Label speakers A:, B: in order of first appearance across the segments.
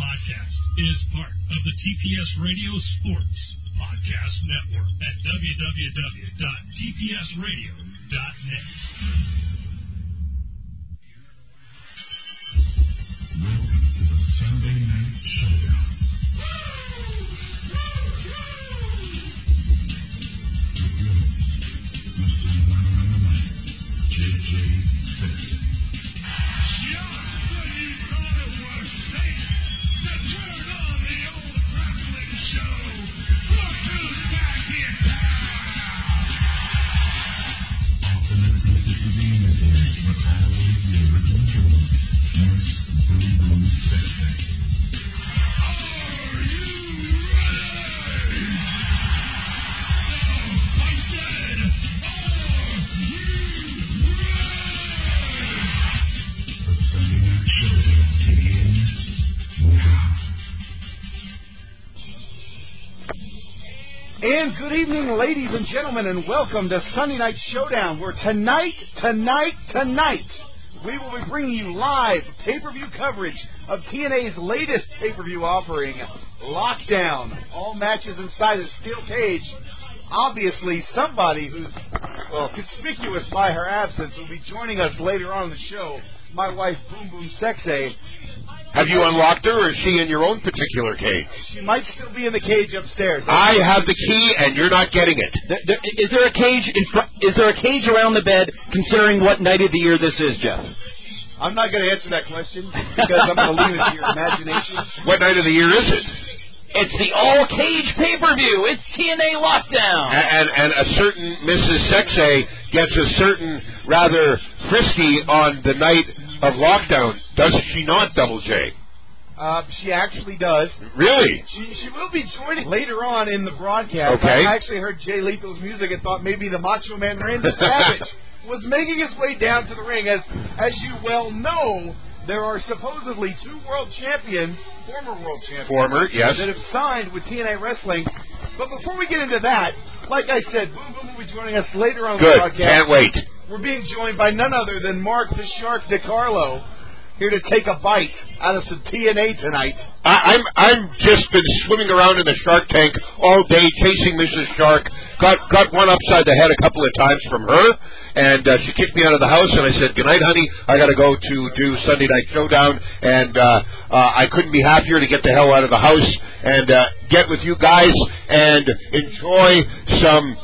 A: podcast is part of the TPS Radio Sports Podcast Network at www.tpsradio.net.
B: Welcome to the Sunday Night Showdown. With your host, Mr. One and Only, J.J. Simpson. Ultimately, this is the interview, but always the original villain, Miss Boo Boo Simpson. The Sunday Night Showdown begins now.
C: And good evening, ladies and gentlemen, and welcome to Sunday Night Showdown, where tonight, tonight, tonight, we will be bringing you live pay per view coverage of TNA's latest pay per view offering, Lockdown. All matches inside a steel cage. Obviously, somebody who's, well, conspicuous by her absence will be joining us later on in the show. My wife, Boom Boom Sexay.
D: Have you unlocked her, or is she in your own particular cage?
C: She might still be in the cage upstairs.
D: I have the key, and you're not getting it.
E: There, there, is there a cage in front? Is there a cage around the bed? Considering what night of the year this is, Jeff.
C: I'm not going to answer that question because I'm going to leave it to your imagination.
D: What night of the year is it?
E: It's the all cage pay per view. It's TNA
D: A-
E: Lockdown.
D: And and a certain Mrs. Sexay gets a certain rather frisky on the night of lockdown, does she not, Double J?
C: Uh, she actually does.
D: Really?
C: She, she will be joining later on in the broadcast.
D: Okay.
C: I actually heard Jay Lethal's music and thought maybe the Macho Man Randy Savage was making his way down to the ring. As as you well know, there are supposedly two world champions, former world champions.
D: Former, yes.
C: that have signed with TNA Wrestling. But before we get into that, like I said, Boom Boom will be joining us later on in the
D: Good.
C: broadcast.
D: Can't wait.
C: We're being joined by none other than Mark the Shark DiCarlo, here to take a bite out of some TNA tonight.
D: I, I'm I'm just been swimming around in the shark tank all day chasing Mrs. Shark. Got got one upside the head a couple of times from her, and uh, she kicked me out of the house. And I said, "Good night, honey. I got to go to do Sunday night showdown." And uh, uh, I couldn't be happier to get the hell out of the house and uh, get with you guys and enjoy some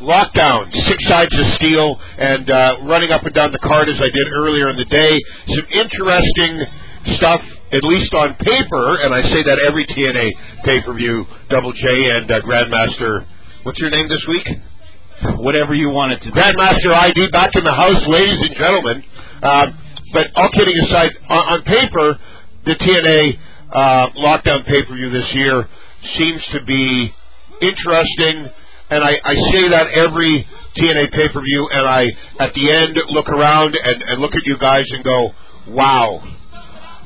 D: lockdown, six sides of steel, and uh, running up and down the card as I did earlier in the day. Some interesting stuff, at least on paper, and I say that every TNA pay per view, Double J and uh, Grandmaster. What's your name this week?
E: Whatever you want it to be.
D: Grandmaster ID back in the house, ladies and gentlemen. Um, but all kidding aside, on, on paper, the TNA uh, lockdown pay per view this year seems to be interesting, and I, I say that every TNA pay per view, and I at the end look around and, and look at you guys and go, wow,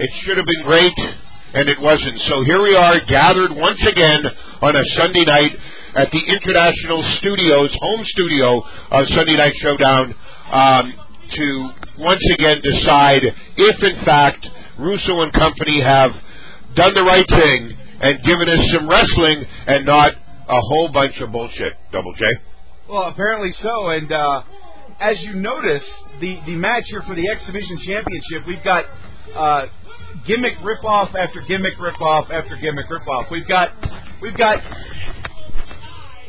D: it should have been great, and it wasn't. So here we are, gathered once again on a Sunday night at the International Studios, home studio of Sunday Night Showdown, um, to once again decide if, in fact, Russo and company have done the right thing and given us some wrestling and not a whole bunch of bullshit. Double J.
C: Well, apparently so. And uh, as you notice, the, the match here for the X Division Championship, we've got uh, gimmick ripoff after gimmick ripoff after gimmick ripoff. We've got we've got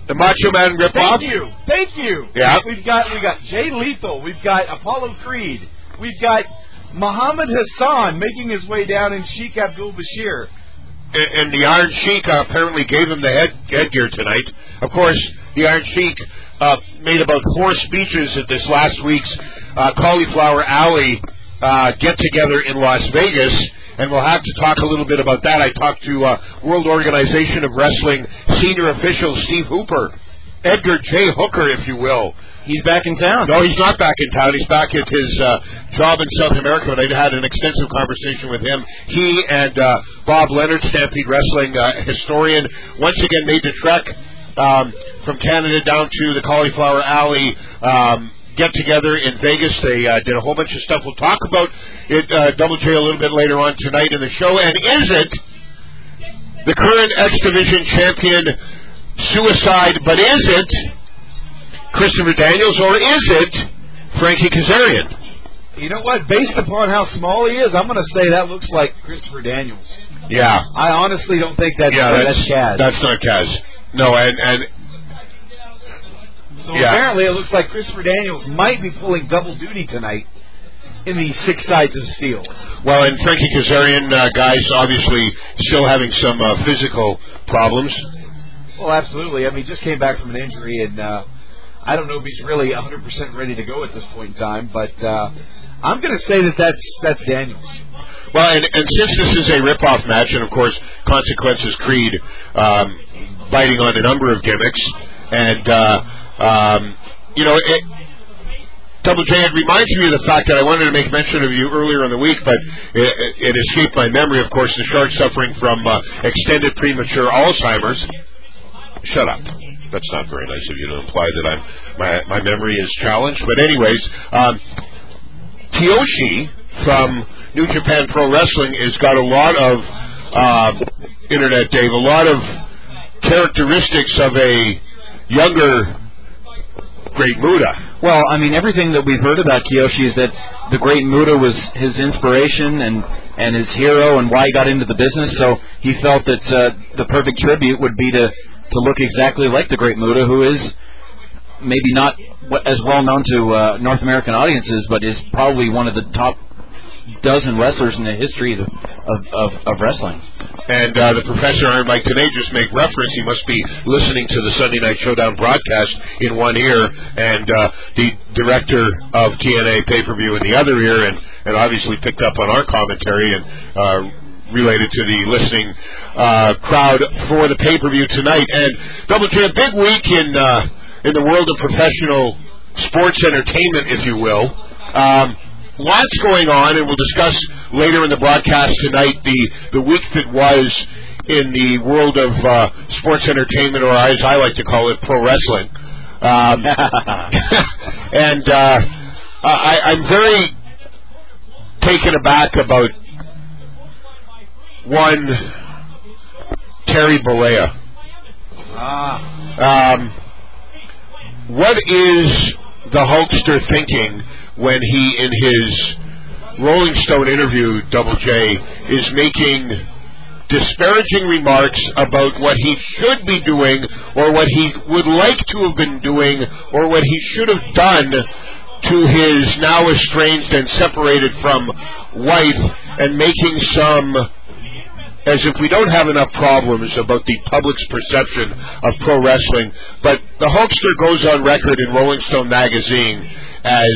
D: The Macho Man ripoff.
C: Thank you. Thank you.
D: Yeah.
C: We've got we got Jay Lethal. We've got Apollo Creed. We've got Muhammad Hassan making his way down in Sheikh Abdul Bashir.
D: and, and the Iron Sheik uh, apparently gave him the head headgear tonight. Of course, the Iron Sheik uh, made about four speeches at this last week's uh, Cauliflower Alley uh, get together in Las Vegas. And we'll have to talk a little bit about that. I talked to uh, World Organization of Wrestling senior official Steve Hooper, Edgar J. Hooker, if you will,
E: He's back in town.
D: no, he's not back in town. He's back at his uh, job in South America. But I had an extensive conversation with him. He and uh, Bob Leonard, Stampede Wrestling uh, historian, once again made the trek um, from Canada down to the Cauliflower Alley. Um, get together in Vegas. They uh, did a whole bunch of stuff. We'll talk about it, uh, Double J, a little bit later on tonight in the show. And is it the current X Division champion suicide, but is it Christopher Daniels or is it Frankie Kazarian?
F: You know what? Based upon how small he is, I'm going to say that looks like Christopher Daniels.
D: Yeah,
F: I honestly don't think that's
D: yeah,
F: uh,
D: that's
F: that's Chad.
D: That's not Kaz. No, and and
F: so
D: yeah.
F: apparently, it looks like Christopher Daniels might be pulling double duty tonight in the Six Sides of Steel.
D: well, and Frankie Kazarian, uh, guys, obviously still having some uh, physical problems.
F: Well, absolutely. I mean, just came back from an injury, and uh, I don't know if he's really 100% ready to go at this point in time. But uh, I'm going to say that that's that's Daniels.
D: Well, and, and since this is a rip-off match, and of course, consequences Creed um, biting on a number of gimmicks, and uh, um, you know, it, Double J, it reminds me of the fact that I wanted to make mention of you earlier in the week, but it, it, it escaped my memory. Of course, the shark suffering from uh, extended premature Alzheimer's. Shut up. That's not very nice of you to imply that I'm my my memory is challenged. But anyways, um, Kiyoshi from New Japan Pro Wrestling has got a lot of um, internet, Dave. A lot of characteristics of a younger Great Muda.
G: Well, I mean, everything that we've heard about Kiyoshi is that the great Muda was his inspiration and and his hero, and why he got into the business. So he felt that uh, the perfect tribute would be to to look exactly like the great Muda, who is maybe not wh- as well known to uh, North American audiences, but is probably one of the top dozen wrestlers in the history of of, of, of wrestling.
D: And uh, the professor and Mike today just make reference. He must be listening to the Sunday Night Showdown broadcast in one ear, and uh, the director of TNA pay per view in the other ear, and, and obviously picked up on our commentary and uh, related to the listening uh, crowd for the pay per view tonight. And Double J, a big week in uh, in the world of professional sports entertainment, if you will. Um, lots going on, and we'll discuss later in the broadcast tonight the the week that was in the world of uh, sports entertainment, or as I like to call it, pro wrestling. Um, and uh, I, I'm very taken aback about one Terry Bollea.
F: Ah,
D: Um, what is the Hulkster thinking when he, in his Rolling Stone interview, Double J, is making disparaging remarks about what he should be doing or what he would like to have been doing or what he should have done to his now estranged and separated from wife and making some as if we don't have enough problems about the public's perception of pro wrestling. But the Hulkster goes on record in Rolling Stone magazine as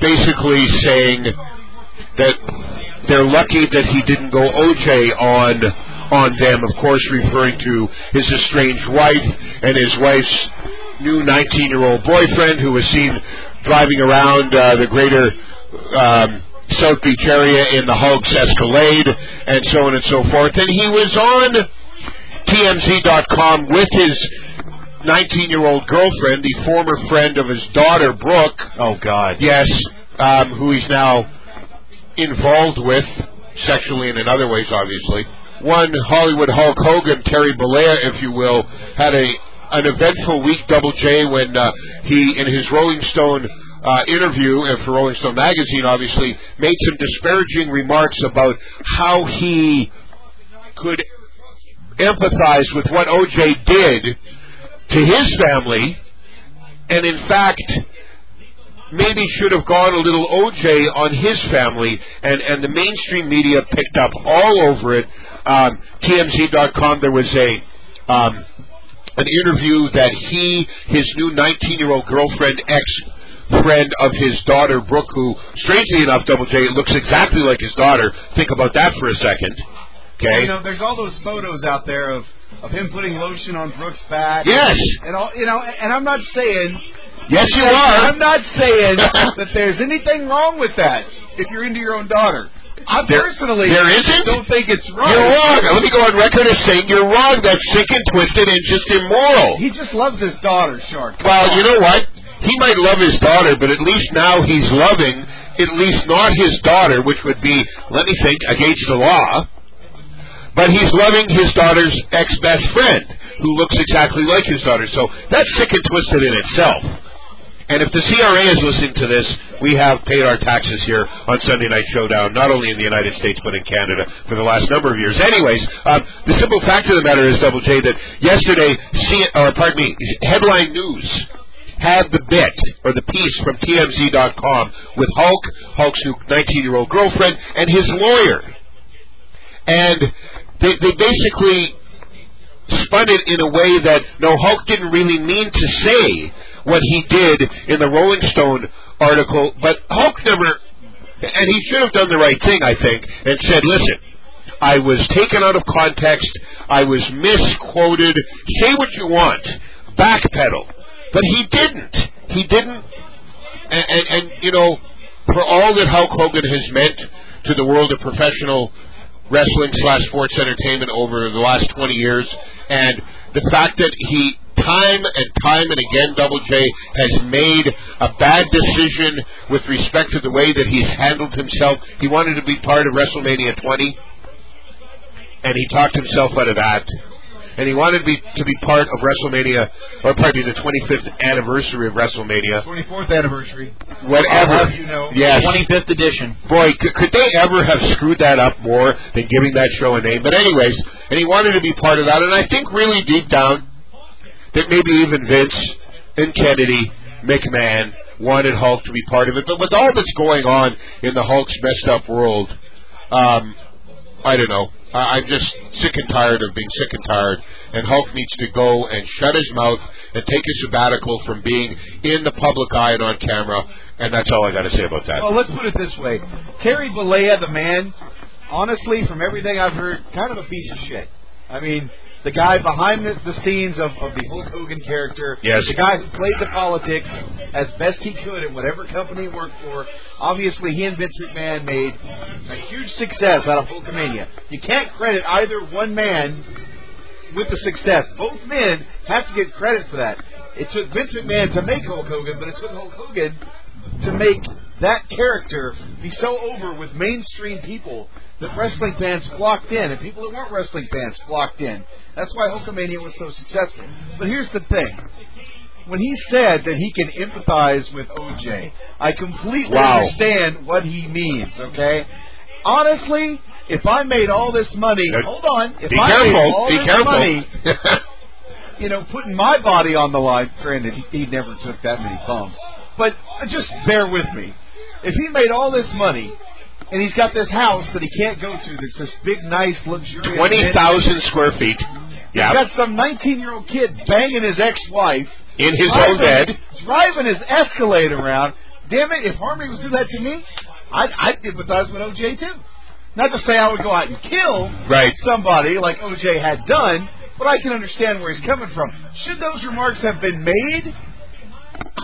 D: basically saying that they're lucky that he didn't go OJ on on them. Of course, referring to his estranged wife and his wife's new 19-year-old boyfriend, who was seen driving around uh, the greater. Um, South Beach area in the Hulk's Escalade, and so on and so forth. And he was on TMZ.com with his 19 year old girlfriend, the former friend of his daughter, Brooke.
G: Oh God.
D: Yes, um, who he's now involved with sexually and in other ways, obviously. One Hollywood Hulk Hogan, Terry Bollea, if you will, had a an eventful week. Double J when uh, he, in his Rolling Stone uh, interview and for Rolling Stone magazine, obviously made some disparaging remarks about how he could empathize with what OJ did to his family, and in fact maybe should have gone a little OJ on his family, and, and the mainstream media picked up all over it. Um, TMZ.com, there was a um, an interview that he, his new 19 year old girlfriend, ex friend of his daughter, Brooke, who, strangely enough, Double J, looks exactly like his daughter. Think about that for a second. Okay?
F: you know, there's all those photos out there of of him putting lotion on Brooks' back.
D: yes!
F: and all you know. And I'm not saying
D: Yes, you
F: I'm
D: are!
F: not saying that there's anything wrong with that if you're into your own daughter. I
D: There-
F: personally
D: there isn't?
F: don't think it's wrong.
D: You're wrong! Let me go on record as saying you're wrong. That's sick and twisted and just immoral.
F: He just loves his daughter, Shark.
D: Well, you know what? he might love his daughter, but at least now he's loving at least not his daughter, which would be, let me think, against the law, but he's loving his daughter's ex best friend, who looks exactly like his daughter. So that's sick and twisted in itself. And if the CRA is listening to this, we have paid our taxes here on Sunday Night Showdown, not only in the United States but in Canada for the last number of years. Anyways, um, the simple fact of the matter is, Double J, that yesterday, C- or pardon me, headline news had the bit or the piece from TMZ.com with Hulk, Hulk's 19-year-old girlfriend, and his lawyer, and they, they basically spun it in a way that no Hulk didn't really mean to say what he did in the Rolling Stone article, but Hulk never, and he should have done the right thing, I think, and said, listen. I was taken out of context. I was misquoted. Say what you want. Backpedal. But he didn't. He didn't. And, and, and, you know, for all that Hulk Hogan has meant to the world of professional wrestling slash sports entertainment over the last 20 years, and the fact that he time and time and again, Double J, has made a bad decision with respect to the way that he's handled himself. He wanted to be part of WrestleMania 20, and he talked himself out of that. And he wanted to be, to be part of WrestleMania, or probably the 25th anniversary of WrestleMania.
C: 24th anniversary. I'll
D: Whatever.
C: have you know.
D: Yes.
G: 25th edition.
D: Boy, could, could they ever have screwed that up more than giving that show a name? But anyways, and he wanted to be part of that, and I think really deep down that maybe even Vince and Kennedy, McMahon wanted Hulk to be part of it. But with all that's going on in the Hulk's messed up world, um, I don't know. I, I'm just sick and tired of being sick and tired. And Hulk needs to go and shut his mouth and take a sabbatical from being in the public eye and on camera. And that's all I got to say about that.
C: Well, let's put it this way. Terry Bollea, the man, honestly, from everything I've heard, kind of a piece of shit. I mean, the guy behind the, the scenes of, of the Hulk Hogan character,
D: Yes.
C: the guy who played the politics as best he could at whatever company he worked for. Obviously, he and Vince McMahon made a huge success out of Hulkamania. You can't credit either one man with the success. Both men have to get credit for that. It took Vince McMahon to make Hulk Hogan, but it took Hulk Hogan to make that character be so over with mainstream people that wrestling fans flocked in, and people that weren't wrestling fans flocked in. That's why Hulkamania was so successful. But here's the thing. When he said that he can empathize with OJ, I completely
D: Wow.
C: understand what he means, okay? Honestly, if I made all this money,
D: Uh,
C: hold on, if
D: be
C: I made
D: careful.
C: all
D: Be
C: this
D: careful.
C: money you know, putting my body on the line. Granted, he, he never took that many bumps, but uh, just bear with me. If he made all this money and he's got this house that he can't go to, that's this big, nice, luxurious,
D: Twenty
C: mansion,
D: thousand square feet.
C: he's
D: Yeah,
C: got some nineteen-year-old kid banging his ex-wife,
D: in his
C: driving,
D: own bed.
C: driving his Escalade around. Damn it! If Harmony was doing that to me, I'd, I'd empathize with OJ too. Not to say I would go out and kill,
D: Right.
C: somebody like OJ had done, but I can understand where he's coming from. Should those remarks have been made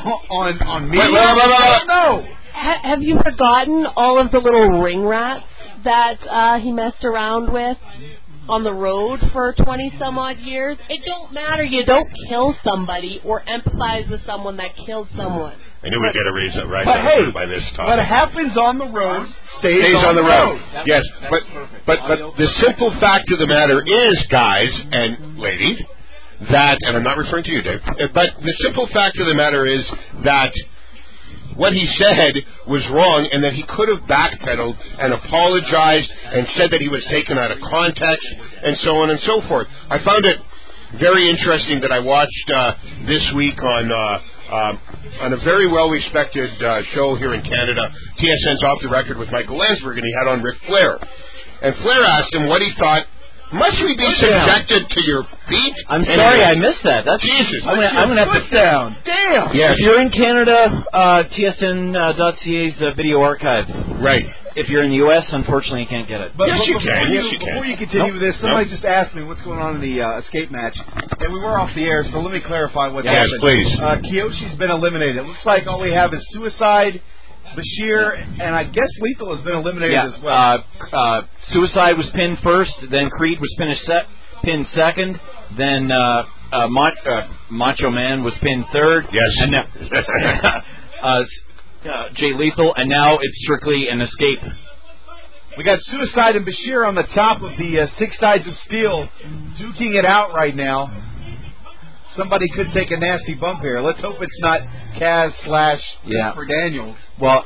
C: on on me?
D: Wait, wait, wait, wait, wait.
C: No.
H: Ha- have you forgotten all of the little ring rats that uh, he messed around with on the road for 20 some odd years? It don't matter. You don't kill somebody or empathize with someone that killed someone.
D: I knew we'd get a raise up right
C: But
D: out of
C: hey,
D: here by this time.
C: what happens on the road stays,
D: Stays on the road. Yes,
C: that's
D: but
C: perfect.
D: but but the simple fact of the matter is, guys and ladies, that and I'm not referring to you, Dave. uh, But the simple fact of the matter is that what he said was wrong, and that he could have backpedaled and apologized and said that he was taken out of context and so on and so forth. I found it very interesting that I watched uh, this week on. Uh, um, on a very well-respected uh, show here in Canada, TSN's Off the Record with Michael Landsberg, and he had on Ric Flair. And Flair asked him what he thought. Must we be subjected to your feet?
G: I'm
D: And
G: sorry
D: he-
G: I missed that. That's
D: Jesus.
G: I'm gonna, I'm gonna have to.
C: down. Damn.
D: Yes.
G: If you're in Canada, uh, TSN.ca's uh, video archive.
D: Right.
G: If you're in the U.S., unfortunately, you can't get it.
C: But
D: Yes,
C: but
D: you
C: before
D: can.
C: You,
D: Yes, you can.
C: Before you continue with this, somebody just asked me what's going on in the uh, escape match, and we were off the air, so let me clarify what
D: Yes,
C: happened.
D: please.
C: Uh, Kiyoshi's been eliminated. It looks like all we have is suicide, Bashir, and I guess Lethal has been eliminated
G: yeah.
C: as well.
G: Uh, uh, Suicide was pinned first, then Creed was finished se- pinned second, then uh, uh, Mach- uh, Macho Man was pinned third.
D: Yes.
G: And now, uh, s- uh, Jay Lethal, and now it's strictly an escape.
C: We got Suicide and Bashir on the top of the uh, Six Sides of Steel, duking it out right now. Somebody could take a nasty bump here. Let's hope it's not Kaz slash
G: Yeah.
C: for Daniels.
G: Well,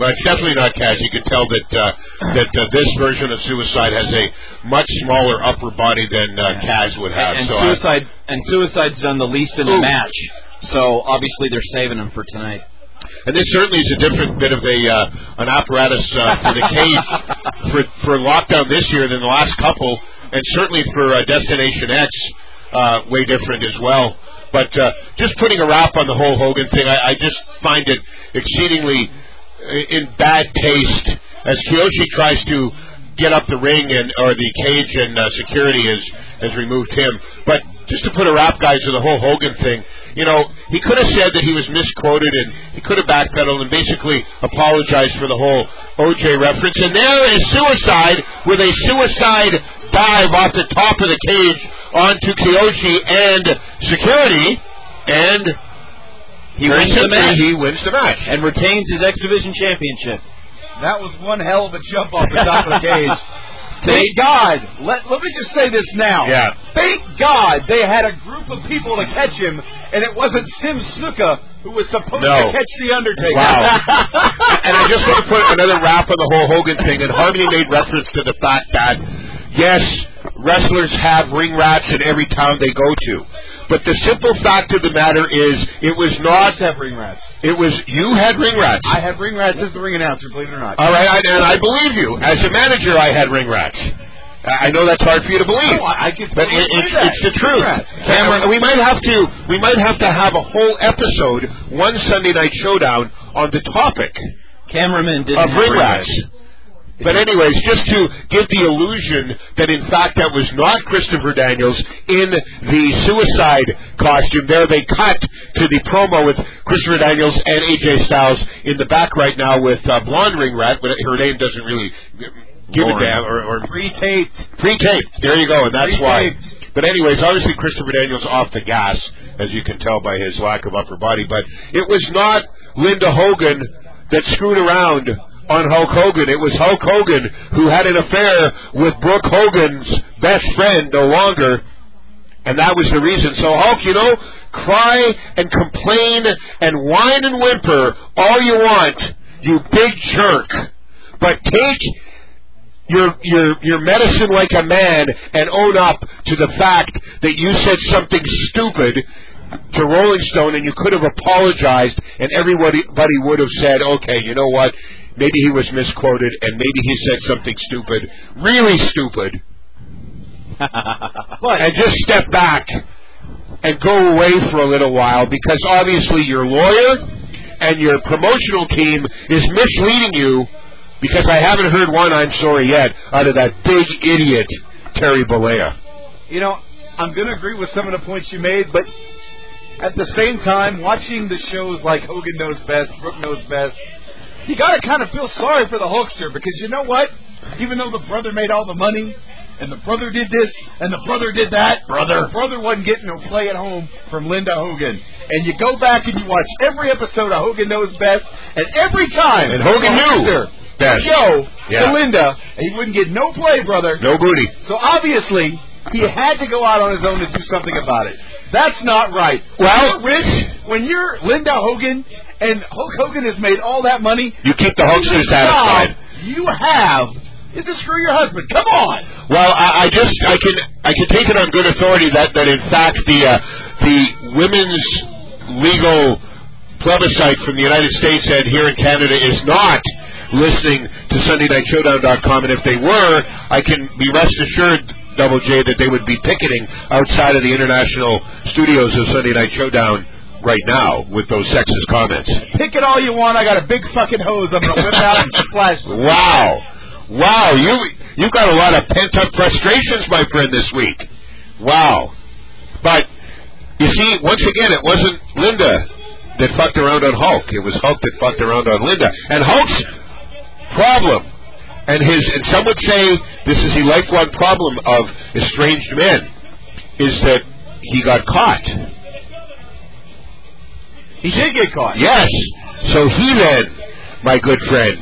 D: Well, it's definitely not cash. You can tell that uh, that uh, this version of Suicide has a much smaller upper body than uh, Kaz would have.
G: and, and
D: so I-
G: suicide and suicide's done the least in the
D: Ooh.
G: match, so obviously they're saving him for tonight.
D: And this certainly is a different bit of a uh, an apparatus uh, for the cage for for lockdown this year than the last couple, and certainly for uh, Destination X, uh, way different as well. But uh, just putting a wrap on the whole Hogan thing, I, I just find it exceedingly i- in bad taste as Kyoshi tries to get up the ring and or the cage and uh, security has has removed him. But just to put a wrap, guys, to the whole Hogan thing, you know, he could have said that he was misquoted and he could have backpedaled and basically apologized for the whole OJ reference. And there is suicide with a suicide dive off the top of the cage onto Kyoshi and security, and
G: He
D: very
G: wins the
D: simply,
G: match
D: he wins the match.
G: and retains his X Division championship.
C: That was one hell of a jump off the top of the cage. Thank God. Let, let me just say this now.
D: Yeah.
C: Thank God they had a group of people to catch him, and it wasn't Sim Snuka who was supposed
D: No.
C: to catch The Undertaker.
D: Wow. and I just want to put another wrap on the whole Hogan thing. And Harmony made reference to the fact that, yes, wrestlers have ring rats in every town they go to. But the simple fact of the matter is, it was
C: I
D: not,
C: have ring rats.
D: it was, you had ring rats.
C: I have ring rats as the ring announcer, believe it or not.
G: Uh,
D: All right, I, and I believe you. As a manager, I had ring rats. I I know that's hard for you to believe.
C: No, I, I could
D: But
C: totally
D: it,
C: do
D: it's,
C: that.
D: it's the truth.
C: Congrats.
D: Cameron, we might have to we might have to have a whole episode, one Sunday night showdown on the topic
G: Cameraman didn't
D: of
G: have
D: ring rats.
G: rats.
D: But anyways, just to give the illusion that in fact that was not Christopher Daniels in the suicide costume. There they cut to the promo with Christopher Daniels and AJ Styles in the back right now with uh, blonde ring rat, but her name doesn't really give
G: Lauren.
D: a damn or, or
C: Pre-taped.
D: Pre-taped. There you go, and that's why.
C: Pre-taped.
D: But anyways, obviously Christopher Daniels off the gas, as you can tell by his lack of upper body. But it was not Linda Hogan that screwed around on Hulk Hogan. It was Hulk Hogan who had an affair with Brooke Hogan's best friend, no longer. And that was the reason. So Hulk, you know, cry and complain and whine and whimper all you want, you big jerk. But take your your your medicine like a man and own up to the fact that you said something stupid to Rolling Stone and you could have apologized and everybody buddy would have said, Okay, you know what? Maybe he was misquoted and maybe he said something stupid, really stupid.
C: But
D: And just step back and go away for a little while because obviously your lawyer and your promotional team is misleading you because I haven't heard one I'm sorry yet out of that big idiot Terry Bollea.
C: you know, I'm going to agree with some of the points you made, but at the same time, watching the shows like Hogan Knows Best, Brooke Knows Best, you got to kind of feel sorry for the Hulkster because you know what? Even though the brother made all the money, and the brother did this, and the brother did that, brother, the brother wasn't getting no play at home from Linda Hogan. And you go back and you watch every episode of Hogan Knows Best, and every time,
D: And Hogan
C: the
D: knew
C: Hulkster
D: best.
C: Joe
D: Yeah.
C: to Linda, he wouldn't get no play, brother.
D: No booty.
C: So obviously, he had to go out on his own to do something about it. That's not right.
D: Well-
C: When you're rich, when you're Linda Hogan and Hulk Hogan has made all that money,
D: You keep the
C: the
D: Hulkster
C: job
D: satisfied.
C: you have is to screw your husband. Come on.
D: Well, I, I just I can I can take it on good authority that that in fact the uh, the women's legal plebiscite from the United States and here in Canada is not listening to SundayNightShowdown.com, and if they were, I can be rest assured, Double J, that they would be picketing outside of the international studios of Sunday Night Showdown right now with those sexist comments.
C: Pick it all you want. I got a big fucking hose. I'm gonna whip out and splash.
D: Wow. Wow, you you got a lot of pent up frustrations, my friend, this week. Wow. But you see, once again it wasn't Linda that fucked around on Hulk. It was Hulk that fucked around on Linda. And Hulk's problem and his and some would say this is the lifelong problem of estranged men is that he got caught.
C: He did get caught.
D: Yes. So he then, my good friend,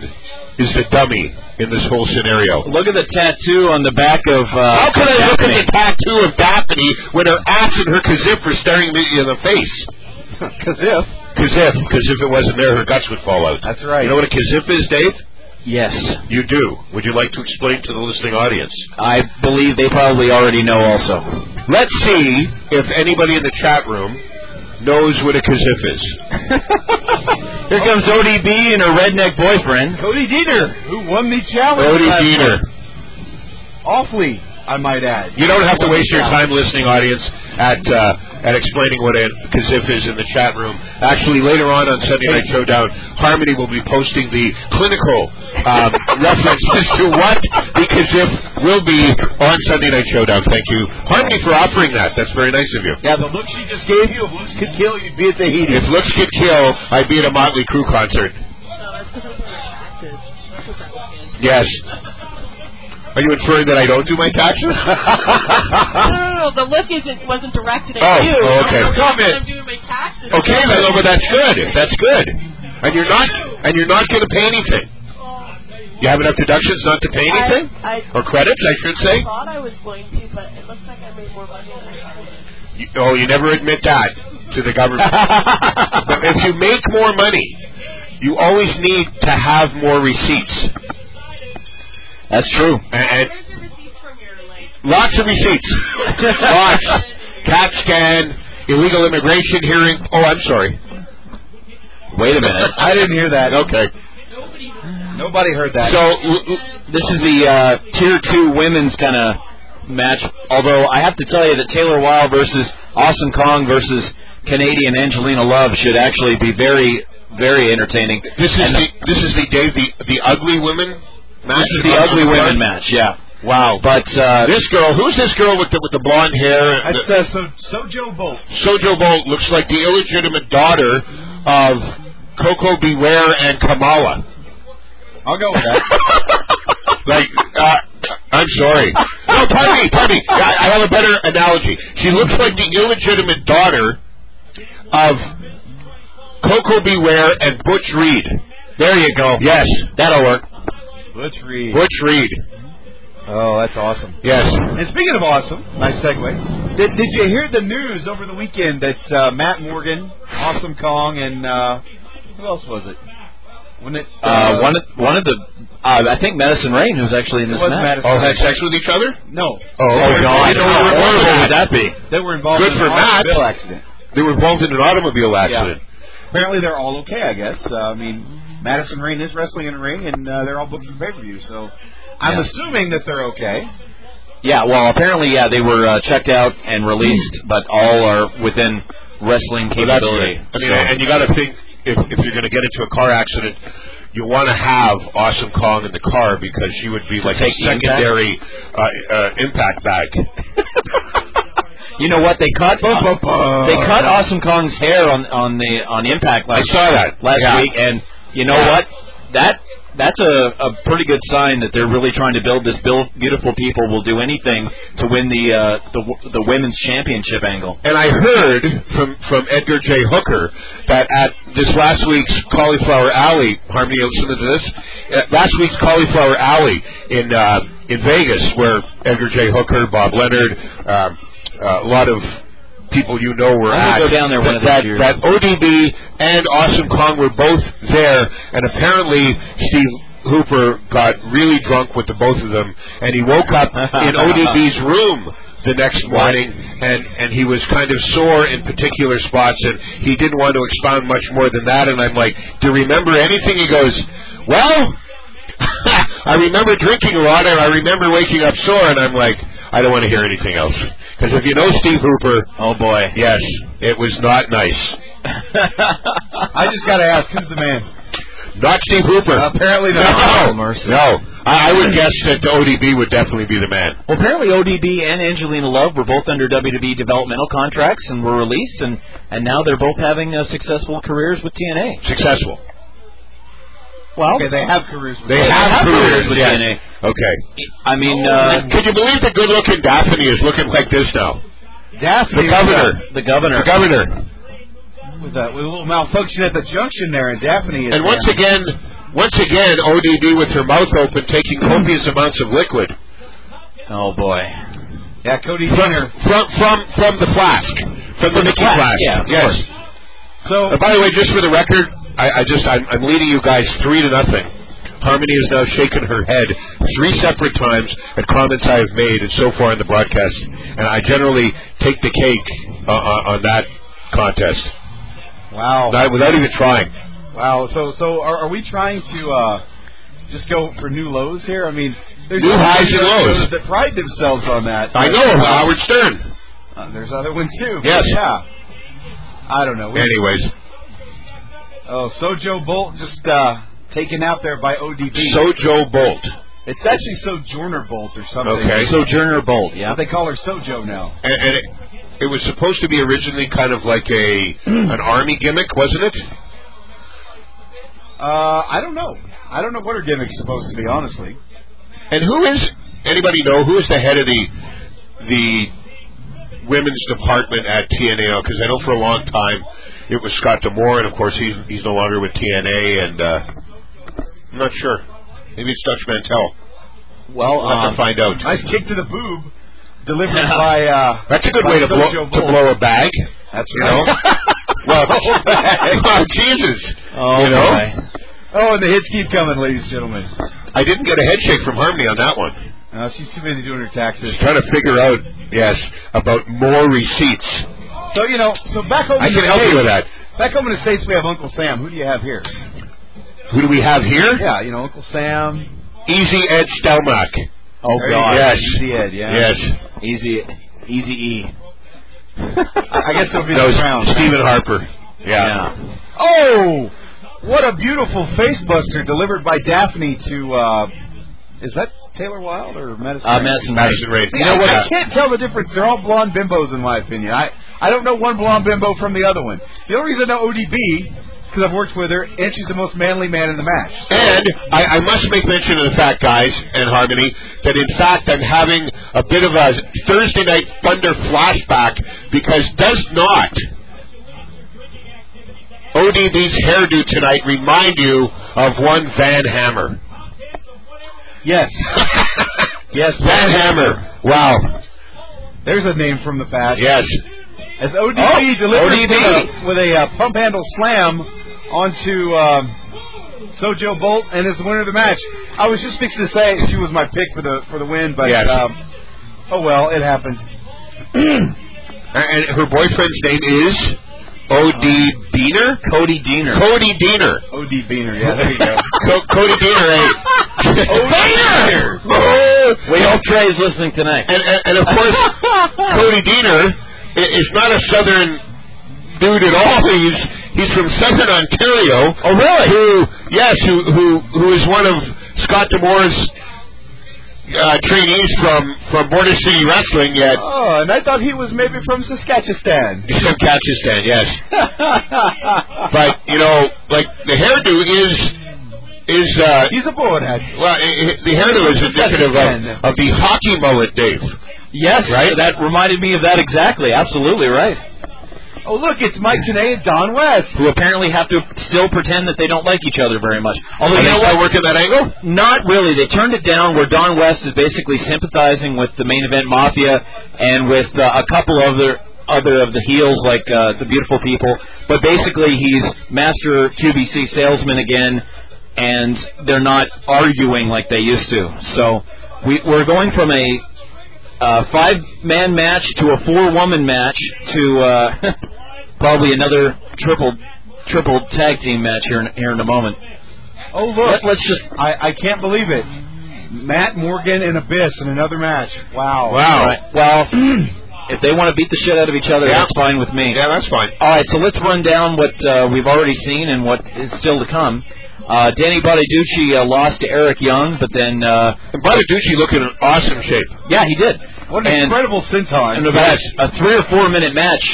D: is the dummy in this whole scenario.
G: Look at the tattoo on the back of. Uh,
D: How can I look at the
G: Daphne.
D: tattoo of Daphne when her ass and her kazip are staring me in the face?
C: Because if
D: Kazip, because if it wasn't there, her guts would fall out.
C: that's right.
D: You know what a kazip is, Dave?
G: Yes,
D: You do. Would you like to explain to the listening audience?
G: I believe they probably already know. Also,
D: Let's see if anybody in the chat room knows what a kazip is.
G: here comes ODB and her redneck boyfriend.
C: Cody Dieter, who won the challenge,
D: Brody
C: last
D: Dieter.
C: night. awfully, I might add.
D: You don't have to waste your time listening, audience, at uh, at explaining what a kazif is in the chat room. Actually, later on on Sunday Night Showdown, Harmony will be posting the clinical um, references to what the kazif will be on Sunday Night Showdown. Thank you, Harmony, for offering that. That's very nice of you.
C: Yeah, the look she just gave you, if looks could kill, you'd be at the heat.
D: If looks could kill, I'd be at a Motley Crue concert. Yes. Are you inferring that I don't do my taxes?
H: No, no, no, the look isn't wasn't directed at
D: Oh,
H: you.
D: oh, okay.
H: I'm
D: Comment.
H: I'm doing my taxes.
D: Okay, then, oh, but that's good. That's good. And you're not and you're not going to pay anything. You have enough deductions not to pay anything,
H: I,
D: or credits, I should say.
H: I thought I was going to, but it looks like I made more money than I thought.
D: You, oh, you never admit that to the government. but if you make more money, you always need to have more receipts
G: That's true.
D: and, and
H: Where's your receipts from your like?
D: lots of receipts, lots. CAT scan, illegal immigration hearing. Oh, I'm sorry.
G: Wait a minute.
C: I didn't hear that.
D: Okay.
C: Nobody heard that.
G: So l- l- this is the uh, tier two women's kind of match. Although I have to tell you that Taylor Wilde versus Awesome Kong versus Canadian Angelina Love should actually be very, very entertaining.
D: This is
G: And
D: the this is the Dave the the ugly women.
G: this is the ugly women match. Yeah.
D: Wow.
G: But uh,
D: This girl, who's this girl with the with the blonde hair?
C: That's uh,
D: The-
C: so, so Joe Bolt.
D: Sojo Bolt looks like the illegitimate daughter of Coco Beware and Kamala.
C: I'll go with that.
D: Like, uh, I'm sorry. No, pardon me, pardon me. I, I have a better analogy. She looks like the illegitimate daughter of Coco Beware and Butch Reed.
G: there you go.
D: Yes, that'll work.
C: Let's read.
D: Butch Reed.
C: Oh, that's awesome.
D: Yes.
C: And speaking of awesome, nice segue. Did, did you hear the news over the weekend that uh, Matt Morgan, Awesome Kong, and uh, who else was it? When it
G: Uh, one, of, one of the, uh, I think Madison Rain was actually in
C: it
G: this
C: was
G: match.
C: Madison.
D: All Oh, had sex with each other?
C: No,
D: Oh, They
G: God!
D: were,
G: How horrible
D: involved
G: would
D: in-
G: that be?
C: they were involved
D: Good
C: in
D: for
C: an
D: Matt.
C: automobile accident.
D: they were involved in an automobile accident.
C: Apparently, they're all okay. I guess. Uh, I mean, Madison Rain is wrestling in a ring, and uh, they're all booked for pay per view. So, I'm
G: Yeah.
C: assuming that they're okay.
G: Yeah, well, apparently, yeah, they were uh, checked out and released,
C: Hmm.
G: but all are within wrestling
D: Well, that's
G: capability.
D: good. I mean, and you got to think if if you're going to get into a car accident, you want to have Awesome Kong in the car because she would be like a
G: take the impact?
D: secondary uh, uh, impact bag.
G: you know what? They cut they cut Awesome Kong's hair on on the on Impact last
D: saw that.
G: last
D: Yeah.
G: week, and you know
D: Yeah.
G: what? That that's a, a pretty good sign that they're really trying to build this. Build, beautiful people will do anything to win the uh, the w- the women's championship angle.
D: And I heard from from Edgar J. Hooker that at this last week's Cauliflower Alley, Harmony, you listen to this. At last week's Cauliflower Alley in uh, in Vegas, where Edgar J. Hooker, Bob Leonard, um, uh, a lot of people you know were
G: I'm
D: at.
G: gonna go down there one of these
D: that,
G: years.
D: that ODB and Awesome Kong were both there, and apparently Steve Hooper got really drunk with the both of them, and he woke up in ODB's room the next morning, and and he was kind of sore in particular spots, and he didn't want to expound much more than that. And I'm like, do you remember anything? He goes, well. I remember drinking a lot, and I remember waking up sore, and I'm like, I don't want to hear anything else. Because if you know Steve Hooper,
G: Oh boy!
D: Yes, it was not nice.
C: I just got to ask, who's the man?
D: Not Steve Hooper.
C: Apparently
D: no,
C: not.
D: no. I, I would guess that the ODB would definitely be the man.
G: Well, apparently ODB and Angelina Love were both under WWE developmental contracts and were released, and and now they're both having uh, successful careers with TNA.
D: Successful.
G: Well,
C: Okay, they have careers.
D: They
G: They
D: have,
G: have
D: careers.
G: careers with
D: yes.
G: TNA.
D: Okay.
G: I mean, uh,
C: Oh,
D: Could you believe that good-looking Daphne is looking like this now?
C: Daphne,
D: The governor.
G: The governor.
D: The governor.
C: with a, with a little malfunction at the junction there, and Daphne is
D: And once
C: there.
D: again, once again, ODD with her mouth open, taking copious amounts of liquid
G: Oh boy.
C: yeah, Cody
D: from
C: Diener.
D: from from, from the flask, from the Mickey
G: flask,
D: flask.
G: yeah, of
D: yes.
G: course.
C: So
D: And Uh, by the way, just for the record, I, I just I'm, I'm leading you guys three to nothing. Harmony has now shaken her head three separate times at comments I have made, and so far in the broadcast, and I generally take the cake uh, on on that contest
C: wow,
D: without without even trying.
C: wow. So so are, are we trying to uh, just go for new lows here? I mean, there's
D: New highs and
C: shows
D: lows.
C: that pride themselves on that.
D: I know Howard Stern.
C: Uh, there's other ones too. but
D: Yes.
C: Yeah. I don't know. We,
D: Anyways,
C: oh, Sojo Bolt just uh, taken out there by ODB.
D: Sojo Bolt.
C: it's actually Sojourner Bolt or something.
D: Okay.
G: Sojourner Bolt, yeah.
C: But they call her Sojo now.
D: and, and it, it was supposed to be originally kind of like a an army gimmick, wasn't it?
C: Uh, I don't know. I don't know what her gimmick's supposed to be, honestly.
D: And who is anybody know who is the head of the the women's department at TNA? Because I know for a long time it was Scott Demore, and of course he's he's no longer with TNA, and uh, I'm not sure. Maybe it's Dutch Mantel.
C: Well,
D: We'll um, have to find out.
C: nice kick to the boob, delivered by. Uh,
D: That's a good
C: by
D: way to blow
C: Sojo Bolt.
D: to blow a bag.
C: That's
D: You know.
C: right.
D: well, oh, Jesus.
G: Oh
D: you know,
G: boy.
C: oh, and the hits keep coming, ladies and gentlemen.
D: I didn't get a head shake from Harmony on that one.
C: Uh, she's too busy doing her taxes.
D: Just trying to figure out, yes, about more receipts.
C: So you know, so back home.
D: I
C: in
D: can
C: the
D: help you
C: States-
D: with that.
C: Back home in the states, we have Uncle Sam. Who do you have here?
D: Who do we have here?
C: Yeah, you know Uncle Sam.
D: Easy Ed Stelmach.
G: Oh
C: There you
G: god.
C: go.
D: Yes.
C: Easy Ed, yeah.
D: Yes.
G: Easy easy E.
C: I guess it'll be
D: That was
C: the Crown.
D: Stephen Harper. Yeah.
G: Yeah.
C: Oh, what a beautiful face buster delivered by Daphne to. Uh, is that Taylor Wilde or Madison?
G: Uh,
C: Rain?
G: Madison Rain.
D: Madison Rain.
C: See,
D: You know
C: I-
D: what?
C: I can't tell the difference. They're all blonde bimbos, in my opinion. I I don't know one blonde bimbo from the other one. The only reason I know ODB is because I've worked with her, and she's the most manly man in the match.
D: And I, I must make mention of the fact, guys, and Harmony, that in fact I'm having a bit of a Thursday Night Thunder flashback because does not ODB's hairdo tonight remind you of one Van Hammer?
C: Yes,
D: yes, Van Hammer. Wow.
C: there's a name from the past.
D: Yes.
C: As ODB
D: Oh,
C: delivers
D: ODB.
C: with a, with a uh, pump handle slam onto um, Sojo Bolt and is the winner of the match. I was just fixing to say she was my pick for the for the win, but
D: Yes.
C: um, oh well, it happened.
D: Uh, And her boyfriend's name is O.D. Beener?
G: Cody Diener.
D: Cody Diener.
C: OD Beaner, yeah, there you go.
D: Co- Cody Diener, eh?
G: Diener!
D: Oh,
G: We hope Trey's listening tonight.
D: And, and, and of course, Cody Diener i- is not a southern dude at all. He's he's from southern Ontario. Oh, really? Who? Yes, who who who is one of Scott Demore's uh, trainees from from Border City Wrestling at
C: Oh, and I thought he was maybe from Saskatchewan.
D: Saskatchewan. Yes, but you know, like the hairdo is is uh,
C: He's a board hat.
D: Well, i i the hairdo is indicative of, of the hockey mullet, Dave.
G: Yes,
D: Right?
G: That reminded me of that exactly. Absolutely right.
C: Oh, look, it's Mike Tanay and Don West.
G: Who apparently have to still pretend that they don't like each other very much.
D: Are
G: Although Oh,
D: they
G: you know
D: still
G: what?
D: working that angle?
G: Not really. They turned it down where Don West is basically sympathizing with the main event mafia and with uh, a couple other other of the heels like uh, the beautiful people. But basically, he's master QBC salesman again, and they're not arguing like they used to. So we, we're going from a uh, five man match to a four woman match to uh, probably another triple triple tag team match here in, here in a moment.
C: Oh, look.
G: Let, let's just
C: I, I can't believe it. Matt Morgan and Abyss in another match. Wow.
D: Wow.
G: Right. Well, if they want to beat the shit out of each other,
D: Yeah.
G: that's fine with me.
D: Yeah, that's fine.
G: All right, so let's run down what uh, we've already seen and what is still to come. Uh, Danny Bonaducci uh, lost to Eric Young, but then uh,
D: And Bonaducci looked in an awesome shape.
G: yeah, he did.
C: What an
G: and,
C: incredible senton.
G: and about a three or four minute match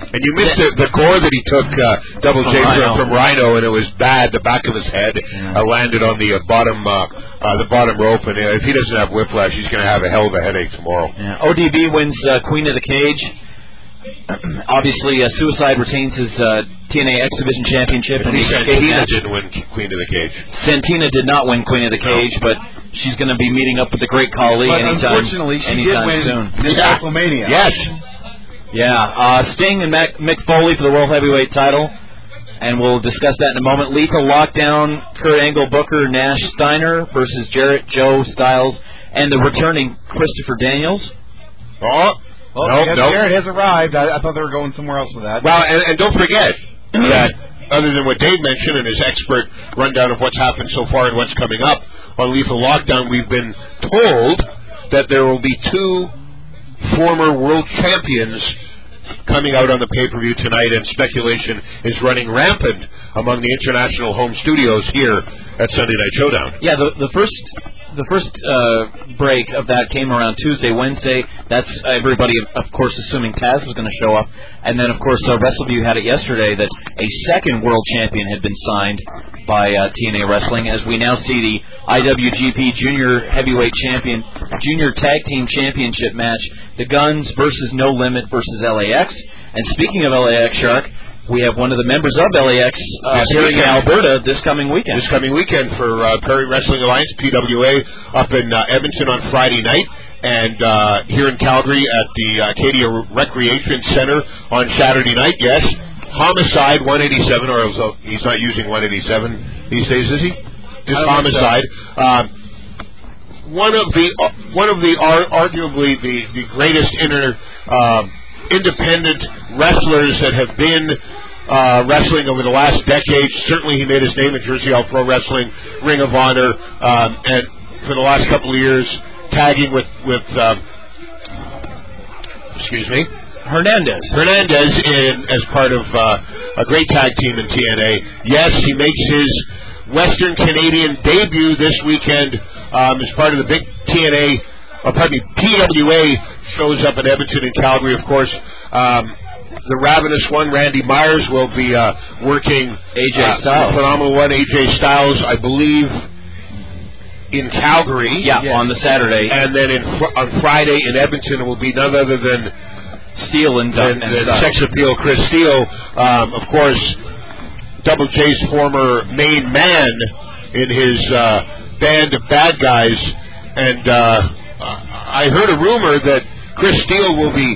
D: And you missed the, the gore that he took, uh, Double J
G: From Rhino.
D: from, from Rhino, and it was bad. The back of his head uh, landed on the uh, bottom uh, uh, the bottom rope, and uh, if he doesn't have whiplash, he's going to have a hell of a headache tomorrow.
G: Yeah. ODB wins uh, Queen of the Cage. Obviously, uh, Suicide retains his uh, TNA X Division Championship. in
D: He
G: the
D: said
G: cage
D: Heenan
G: match.
D: didn't win Queen of the Cage.
G: Santina did not win Queen of the Cage, but she's going to be meeting up with the Great Khali
C: But
G: anytime,
C: unfortunately, she did
G: anytime
C: win
G: soon.
C: this
D: Yeah.
C: WrestleMania.
D: Yes.
G: Yeah, uh, Sting and Mac, Mick Foley for the World Heavyweight title, and we'll discuss that in a moment. Lethal Lockdown, Kurt Angle, Booker, Nash, Steiner versus Jarrett, Joe, Styles, and the returning Christopher Daniels.
D: Oh.
C: Well,
D: no,
C: yes,
D: no.
C: Garrett has arrived. I, I thought they were going somewhere else with that.
D: Well, and, and don't forget that other than what Dave mentioned and his expert rundown of what's happened so far and what's coming up on Lethal Lockdown, we've been told that there will be two former world champions coming out on the pay-per-view tonight, and speculation is running rampant among the international home studios here at Sunday Night Showdown.
G: Yeah, the the first the first uh, break of that came around Tuesday, Wednesday. That's everybody, of course, assuming Taz was going to show up, and then of course uh, WrestleView had it yesterday that a second world champion had been signed by uh, TNA Wrestling. As we now see the IWGP Junior Heavyweight Champion Junior Tag Team Championship match, the Guns versus No Limit versus LAX. And speaking of LAX, Shark. We have one of the members of LAX uh,
D: This
G: here in
D: weekend.
G: Alberta this coming weekend.
D: this coming weekend for uh, Prairie Wrestling Alliance (PWA) up in uh, Edmonton on Friday night, and uh, here in Calgary at the uh, Acadia Recreation Center on Saturday night. Yes, Homicide 187, or is- he's not using 187 these days, is he? Just Homicide. Um, one of the uh, one of the ar- arguably the the greatest inter um, independent wrestlers that have been uh, wrestling over the last decade. Certainly, he made his name in Jersey All Pro Wrestling, Ring of Honor, um, and for the last couple of years, tagging with with um, excuse me.
G: Hernandez.
D: Hernandez in as part of uh, a great tag team in TNA. Yes, he makes his Western Canadian debut this weekend um, as part of the big TNA, uh, pardon me, PWA shows up in Edmonton and Calgary, of course. Um, the ravenous one, Randy Myers, will be uh, working
G: AJ
D: uh,
G: Styles.
D: the phenomenal one, AJ Styles, I believe, in Calgary.
G: Yeah,
C: Yes.
G: on the Saturday,
D: And then in, fr- on Friday in Edmonton will be none other than
G: Steel and,
D: and,
G: and,
D: and
G: Styles.
D: sex appeal Chris Steele, um, of course, Double J's former main man in his uh, band of bad guys, and uh, I heard a rumor that Chris Steele will be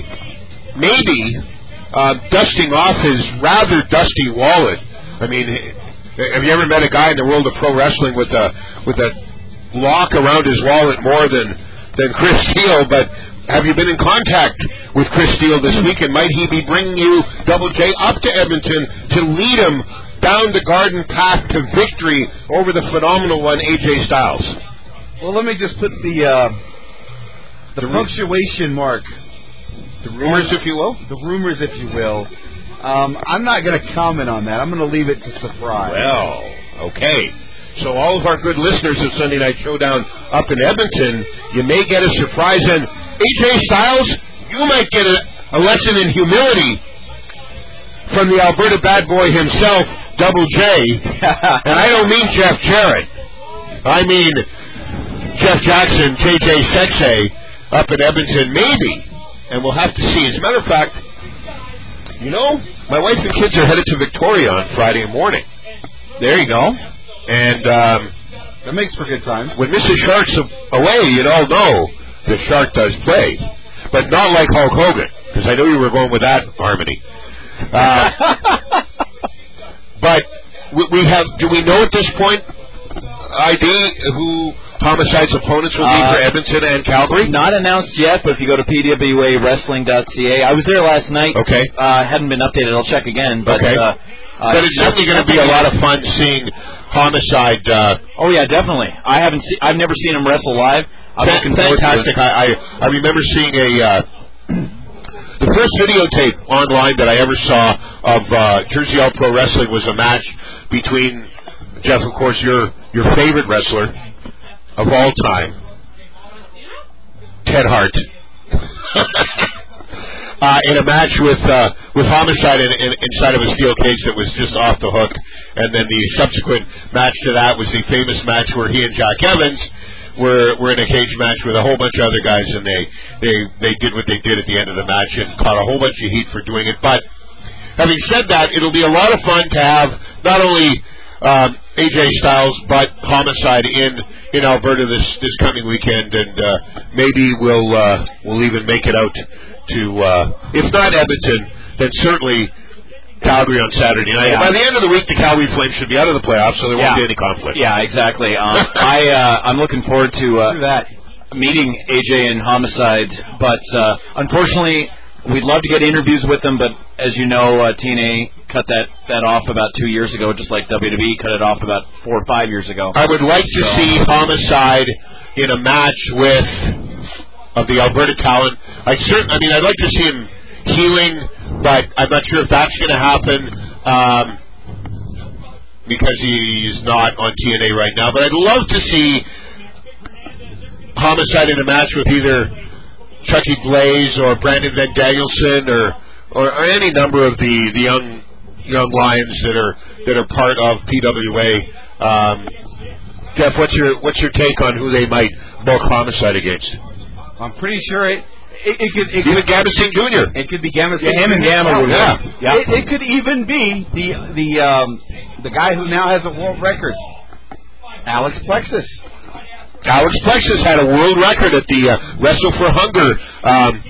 D: maybe uh, dusting off his rather dusty wallet. I mean, have you ever met a guy in the world of pro wrestling with a with a lock around his wallet more than than Chris Steele? But have you been in contact with Chris Steele this week? And might he be bringing you Double J up to Edmonton to lead him down the garden path to victory over the phenomenal one AJ Styles?
C: Well, let me just put the uh, the punctuation mark,
D: The rumors, if you will.
C: the rumors, if you will. Um, I'm not going to comment on that. I'm going to leave it to surprise.
D: Well, okay. So all of our good listeners of Sunday Night Showdown up in Edmonton, you may get a surprise. And AJ Styles, you might get a, a lesson in humility from the Alberta bad boy himself, Double J. and I don't mean Jeff Jarrett. I mean Jeff Jackson, JJ Sexay, up in Edmonton, maybe. And we'll have to see. As a matter of fact, you know, my wife and kids are headed to Victoria on Friday morning.
G: there you go.
D: And um,
C: that makes for good times.
D: when Mrs. Shark's a- away, you'd all know the shark does play, but not like Hulk Hogan, because I know you were going with that harmony. Uh, but we, we have. Do we know at this point, ID, who Homicide's opponents will be
G: Uh,
D: for Edmonton and Calgary?
G: Not announced yet, but if you go to pwawrestling.ca, I was there last night.
D: Okay.
G: Uh, hadn't been updated. I'll check again. But,
D: Okay.
G: uh, uh,
D: But it's certainly going to be a lot of fun seeing Homicide. Uh,
G: Oh yeah, definitely. I haven't. seen. I've never seen him wrestle live. I'm
D: Fan-
G: looking forward to
D: fantastic.
G: it.
D: I, I I remember seeing a uh, the first videotape online that I ever saw of uh, Jersey All Pro Wrestling was a match between Jeff, of course, your your favorite wrestler of all time, Ted Hart. uh, in a match with uh, with Homicide in, in, inside of a steel cage that was just off the hook, and then the subsequent match to that was the famous match where he and Jack Evans were were in a cage match with a whole bunch of other guys, and they they they did what they did at the end of the match and caught a whole bunch of heat for doing it. But having said that, it'll be a lot of fun to have not only um, AJ Styles, but Homicide in in Alberta this this coming weekend, and uh, maybe we'll uh, we'll even make it out to uh, if not Edmonton, then certainly Calgary on Saturday night. And By the end of the week, the Calgary Flames should be out of the playoffs, so there won't
G: Yeah.
D: be any conflict.
G: Yeah, exactly. Um, I uh, I'm looking forward to uh, meeting AJ and Homicide, but uh, unfortunately, we'd love to get interviews with them. But as you know, uh, TNA cut that that off about two years ago, just like WWE cut it off about four or five years ago.
D: I would like to
G: So-
D: see Homicide in a match with of the Alberta talent. I certain, I mean, I'd like to see him healing, but I'm not sure if that's going to happen um, because he's not on TNA right now. But I'd love to see Homicide in a match with either Chucky Blaze or Brandon Van Danielson or, or or any number of the the young young lions that are that are part of PWA. Um, Jeff, what's your what's your take on who they might bulk homicide against?
C: I'm pretty sure it it, it could it
D: Even
C: could,
D: Gabasine Jr.
C: it could be Gamma.
G: Yeah, him and Gamma were
D: Yeah.
G: Yeah.
C: It, it could even be the the um, the guy who now has a world record, Alex Plexus.
D: Alex Plexus had a world record at the uh, Wrestle for Hunger um,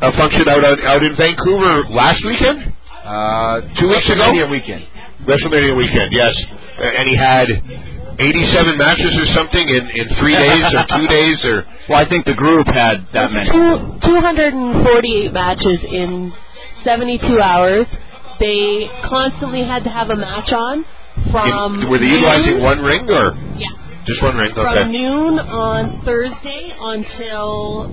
D: a function out on, out in Vancouver last weekend,
C: Uh,
D: two weeks ago,
C: WrestleMania weekend.
D: WrestleMania weekend. Yes, Uh, and he had 87 matches or something in in three days or two days or
G: Well, I think the group had that many.
H: Two, 248 matches in 72 hours. They constantly had to have a match on from.
C: Um,
D: in, were they utilizing
H: noon-
D: one ring or
H: Yeah.
D: just one ring?
H: From
D: Okay.
H: noon on Thursday until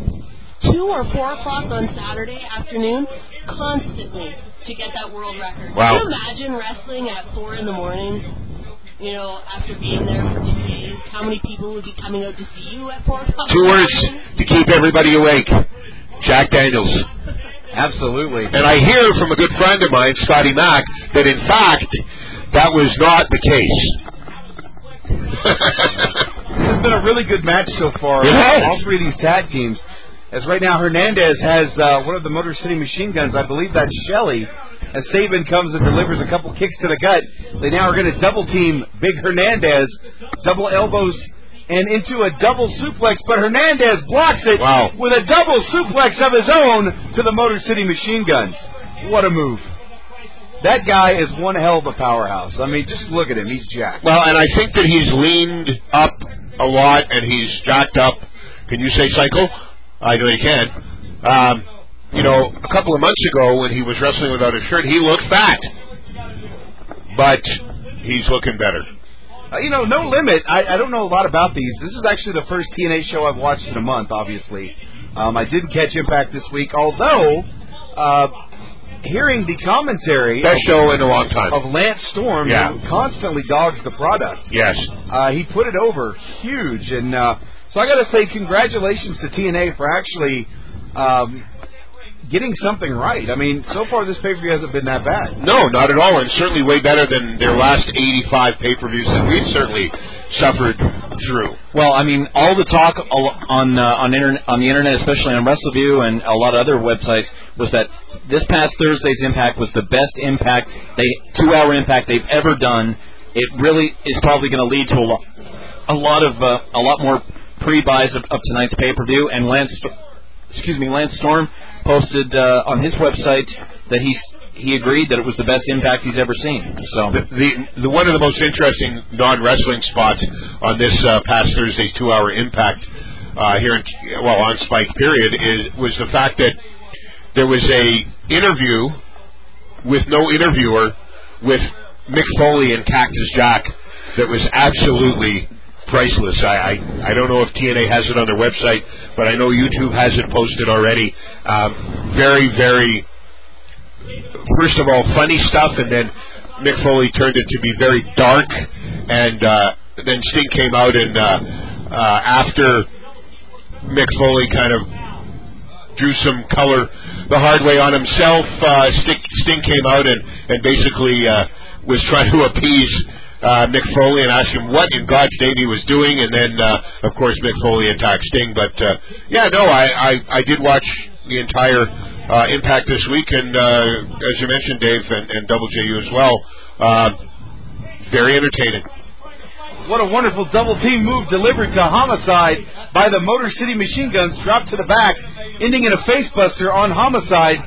H: 2 or 4 o'clock on Saturday afternoon, constantly to get that world record.
D: Wow.
H: Can you imagine wrestling at 4 in the morning? You know, after being there for two days, how many people would be coming out to see you at 4 o'clock? in
D: Two
H: the
D: words
H: morning?
D: to keep everybody awake: Jack Daniels.
C: Absolutely.
D: And I hear from a good friend of mine, Scotty Mack, that in fact that was not the case.
C: This has been a really good match so far. uh,
D: It has.
C: All three of these tag teams. As right now, Hernandez has uh, one of the Motor City machine guns. I believe that's Shelly. As Saban comes and delivers a couple kicks to the gut, they now are going to double team Big Hernandez, double elbows, and into a double suplex. But Hernandez blocks it
D: Wow.
C: with a double suplex of his own to the Motor City machine guns. What a move! That guy is one hell of a powerhouse. I mean, just look at him. He's jacked.
D: well, and I think that he's leaned up a lot and he's jacked up. Can you say cycle? I know you can. Um, you know, a couple of months ago when he was wrestling without a shirt, he looked fat, but he's looking better.
C: Uh, you know, no limit. I, I don't know a lot about these. This is actually the first TNA show I've watched in a month. Obviously, um, I didn't catch Impact this week. Although, uh, hearing the commentary
D: Best show in a long time.
C: of Lance Storm,
D: Yeah.
C: who constantly dogs the product,
D: Yes.
C: uh, he put it over huge. And uh, so I got to say, congratulations to TNA for actually. Um, Getting something right. I mean, so far this pay per view hasn't been that bad.
D: No, not at all, and certainly way better than their last 85 pay-per-views that we've certainly suffered through.
G: Well, I mean, all the talk al- on uh, on internet on the internet, especially on WrestleView and a lot of other websites, was that this past Thursday's Impact was the best Impact they two hour Impact they've ever done. It really is probably going to lead to a lot a lot of uh, a lot more pre buys of, of tonight's pay per view. And Lance, St- excuse me, Lance Storm posted uh, on his website that he he agreed that it was the best Impact he's ever seen. So
D: The, the, the one of the most interesting non-wrestling spots on this uh, past Thursday's two-hour impact uh, here, in, well, on Spike period, is was the fact that there was a interview with no interviewer with Mick Foley and Cactus Jack that was absolutely priceless. I, I I don't know if TNA has it on their website, but I know YouTube has it posted already. Um, very very first of all funny stuff, and then Mick Foley turned it to be very dark, and uh, then Sting came out and uh, uh, after Mick Foley kind of drew some color the hard way on himself. Uh, Sting, Sting came out and and basically uh, was trying to appease uh, Mick Foley and asked him what in God's name he was doing, and then uh, of course Mick Foley attacked Sting. But uh, yeah, no, I, I I did watch the entire uh, Impact this week, and uh, as you mentioned, Dave and, and Double JU as well. Uh, very entertaining.
C: What a wonderful double team move delivered to homicide by the Motor City Machine Guns, dropped to the back, ending in a facebuster on homicide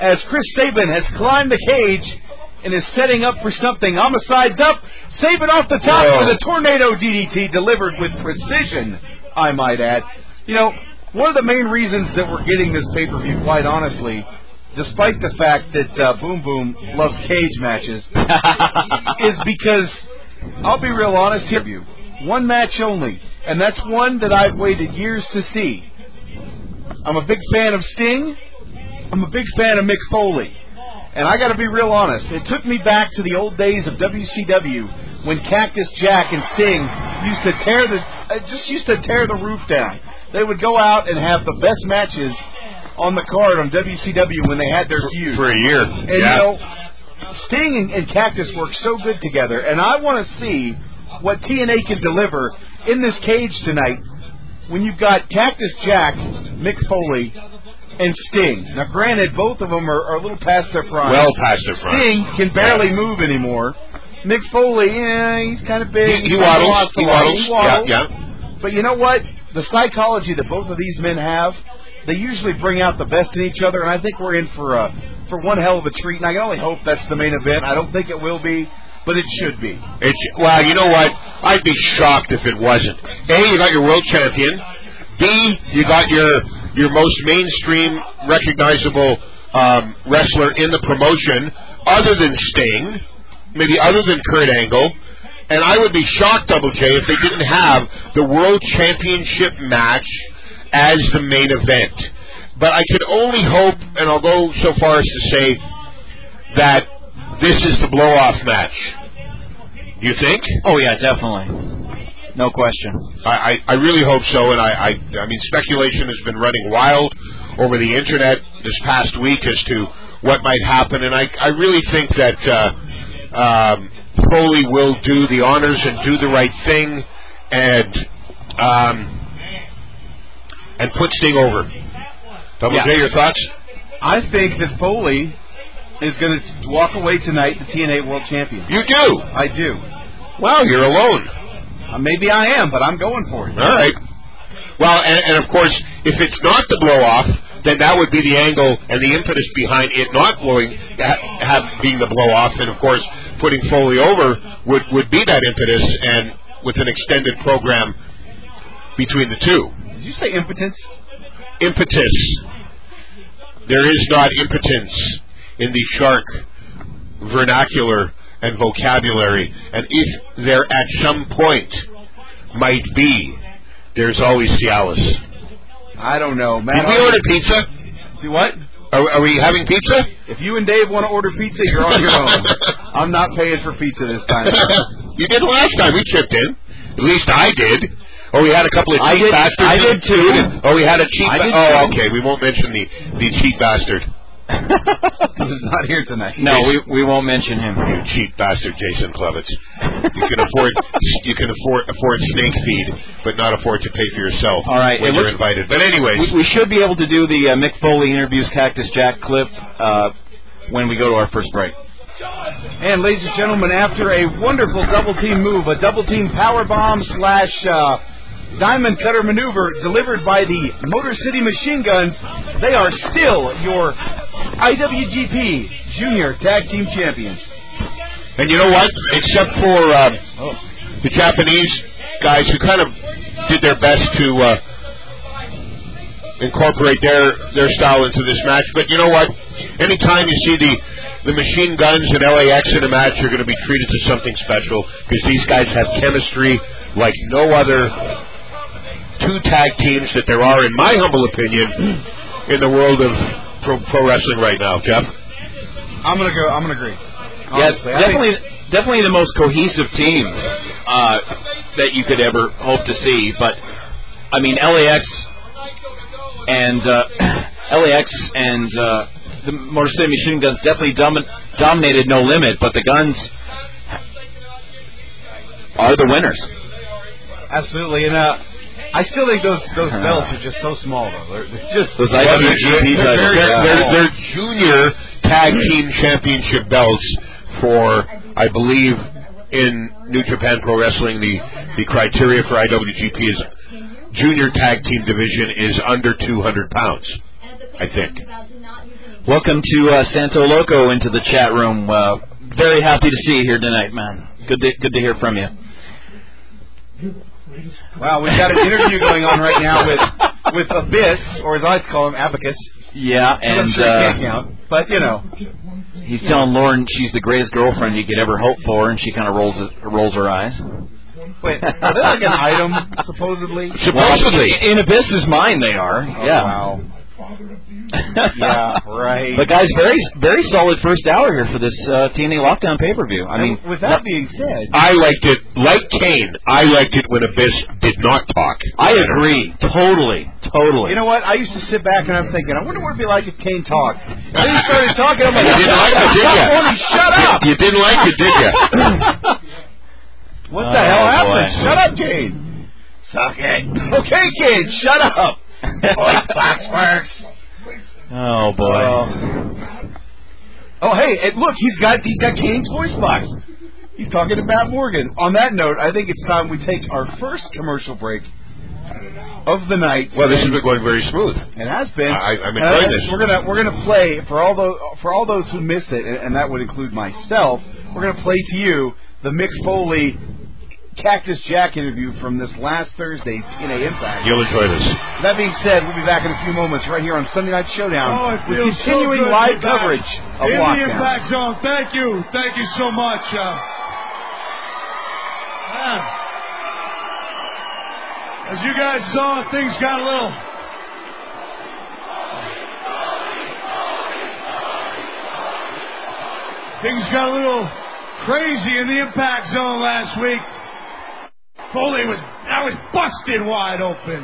C: as Chris Sabin has climbed the cage and is setting up for something. Homicide's up, Sabin off the top
D: Whoa.
C: with a tornado DDT delivered with precision, I might add. You know, one of the main reasons that we're getting this pay per view, quite honestly, despite the fact that uh, Boom Boom loves cage matches, is because I'll be real honest here. with you. One match only, and that's one that I've waited years to see. I'm a big fan of Sting. I'm a big fan of Mick Foley. And I got to be real honest. It took me back to the old days of WCW when Cactus Jack and Sting used to tear the uh, just used to tear the roof down. They would go out and have the best matches on the card on WCW when they had their feud.
D: For a year.
C: And
D: yeah.
C: you know, Sting and, and Cactus work so good together, and I want to see what TNA can deliver in this cage tonight. When you've got Cactus Jack, Mick Foley, and Sting. Now, granted, both of them are, are a little past their prime.
D: well past their prime.
C: Sting can barely move anymore. Mick Foley, yeah, he's kind of big.
D: He, he
C: kinda
D: waddles.
C: lost a
D: He
C: lot.
D: waddles.
C: He waddles.
D: Yeah, yeah.
C: But you know what? The psychology that both of these men have, they usually bring out the best in each other, and I think we're in for a for one hell of a treat. And I can only hope that's the main event. I don't think it will be, but it should be.
D: It's well, you know what? I'd be shocked if it wasn't. A, you got your world champion. B, you got your your most mainstream recognizable um, wrestler in the promotion, other than Sting, maybe other than Kurt Angle. And I would be shocked, Double J, if they didn't have the world championship match as the main event. But I could only hope, and I'll go so far as to say that this is the blow off match. You think?
G: Oh yeah, definitely. No question.
D: I, I, I really hope so, and I, I I mean speculation has been running wild over the internet this past week as to what might happen, and I I really think that uh, um, Foley will do the honors and do the right thing, and um, and put Sting over. Double
G: Yeah.
D: J, your thoughts?
C: I think that Foley is going to walk away tonight the TNA World Champion.
D: You do.
C: I do.
D: Wow, you're alone.
C: Uh, Maybe I am, but I'm going for it.
D: All right. Well, and, and of course, if it's not the blow off, then that would be the angle and the impetus behind it not blowing, ha- have, being the blow off, and of course, putting Foley over would would be that impetus, and with an extended program between the two.
C: Did you say impotence?
D: Impetus. There is not impotence in the shark vernacular and vocabulary, and if there at some point might be, there's always Cialis.
C: I don't know, man.
D: Did we order pizza?
C: Do what?
D: Are, are we having pizza?
C: If you and Dave want to order pizza, you're on your own. I'm not paying for pizza this time.
D: you did last time. We chipped in. At least I did. Oh, we had a couple of
G: I
D: cheap
G: did-
D: bastards.
G: I did too.
D: Oh, we had a cheap.
G: I
D: ba-
G: did
D: oh,
G: too.
D: okay. We won't mention the the cheap bastard.
C: He was not here tonight.
G: No, we we won't mention him.
D: You cheap bastard, Jason Clevitz. You can afford you can afford afford snake feed, but not afford to pay for yourself.
G: All right,
D: when
G: it
D: you're
G: looks-
D: invited. But anyways,
G: We, we should be able to do the uh, Mick Foley interviews Cactus Jack clip uh, when we go to our first break.
C: And ladies and gentlemen, after a wonderful double team move, a double team power bomb slash uh, diamond cutter maneuver delivered by the Motor City Machine Guns, they are still your IWGP Junior Tag Team Champions.
D: And you know what? Except for um, the Japanese guys who kind of did their best to uh, incorporate their their style into this match, but you know what? Anytime you see the the machine guns and LAX in a match, you're going to be treated to something special because these guys have chemistry like no other two tag teams that there are, in my humble opinion, in the world of pro, pro wrestling right now, Jeff.
C: I'm gonna go. I'm gonna agree.
G: Yes,
C: Honestly, I think-
G: definitely, definitely the most cohesive team uh, that you could ever hope to see. But I mean, LAX and uh, LAX and uh, the Motor City Machine Guns definitely domin dominated No Limit, but the guns are the winners.
C: Absolutely, and uh, I still think those those belts are just so small though. They're, they're just
G: Those
D: Well, they're,
G: IWGP
D: they're-
G: titles.
D: they're- they're- they're junior tag team championship belts for, I believe, in New Japan Pro Wrestling, the, the criteria for IWGP is junior tag team division is under 200 pounds, I think.
G: Welcome to uh, Santo Loco into the chat room. Uh, very happy to see you here tonight, man. Good to, good to hear from you.
C: wow. We've got an interview going on right now with with Abyss, or as I like to call him, Abacus.
G: Yeah,
C: And, I'm
G: and
C: sure he can't
G: uh,
C: count, but you know,
G: he's telling Lauren she's the greatest girlfriend you could ever hope for, and she kind of rolls rolls her eyes.
C: wait, are they like an item supposedly?
D: Supposedly.
G: in Abyss's mind, they are.
C: Oh,
G: yeah.
C: Wow. Yeah. Right.
G: But guys, very very solid first hour here for this uh, TNA lockdown pay per view. I mean,
C: And with that being said,
D: I liked it, like Kane, I liked it when Abyss did not talk.
G: I agree totally, totally.
C: You know what? I used to sit back and I'm thinking, I wonder what it'd be like if Kane talked. And then he started talking. I'm like,
D: You didn't like it, did
C: Stop,
D: ya?
C: Warren, shut up!
D: You didn't like it, did you?
C: What
G: Oh,
C: the hell happened?
G: boy.
C: Shut up, Kane. Suck it. Okay, Kane, shut up. Foxworks.
G: oh boy.
C: Oh, hey, and look, he's got he's got Kane's voice box. He's talking to Matt Morgan. On that note, I think it's time we take our first commercial break of the night.
D: Well, this has been going very smooth.
C: It has been.
D: I- I'm
C: And
D: enjoying
C: I-
D: this.
C: We're gonna we're gonna play for all those for all those who missed it, and, and that would include myself. We're gonna play to you the Mick Foley Cactus Jack interview from this last Thursday's TNA Impact.
D: You'll enjoy this.
C: That being said, we'll be back in a few moments right here on Sunday Night Showdown
A: Oh, it
C: with
A: feels so
C: continuing
A: good to
C: live
A: be back
C: coverage of
A: in the
C: Lockdown.
A: impact zone. Thank you, thank you so much. Uh, man. as you guys saw, things got a little. Things got a little crazy in the impact zone last week. Foley was I was busted wide open.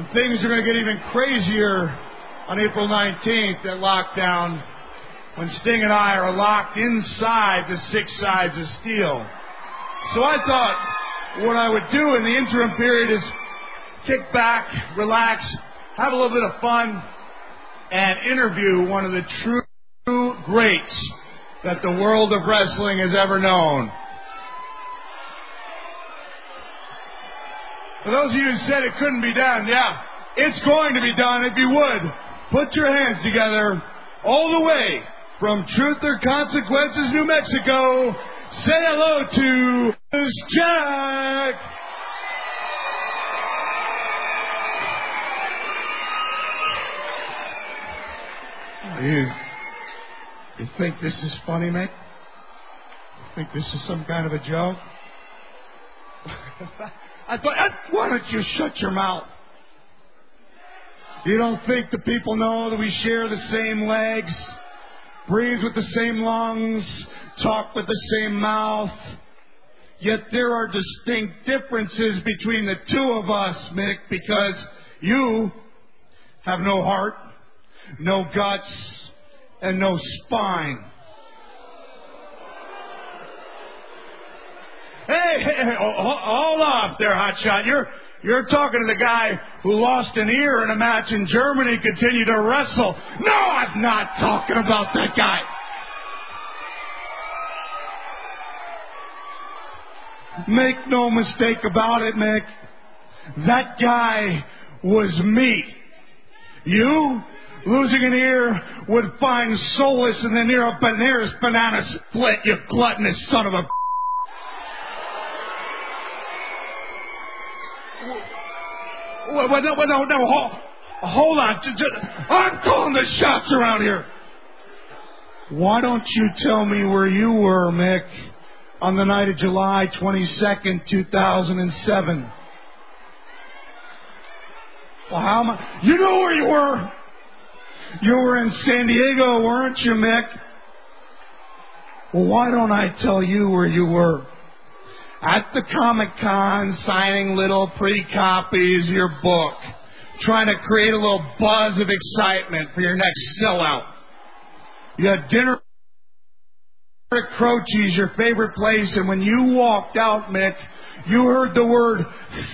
A: And things are going to get even crazier on April 19th at Lockdown when Sting and I are locked inside the six sides of steel. So I thought what I would do in the interim period is kick back, relax, have a little bit of fun, and interview one of the true greats that the world of wrestling has ever known. For those of you who said it couldn't be done, yeah, it's going to be done if you would. Put your hands together all the way from Truth or Consequences, New Mexico. Say hello to Bruce Jack. You, you think this is funny, Mick? You think this is some kind of a joke? I thought, "Uh, why don't you shut your mouth? You don't think the people know that we share the same legs, breathe with the same lungs, talk with the same mouth? Yet there are distinct differences between the two of us, Mick, because you have no heart, no guts, and no spine. Hey, hey, hey, ho- ho- hold off there, hotshot. You're you're talking to the guy who lost an ear in a match in Germany, continued to wrestle. No, I'm not talking about that guy. Make no mistake about it, Mick. That guy was me. You losing an ear would find solace in the near- nearest banana split, you gluttonous son of a Well, well, no, well, no, no, hold, hold on. J- j- I'm calling the shots around here. Why don't you tell me where you were, Mick, on the night of July 22nd, 2007? Well, how am I? You know where you were. You were in San Diego, weren't you, Mick? Well, why don't I tell you where you were? at the Comic Con signing little pre copies of your book trying to create a little buzz of excitement for your next sellout. You had dinner at Croce's, your favorite place, and when you walked out, Mick, you heard the word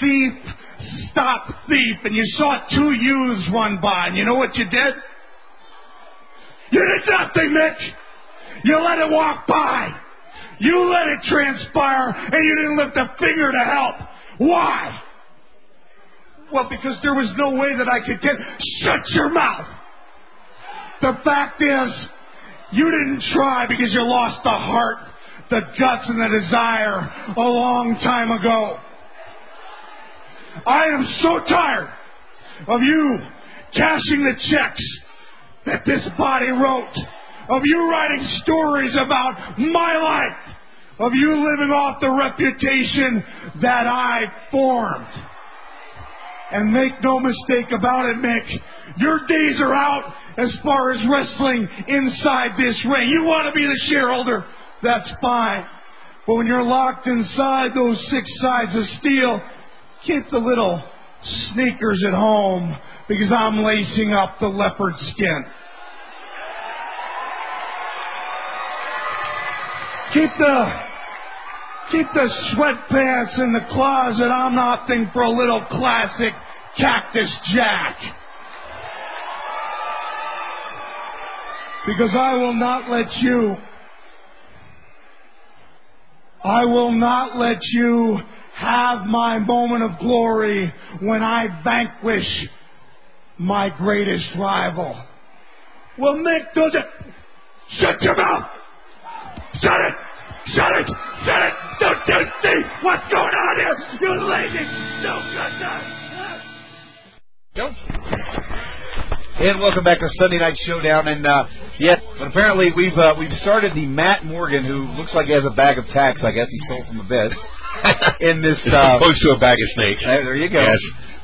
A: thief, stop thief, and you saw two U's run by, and you know what you did? You did nothing, Mick! You let it walk by! You let it transpire, and you didn't lift a finger to help! Why? Well, because there was no way that I could get. Shut your mouth! The fact is, you didn't try because you lost the heart, the guts, and the desire a long time ago. I am so tired of you cashing the checks that this body wrote, of you writing stories about my life, of you living off the reputation that I formed. And make no mistake about it, Mick, your days are out as far as wrestling inside this ring. You want to be the shareholder, that's fine. But when you're locked inside those six sides of steel, keep the little sneakers at home because I'm lacing up the leopard skin. Keep the keep the sweatpants in the closet. I'm opting for a little classic cactus jack. Because I will not let you I will not let you have my moment of glory when I vanquish my greatest rival. Well, Mick, does it? Shut your mouth! Shut it! Shut it! Shut it! Don't you see what's going on here? You lazy, no good guy.
C: And welcome back to Sunday Night Showdown. And uh, yeah, but apparently we've uh, we've started the Matt Morgan, who looks like he has a bag of tacks. I guess he stole from a bed. In this,
D: As
C: uh,
D: opposed to a bag of snakes.
C: Uh, there you go.
D: Yes.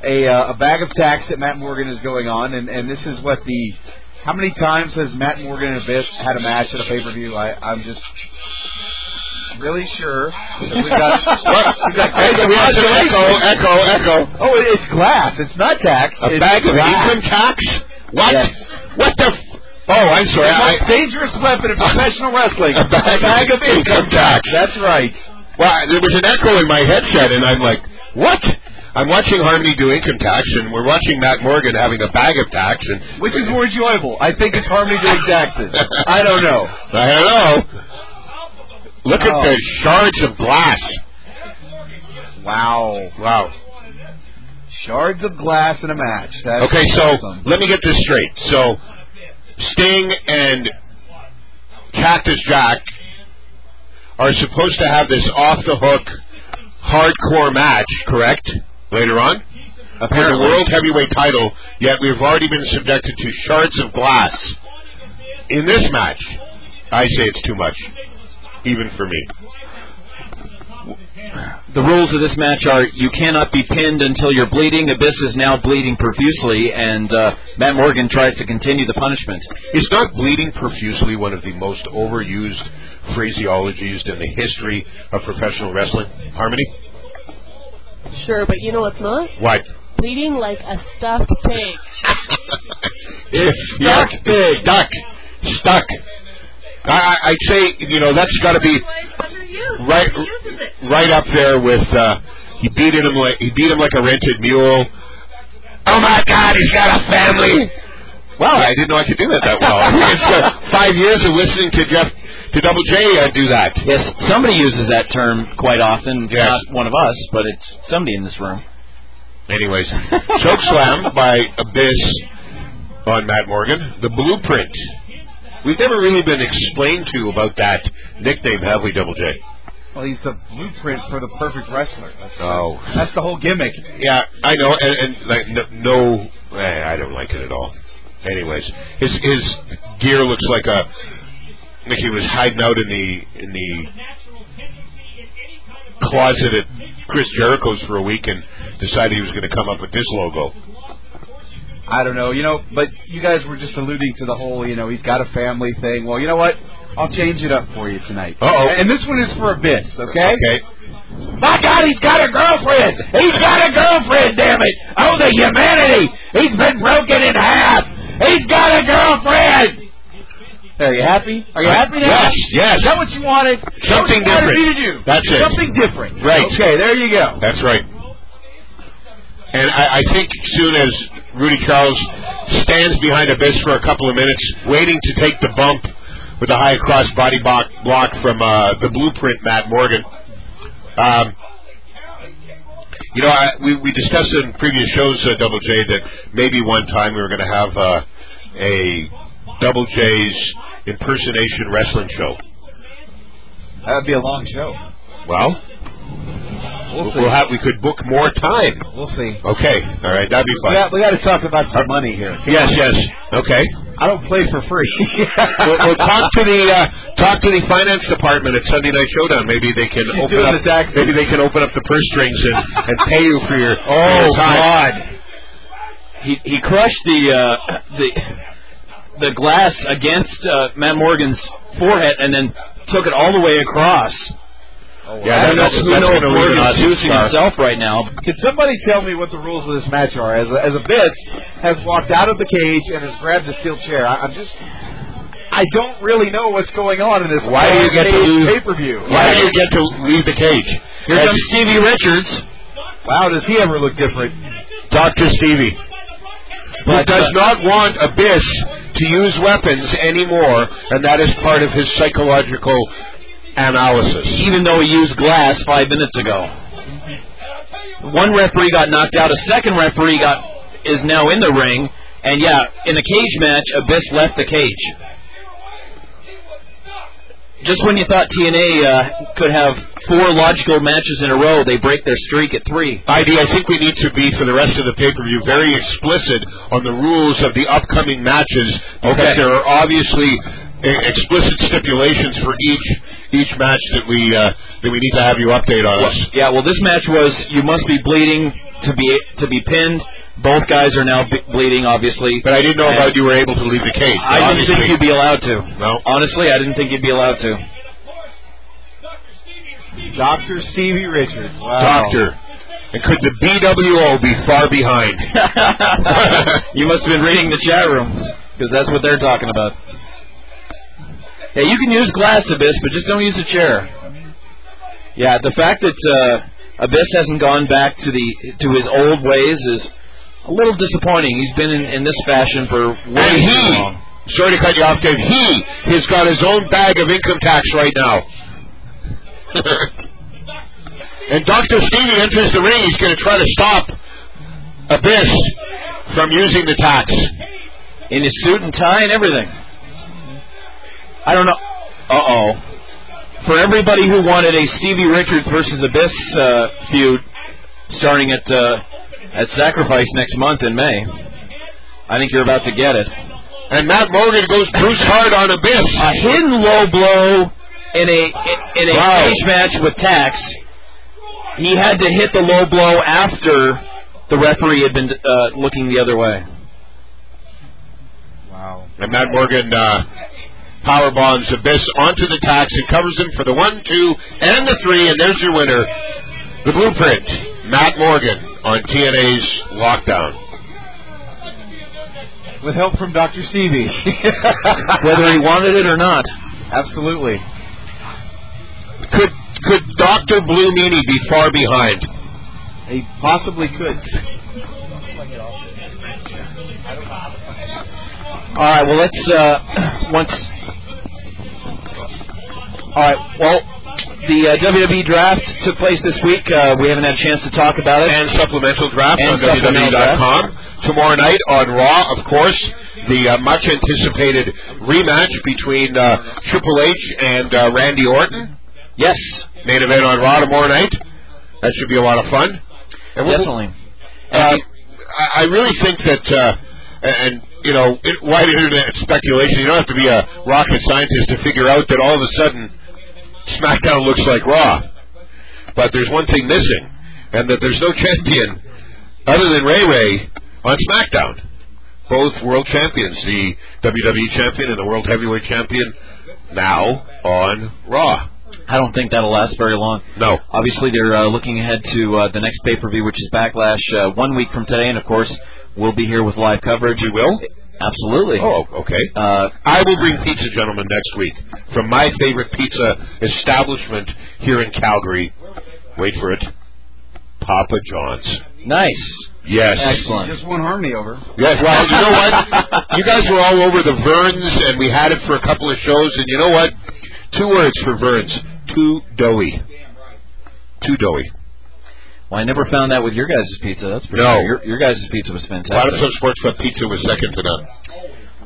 C: A, uh, a bag of tax that Matt Morgan is going on, and, and this is what the. How many times has Matt Morgan and Abyss had a match at a pay per view? I'm just really sure that we've got. we've got
D: Echo, echo, echo, echo.
C: oh, it- it's glass. It's not tax.
D: A
C: it's
D: bag of
C: glass.
D: income tax? What?
C: Yes.
D: What the? F- oh, I'm sorry.
C: The most
D: I,
C: dangerous weapon in professional wrestling.
D: a bag,
C: of income tax. That's right.
D: Well, there was an echo in my headset, and I'm like, what? I'm watching Harmony do income tax, and we're watching Matt Morgan having a bag of tax, and
C: Which is more enjoyable? I think it's harmony doing taxes. I don't know.
D: I don't know. Look
C: Oh.
D: at the shards of glass.
C: Wow.
D: Wow.
C: Shards of glass in a match. That's
D: Okay, so
C: awesome.
D: let me get this straight. So Sting and Cactus Jack are supposed to have this off the hook hardcore match, correct? Later on? For the world heavyweight title, yet we've already been subjected to shards of glass. In this match, I say it's too much. Even for me.
G: The rules of this match are you cannot be pinned until you're bleeding. Abyss is now bleeding profusely, and uh, Matt Morgan tries to continue the punishment.
D: Is not bleeding profusely one of the most overused phraseologies in the history of professional wrestling? Harmony?
H: Sure, but you know what's not?
D: What?
H: Bleeding like a stuffed pig.
D: stuck. Stuck. Stuck. I, I, I'd say, you know, that's got to be right, right up there with uh, he beat him like he beat him like a rented mule. Oh my God, he's got a family. Wow, I didn't know I could do that that well. it's uh, five years of listening to Jeff to Double J uh, do that.
G: Yes, somebody uses that term quite often.
D: Yes.
G: Not one of us, but it's somebody in this room.
D: Anyways, choke slam by Abyss on Matt Morgan. The blueprint. We've never really been explained to about that nickname, have we, Double J?
C: Well, he's the blueprint for the perfect wrestler. That's,
D: Oh.
C: that's the whole gimmick.
D: Yeah, I know, and, and like no, no eh, I don't like it at all. Anyways, his his gear looks like a like he was hiding out in the in the closet at Chris Jericho's for a week and decided he was going to come up with this logo.
C: I don't know, you know, but you guys were just alluding to the whole, you know, he's got a family thing. Well, you know what? I'll change it up for you tonight.
D: Uh-oh.
C: And this one is for Abyss, okay?
D: Okay. My God, he's got a girlfriend. He's got a girlfriend, damn it. Oh, the humanity. He's been broken in half. He's got a girlfriend.
C: Are you happy? Are you happy now?
D: Yes, yes.
C: Is that what you wanted? Is that what
D: Something
C: you wanted
D: different.
C: me to do?
D: That's it.
C: Something different.
D: Right.
C: Okay, there you go.
D: That's right. And I, I think soon as Rudy Charles stands behind a bench for a couple of minutes, waiting to take the bump with the high cross body block, block from uh, the blueprint, Matt Morgan. Um, you know, I, we, we discussed in previous shows, uh, Double J, that maybe one time we were going to have uh, a Double J's impersonation wrestling show.
C: That would be a long show.
D: Well,
C: We'll see.
D: we'll have we could book more time.
C: We'll see.
D: Okay, all right, that'd be
C: We
D: fun.
C: got, we got to talk about some money here.
D: Yes, yes. Okay.
C: I don't play for free.
D: We'll, we'll talk to the uh, talk to the finance department at Sunday Night Showdown. Maybe they can
C: She's
D: open
C: doing
D: up.
C: the taxes.
D: Maybe they can open up the purse strings and, and pay you for your. Oh God!
G: he he crushed the uh, the the glass against uh, Matt Morgan's forehead and then took it all the way across.
D: Yeah,
G: I
D: that,
G: don't know,
D: that's,
G: who
D: that's
G: knows
D: going
G: if
D: to leave an
G: Morgan's juicing
D: odd spot.
G: himself right now.
C: Can somebody tell me what the rules of this match are? As as Abyss has walked out of the cage and has grabbed a steel chair, I, I'm just I don't really know what's going on in this.
D: Why do you get to lose-
C: pay per view?
D: Why do you get to leave the cage? Here comes Stevie Richards,
C: Wow, does he ever look different?
D: Doctor Stevie, who
G: But,
D: does
G: uh,
D: not want Abyss to use weapons anymore, and that is part of his psychological analysis.
G: even though he used glass five minutes ago. One referee got knocked out. A second referee got is now in the ring. And yeah, in a cage match, Abyss left the cage. Just when you thought TNA uh, could have four logical matches in a row, they break their streak at three.
D: ID, I think we need to be, for the rest of the pay per view, very explicit on the rules of the upcoming matches because
G: Okay.
D: there are obviously e- explicit stipulations for each each match that we uh, that we need to have you update on us.
G: Yeah, well, this match was you must be bleeding to be to be pinned. Both guys are now b- bleeding, obviously.
D: But I didn't know
G: And
D: about you were able to leave the cage.
G: I didn't
D: obviously.
G: think you'd be allowed to.
D: No.
G: Honestly, I didn't think you'd be allowed to.
C: Doctor Stevie Richards. Wow.
D: Doctor. And could the BWO be far behind?
G: you must have been reading the chat room because that's what they're talking about. Yeah, you can use glass abyss, but just don't use the chair. Yeah, the fact that uh, abyss hasn't gone back to the to his old ways is a little disappointing. He's been in, in this fashion for way
D: And
G: too
D: he,
G: long.
D: sorry to cut you off, Dave, he has got his own bag of income tax right now. and Dr. Stevie enters the ring. He's going to try to stop Abyss from using the tax.
G: in his suit and tie and everything. I don't know. Uh oh. For everybody who wanted a Stevie Richards versus Abyss uh, feud starting at uh, at Sacrifice next month in May, I think you're about to get it.
D: And Matt Morgan goes Bruce hard on Abyss.
G: A hidden low blow in a in a
D: Wow.
G: cage match with Tax. He had to hit the low blow after the referee had been uh, looking the other way.
C: Wow.
D: And Matt Morgan uh, power bombs Abyss onto the tax and covers him for the one, two, and the three. And there's your winner, the Blueprint, Matt Morgan on TNA's Lockdown.
C: With help from Doctor Stevie.
G: Whether he wanted it or not.
C: Absolutely.
D: Could could Doctor Blue Meanie be far behind?
C: He possibly could.
G: All right. Well, let's uh, once. All right. Well, the uh, WWE draft took place this week. Uh, we haven't had a chance to talk about it.
D: And supplemental draft on
G: And supplemental
D: WWE.com tomorrow night on Raw, of course, the uh, much anticipated rematch between uh, Triple H and uh, Randy Orton.
G: yes,
D: Main event on Raw tomorrow night. That should be a lot of fun. And we'll-
G: definitely.
D: Uh, I, I really think that, uh, and you know, it, wide internet speculation. You don't have to be a rocket scientist to figure out that all of a sudden SmackDown looks like Raw. But there's one thing missing, and that there's no champion other than Ray Ray on SmackDown. Both world champions, E the WWE champion and the world heavyweight champion, now on Raw.
G: I don't think that'll last very long.
D: No.
G: Obviously, they're uh, looking ahead to uh, the next pay per view, which is Backlash, uh, one week from today, and of course, we'll be here with live coverage.
D: You will?
G: Absolutely.
D: Oh, okay.
G: Uh,
D: I will bring pizza, gentlemen, next week from my favorite pizza establishment here in Calgary. Wait for it, Papa John's.
G: nice.
D: Yes.
G: Excellent.
C: Just won Harmony over.
D: Yes. Well, you know what? You guys were all over the Verns, and we had it for a couple of shows. And you know what? Two words for Verns: too doughy. Too doughy.
G: Well, I never found that with your guys' pizza. That's for
D: No.
G: sure. Your, your guys' pizza was
D: Bottom
G: fantastic.
D: Sub Sports Club pizza was second to none.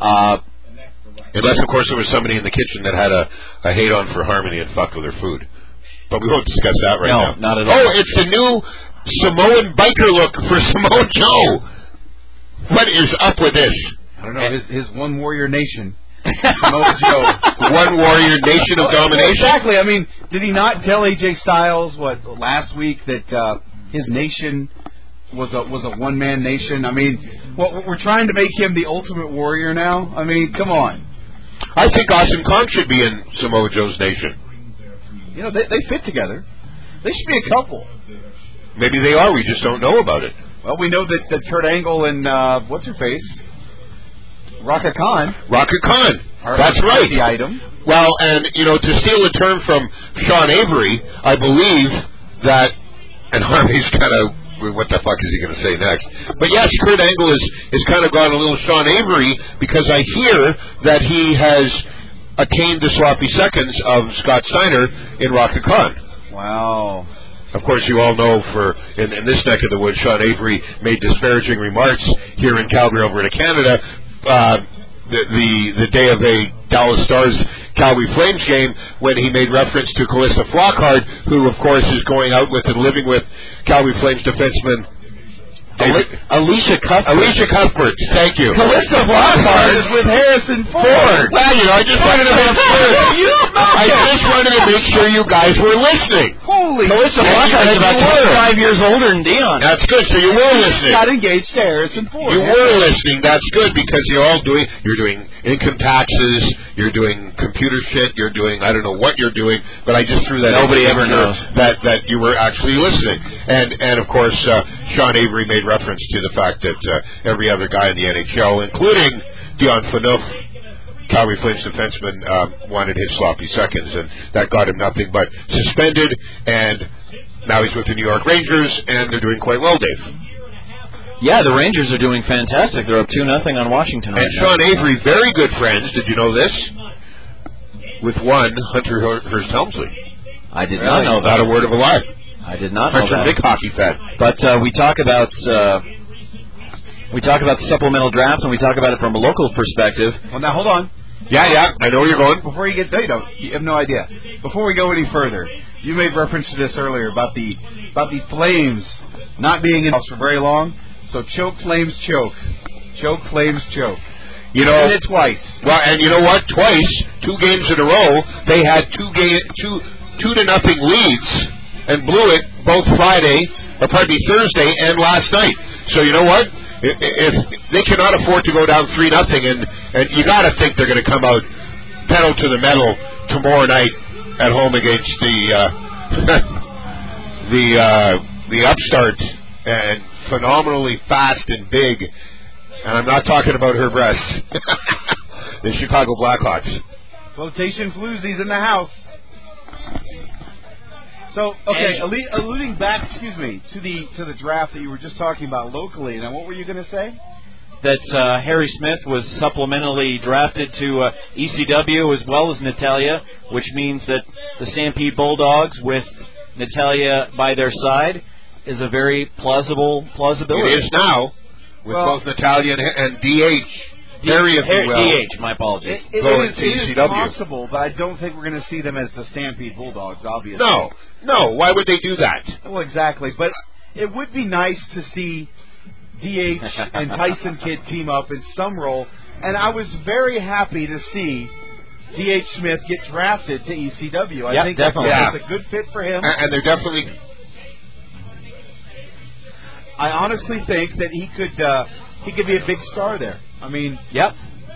G: Uh,
D: Unless, of course, there was somebody in the kitchen that had a, a hate on for Harmony and fucked with her food. But we won't discuss that right
G: No,
D: now.
G: not at
D: Oh,
G: all.
D: it's the new Samoan biker look for Samoa Joe. What is up with this?
C: I don't know. His, his one warrior nation.
D: One warrior nation of domination?
C: Oh, Exactly. I mean, did he not tell AJ Styles what last week that uh, his nation was a was a one man nation? I mean, what we're trying to make him the ultimate warrior now. I mean, come on.
D: I think Awesome Kong should be in Samoa Joe's nation.
C: You know, they, they fit together. They should be a couple.
D: Maybe they are. We just don't know about it.
C: Well, we know that, that Kurt Angle and uh, what's her face, Raka Khan,
D: Rocket Khan.
C: are
D: That's right.
C: The item.
D: Well, and you know, to steal a term from Sean Avery, I believe that, and Harvey's kind of, what the fuck is he going to say next? But yes, Kurt Angle is is kind of gone a little Sean Avery because I hear that he has attained the sloppy seconds of Scott Steiner in Rocket Con.
C: Wow.
D: Of course, you all know for in, in this neck of the woods, Sean Avery made disparaging remarks here in Calgary, Alberta, Canada. Uh, the, the the day of a Dallas Stars Calgary Flames game when he made reference to Calista Flockhart, who of course is going out with and living with Calgary Flames defenseman David,
G: Alicia Cuthbert.
D: Alicia Cuthbert. Thank you.
G: Calista Flockhart is with Harrison Ford.
D: Well, you know, I just wanted to make sure.
G: You
D: I just wanted to make sure you guys were listening.
G: Holy
D: Calista Flockhart is about
G: five years older than Dion.
D: That's good. So you were listening.
C: Got engaged to Harrison Ford.
D: You were listening. That's good because you're all doing. You're doing income taxes. You're doing computer shit. You're doing. I don't know what you're doing, but I just threw that. in
G: Nobody
D: to
G: ever
D: make sure
G: knows.
D: that that you were actually listening. And and of course, uh, Sean Avery made reference to the fact that uh, every other guy in the NHL, including Dion Phaneuf, Calgary Flames defenseman um, wanted his sloppy seconds, and that got him nothing but suspended. And now he's with the New York Rangers, and they're doing quite well, Dave.
G: Yeah, the Rangers are doing fantastic. They're up two nothing on Washington.
D: And
G: right now.
D: Sean Avery, very good friends. Did you know this? With one Hunter Hur- Hurst Helmsley.
G: I did not know
D: Not
G: that.
D: a word of a lie.
G: I did not know
D: Hunter,
G: that.
D: big hockey fan.
G: But uh, we talk about uh, we talk about the supplemental draft, and we talk about it from a local perspective.
C: Well, now hold on.
D: Yeah, yeah. I know where you're going.
C: Before you get, no, you don't. You have no idea. Before we go any further, you made reference to this earlier about the about the flames not being in the house for very long. So choke flames choke, choke flames choke.
D: You know.
C: Did it twice.
D: Well, and you know what? Twice, two games in a row, they had two game two two to nothing leads and blew it both Friday, or pardon me, Thursday and last night. So you know what? I- i- If they cannot afford to go down three nothing, and and you got to think they're going to come out pedal to the metal tomorrow night at home against the uh, the uh, the upstart and phenomenally fast and big, and I'm not talking about her breasts. the Chicago Blackhawks.
C: Flotation floozies in the house. So okay, allu- alluding back, excuse me, to the to the draft that you were just talking about locally. Now, what were you going to say?
G: That uh, Harry Smith was supplementally drafted to uh, ECW as well as Natalia, which means that the Stampede Bulldogs with Natalia by their side is a very plausible plausibility.
D: It is now with
C: Well-
D: both Natalia and, and DH. Harry, if you
G: Harry-
D: will.
G: DH, my apologies.
C: It,
D: Go
C: it, is,
D: with
C: it is
D: TCW.
C: possible, but I don't think we're going to see them as the Stampede Bulldogs, obviously.
D: No, no. Why would they do that?
C: Well, exactly. But it would be nice to see DH and Tyson Kidd team up in some role. And I was very happy to see DH Smith get drafted to ECW. I
G: Yep,
C: think
G: definitely.
C: that's a good fit for him.
D: A- And they're definitely
C: I honestly think that he could uh, he could be a big star there. I mean,
G: Yep.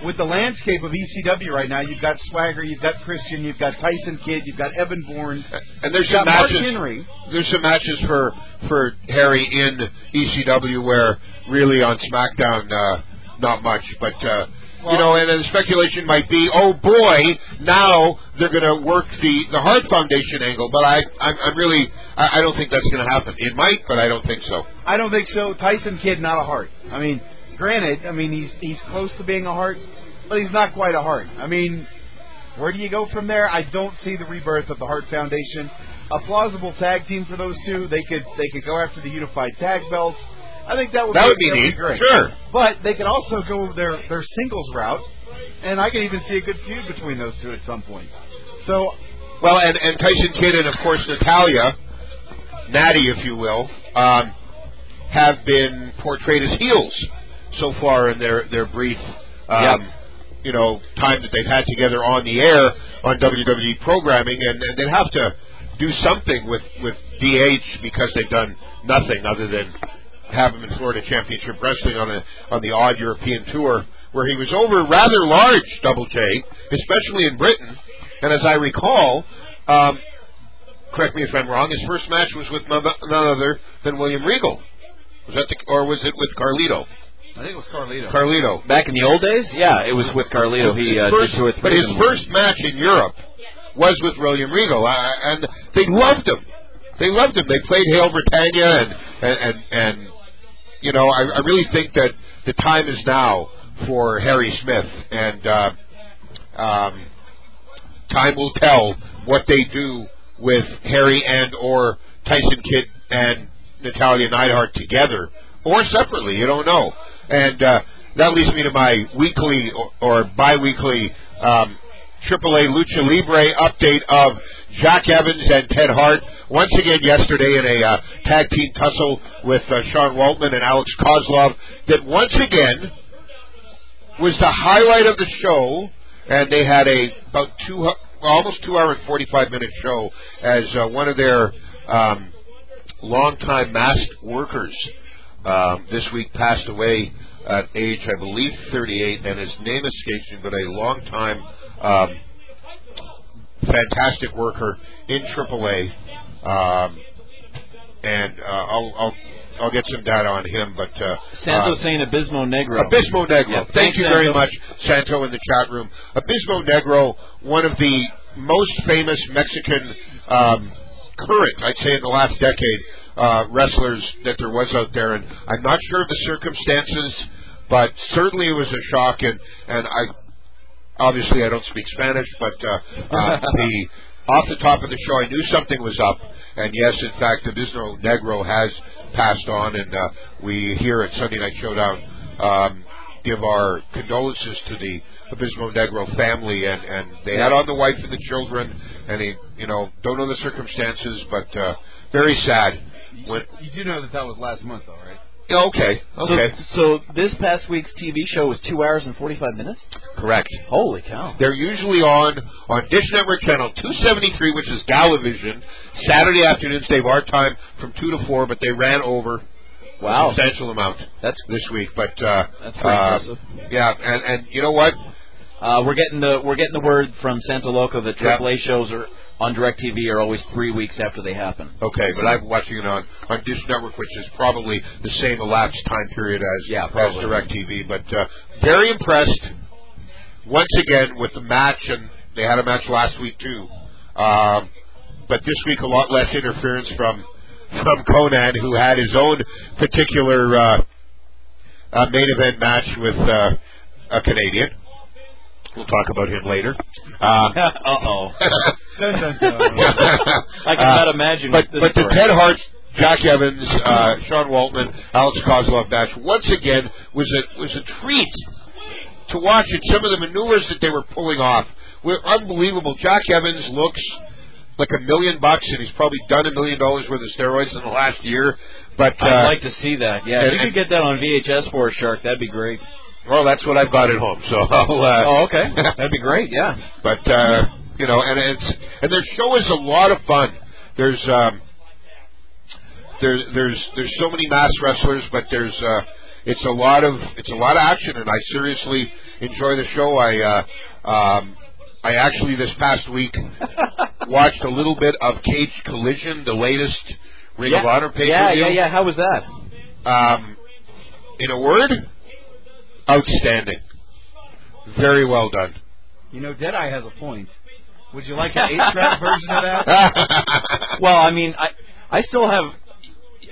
C: with the landscape of ECW right now, you've got Swagger, you've got Christian, you've got Tyson Kidd, you've got Evan Bourne,
D: And there's
C: you've
D: some
C: got Mark
D: matches.
C: Henry.
D: There's some matches for for Harry in ECW where really on SmackDown uh, not much, but uh, you know, and the speculation might be, oh boy, now they're going to work the the Hart Foundation angle, but I I'm, I'm really I, I don't think that's going to happen. It might, but I don't think so.
C: I don't think so. Tyson Kidd, not a heart. I mean, granted, I mean he's he's close to being a heart, but he's not quite a heart. I mean, where do you go from there? I don't see the rebirth of the Hart Foundation. A plausible tag team for those two. They could they could go after the unified tag belts. I think that would
D: That
C: be,
D: would be neat,
C: great.
D: sure.
C: But they could also go their their singles route, and I could even see a good feud between those two at some point. So
D: Well, and and Tyson Kidd and of course Natalia, Natty, if you will, um, have been portrayed as heels so far in their their brief, um, you know, time that they've had together on the air on WWE programming, and, and they'd have to do something with with DH because they've done nothing other than have him in Florida Championship Wrestling on a on the odd European tour where he was over rather large Double J, especially in Britain. And as I recall, um, correct me if I'm wrong, his first match was with none none other than William Regal. Was that the, or was it with Carlito?
C: I think it was Carlito.
D: Carlito.
G: Back in the old days, yeah, it was with Carlito. He uh,
D: First-
G: did two or three.
D: but his
G: of them.
D: first match in Europe was with William Regal, uh, and they loved him. They loved him. They played Hail Britannia, and and and, and you know, I, I really think that the time is now for Harry Smith, and uh, um, time will tell what they do with Harry and or Tyson Kidd and Natalia Neidhart together or separately. You don't know, and uh, that leads me to my weekly or, or biweekly um, AAA Lucha Libre update of Jack Evans and Ted Hart once again yesterday in a uh, tag team tussle with uh, Sean Waltman and Alex Kozlov that once again was the highlight of the show, and they had a about two, hu- almost two hour and forty five minute show as uh, one of their um, longtime masked workers um, this week passed away at age, I believe, thirty eight, and his name escapes me, but a longtime um, fantastic worker in AAA. Um, and uh, I'll, I'll I'll get some data on him, but uh, uh,
G: Santo Saint Abismo Negro.
D: Abismo Negro.
G: Yeah,
D: Thank
G: thanks,
D: you very
G: Santo.
D: much, Santo, in the chat room. Abismo Negro, one of the most famous Mexican um, current, I'd say, in the last decade, uh, wrestlers that there was out there. And I'm not sure of the circumstances, but certainly it was a shock. And, and I obviously I don't speak Spanish, but uh, uh, the off the top of the show, I knew something was up. And yes, in fact, Abismo Negro has passed on, and uh, we here at Sunday Night Showdown um, give our condolences to the Abismo Negro family, and, and they had on the wife and the children, and he, you know, don't know the circumstances, but uh, very sad. When,
C: You do know that that was last month, though, right?
D: okay,
G: So,
D: okay,
G: so this past week's TV show was two hours and forty-five minutes.
D: correct.
G: Holy cow!
D: They're usually on on Dish Network Channel 273, which is Galavision, Saturday afternoons. They've our time from two to four, but they ran over
G: Wow,
D: substantial amount
G: that's
D: this week. But uh,
G: that's pretty
D: uh,
G: impressive.
D: yeah, and and you know what?
G: Uh, we're getting the we're getting the word from Santa Loco that
D: Yeah.
G: AAA shows are on DirecTV are always three weeks after they happen.
D: Okay, but I'm watching it on on Dish Network, which is probably the same elapsed time period as
G: Yeah,
D: as
G: probably.
D: Directv. But uh, very impressed once again with the match, and they had a match last week too. Um, but this week a lot less interference from from Conan, who had his own particular uh, uh, main event match with uh, a Canadian. We'll talk about him later. Um,
G: uh oh, I can
D: Uh,
G: not imagine.
D: but
G: this
D: but the
G: story.
D: Ted Hart, Jack Evans, uh, Sean Waltman, Alex Kozlov match once again was a was a treat to watch. And some of the maneuvers that they were pulling off were unbelievable. Jack Evans looks like a million bucks, and he's probably done a million dollars worth of steroids in the last year. But uh,
G: I'd like to see that. Yeah,
D: and-
G: if you could get that on VHS for a shark, that'd be great.
D: well, that's what I've got at home. So I'll, uh,
G: Oh, okay, that'd be great. Yeah.
D: But uh, you know, and it's and their show is a lot of fun. There's um, there, there's there's so many mass wrestlers, but there's uh, It's a lot of it's a lot of action, and I seriously enjoy the show. I uh, um, I actually this past week watched a little bit of Cage Collision, the latest Ring of Honor pay
G: yeah, yeah, yeah. How was that?
D: Um, in a word, outstanding. Very well done.
C: You know, Deadeye has a point. Would you like an eight track version of that?
G: Well, I mean, I I still have.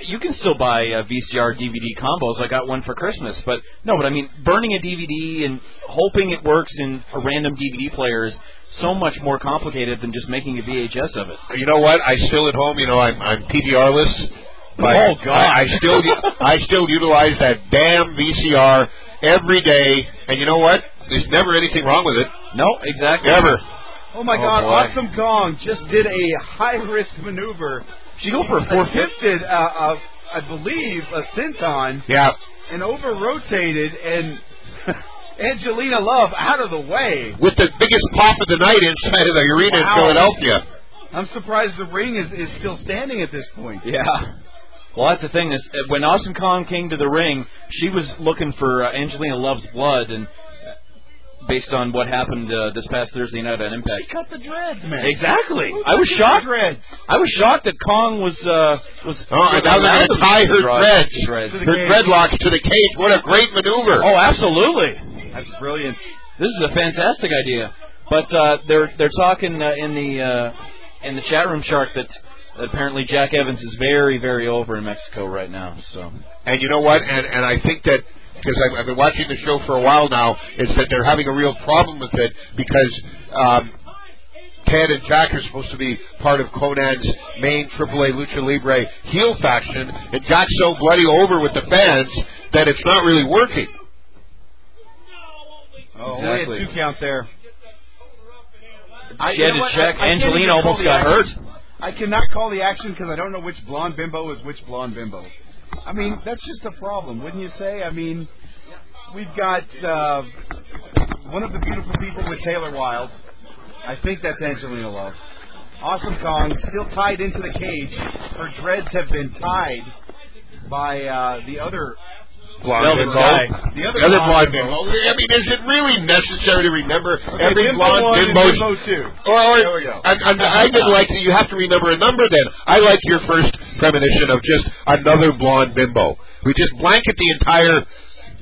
G: You can still buy uh, VCR DVD combos. I got one for Christmas, but no. But I mean, burning a DVD and hoping it works in a random DVD player is so much more complicated than just making a VHS of it.
D: you know what? I still at home. You know, I'm I'm PDRless. But
G: Oh, God.
D: I, I still I still utilize that damn VCR every day, and you know what? There's never anything wrong with it.
G: No, exactly.
D: Ever.
C: Oh my
D: Oh,
C: God!
D: boy.
C: Awesome Kong just did a high risk maneuver.
G: She go for a four fifty.
C: Attempted, uh, uh, I believe, a senton
D: Yeah.
C: and over rotated and. Angelina Love out of the way.
D: With the biggest pop of the night inside of the arena
C: Wow.
D: in Philadelphia.
C: I'm surprised the ring is, is still standing at this point.
G: Yeah. Well, that's the thing is uh, when Awesome Kong came to the ring, she was looking for uh, Angelina Love's blood, and uh, based on what happened uh, this past Thursday night on Impact,
C: Cut the dreads, man.
G: Exactly. I was shocked.
C: Dreads.
G: I was shocked that Kong was uh was.
D: Oh, and now they're going to tie her dreads,
G: dreads.
D: her dreadlocks to the cage. What a great maneuver!
G: Oh, absolutely.
C: That's brilliant.
G: This is a fantastic idea. But uh, they're they're talking uh, in the uh, in the chat room shark that apparently Jack Evans is very very over in Mexico right now. So
D: And you know what? And and I think that because I've, I've been watching the show for a while now, is that they're having a real problem with it because um, Ted and Jack are supposed to be part of Conan's main AAA Lucha Libre heel faction, and Jack's so bloody over with the fans that it's not really working.
C: Oh,
G: Exactly.
C: only a two count there. I,
G: she had
C: you know what?
G: to check.
C: I- I can't even
G: Angelina almost
C: call
G: got
C: the
G: hurt.
C: action. I cannot call the action because I don't know which blonde bimbo is which blonde bimbo. I mean, that's just a problem, wouldn't you say? I mean, we've got uh, one of the beautiful people with Taylor Wilde. I think that's Angelina Love. Awesome Kong still tied into the cage. Her dreads have been tied by uh, the other
D: Blonde
G: Velvet
D: bimbo.
G: Sky.
C: the
D: The other blonde
C: bimbo.
D: bimbo. I mean, is it really necessary to remember
C: Okay,
D: every
C: bimbo
D: blonde
C: one and
D: bimbo's
C: bimbo two.
D: Or, or
C: There we go.
D: I, I, I did like that. You have to remember a number. Then I like your first premonition of just another blonde bimbo. We just blanket the entire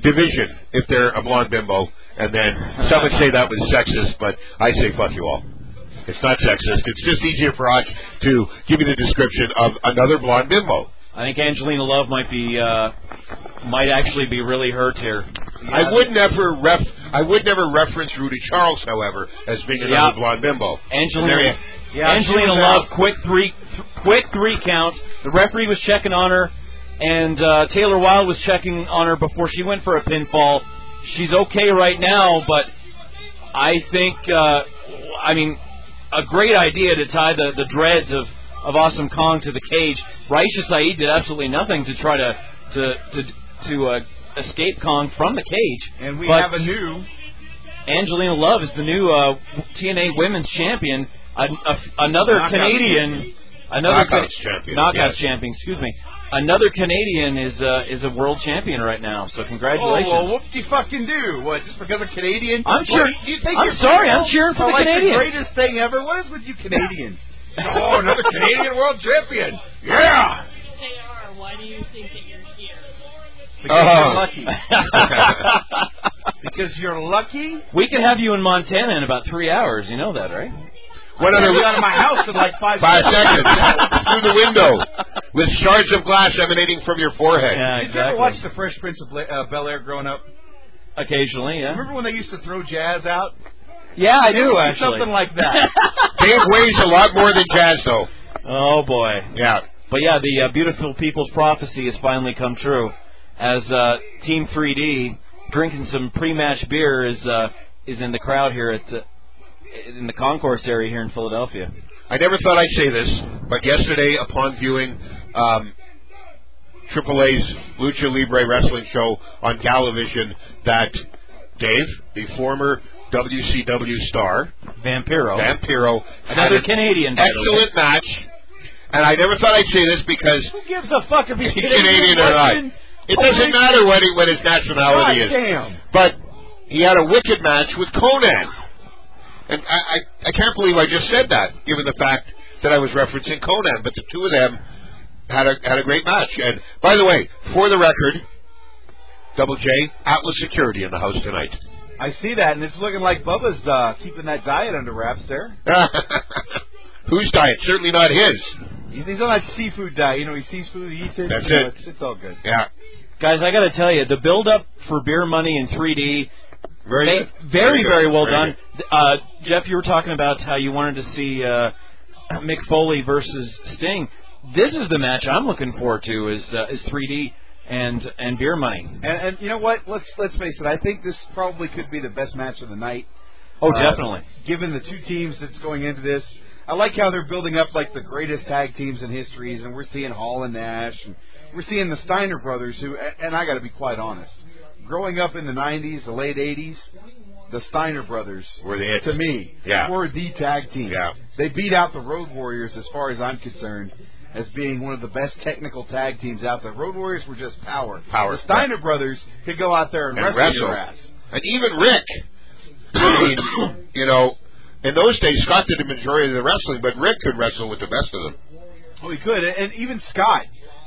D: division if they're a blonde bimbo, and then some would say that was sexist, but I say fuck you all. It's not sexist. It's just easier for us to give you the description of another blonde bimbo.
G: I think Angelina Love might be uh, might actually be really hurt here. Uh,
D: I would never ref. I would never reference Rudy Charles, however, as being another
G: Yeah.
D: blonde bimbo. There you-
G: Angelina,
C: Yeah, she
G: Angelina
C: was
G: Love, quick three, th- quick three count. The referee was checking on her, and uh, Taylor Wilde was checking on her before she went for a pinfall. She's okay right now, but I think, uh, I mean, a great idea to tie the, the dreads of, of Awesome Kong to the cage. Raisha Saeed did absolutely nothing to try to to to to uh, escape Kong from the cage.
C: And we
G: But-
C: have a new
G: Angelina Love is the new uh, TNA Women's Champion. An- a- another
C: Knockouts
G: Canadian, another
D: Knockouts champion,
G: knockouts
D: yes.
G: champion. Excuse me. Another Canadian is uh, is a world champion right now. So congratulations.
C: Oh, well, whoop de fucking do. What, just because I'm Canadian?
G: I'm cheering-
C: What, do you think
G: I'm
C: you're
G: sorry,
C: cool?
G: I'm cheering for
C: Are
G: the
C: like
G: Canadians.
C: the greatest thing ever. What is with you Canadians?
D: Oh, another Canadian
C: world champion.
D: Yeah.
H: They are. Why do you think that you're here?
C: Because
D: Uh-huh.
C: you're lucky. Because you're lucky.
G: we can have you in Montana in about three hours. You know that, right?
D: What other?
C: You're out of my house in like five.
D: Five
C: seconds.
D: seconds. Through the window. With shards of glass emanating from your forehead.
G: Yeah,
C: Did
G: exactly.
C: you ever watch The Fresh Prince of Bel- uh, Bel Air growing up?
G: Occasionally, yeah.
C: Remember when they used to throw jazz out?
G: Yeah, I do
C: Something like that.
D: Dave weighs a lot more than Jazz, though.
G: oh boy.
D: Yeah.
G: But yeah, the uh, beautiful people's prophecy has finally come true, as uh, Team 3D drinking some pre-match beer is uh, is in the crowd here at uh, in the concourse area here in Philadelphia.
D: I never thought I'd say this, but yesterday, upon viewing um, AAA's Lucha Libre Wrestling show on Galavision, that Dave, the former WCW star,
C: Oh.
G: Vampiro,
D: Vampiro, had
G: another
D: an
G: Canadian. by the way.
D: excellent match. And I never thought I'd say this because
C: Who gives a fuck if he's
D: Canadian or not. It doesn't matter what he, what his nationality is.
C: Damn.
D: But he had a wicked match with Conan. And I, I, I can't believe I just said that, given the fact that I was referencing Conan. But the two of them had a, had a great match. And by the way, for the record, Double J, Atlas Security in the house tonight.
C: I see that, and it's looking like Bubba's uh, keeping that diet under wraps there.
D: Whose diet? Certainly not his.
C: He's, he's on that seafood diet. You know, he sees food, he eats it.
D: That's
C: you know,
D: it.
C: It's, it's all good.
D: Yeah,
G: Guys, I got to tell you, the build up for Beer Money in 3D
D: very
G: They-
D: good.
G: very,
D: good.
G: very well
D: Very
G: done. Uh, Jeff, you were talking about how you wanted to see uh, Mick Foley versus Sting. This is the match I'm looking forward to. Is uh, is 3D and and beer money.
C: And, and you know what? Let's let's face it. I think this probably could be the best match of the night.
G: Oh,
C: Uh,
G: definitely.
C: Given the two teams that's going into this, I like how they're building up like the greatest tag teams in histories, and we're seeing Hall and Nash, and we're seeing the Steiner brothers. Who, a- and I got to be quite honest, growing up in the '90s, the late '80s, the Steiner brothers
D: good. Were the hits.
C: to me
D: Yeah.
C: were the tag team.
D: Yeah.
C: They beat out the Road Warriors, as far as I'm concerned, as being one of the best technical tag teams out there. Road Warriors were just power.
D: Power.
C: The Steiner brothers could go out there and,
D: And
C: wrestle your
D: wrestle.
C: ass.
D: And even Rick. I mean, you know, in those days, Scott did the majority of the wrestling, but Rick could wrestle with the best of them.
C: Oh, he could. And even Scott,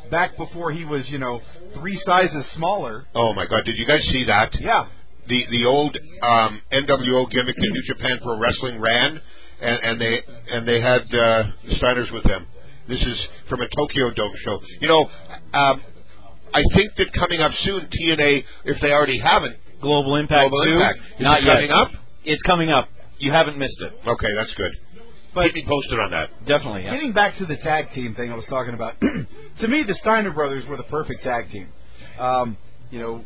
C: back before he was, you know, three sizes smaller.
D: Oh my God! Did you guys see that?
C: Yeah.
D: the the old um, NWO gimmick that New Japan Pro Wrestling ran, and, and they and they had uh, the Steiners with them. This is from a Tokyo Dome show. You know, um, I think that coming up soon, TNA, if they already haven't,
G: Global Impact
D: Global
G: 2.
D: Impact. Is
G: Not
D: it
G: yet.
D: coming up?
G: It's coming up. You haven't missed it.
D: okay, that's good.
C: But-
D: Keep me posted on that.
G: Definitely. yeah.
C: Getting back to the tag team thing I was talking about, to me the Steiner brothers were the perfect tag team. Um, you know,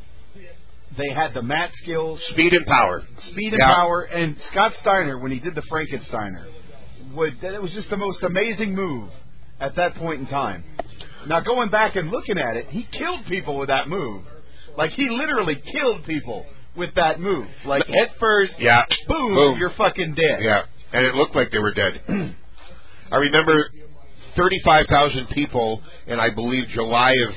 C: they had the mat skills,
D: Speed and power.
C: speed and
D: Yeah.
C: power. And Scott Steiner, when he did the Frankensteiner, would that it was just the most amazing move at that point in time. Now going back and looking at it, he killed people with that move. Like he literally killed people with that move. Like head first,
D: Yeah.
C: boom,
D: Boom.
C: you're fucking dead.
D: Yeah, and it looked like they were dead. I remember 35,000 people, and I believe July of,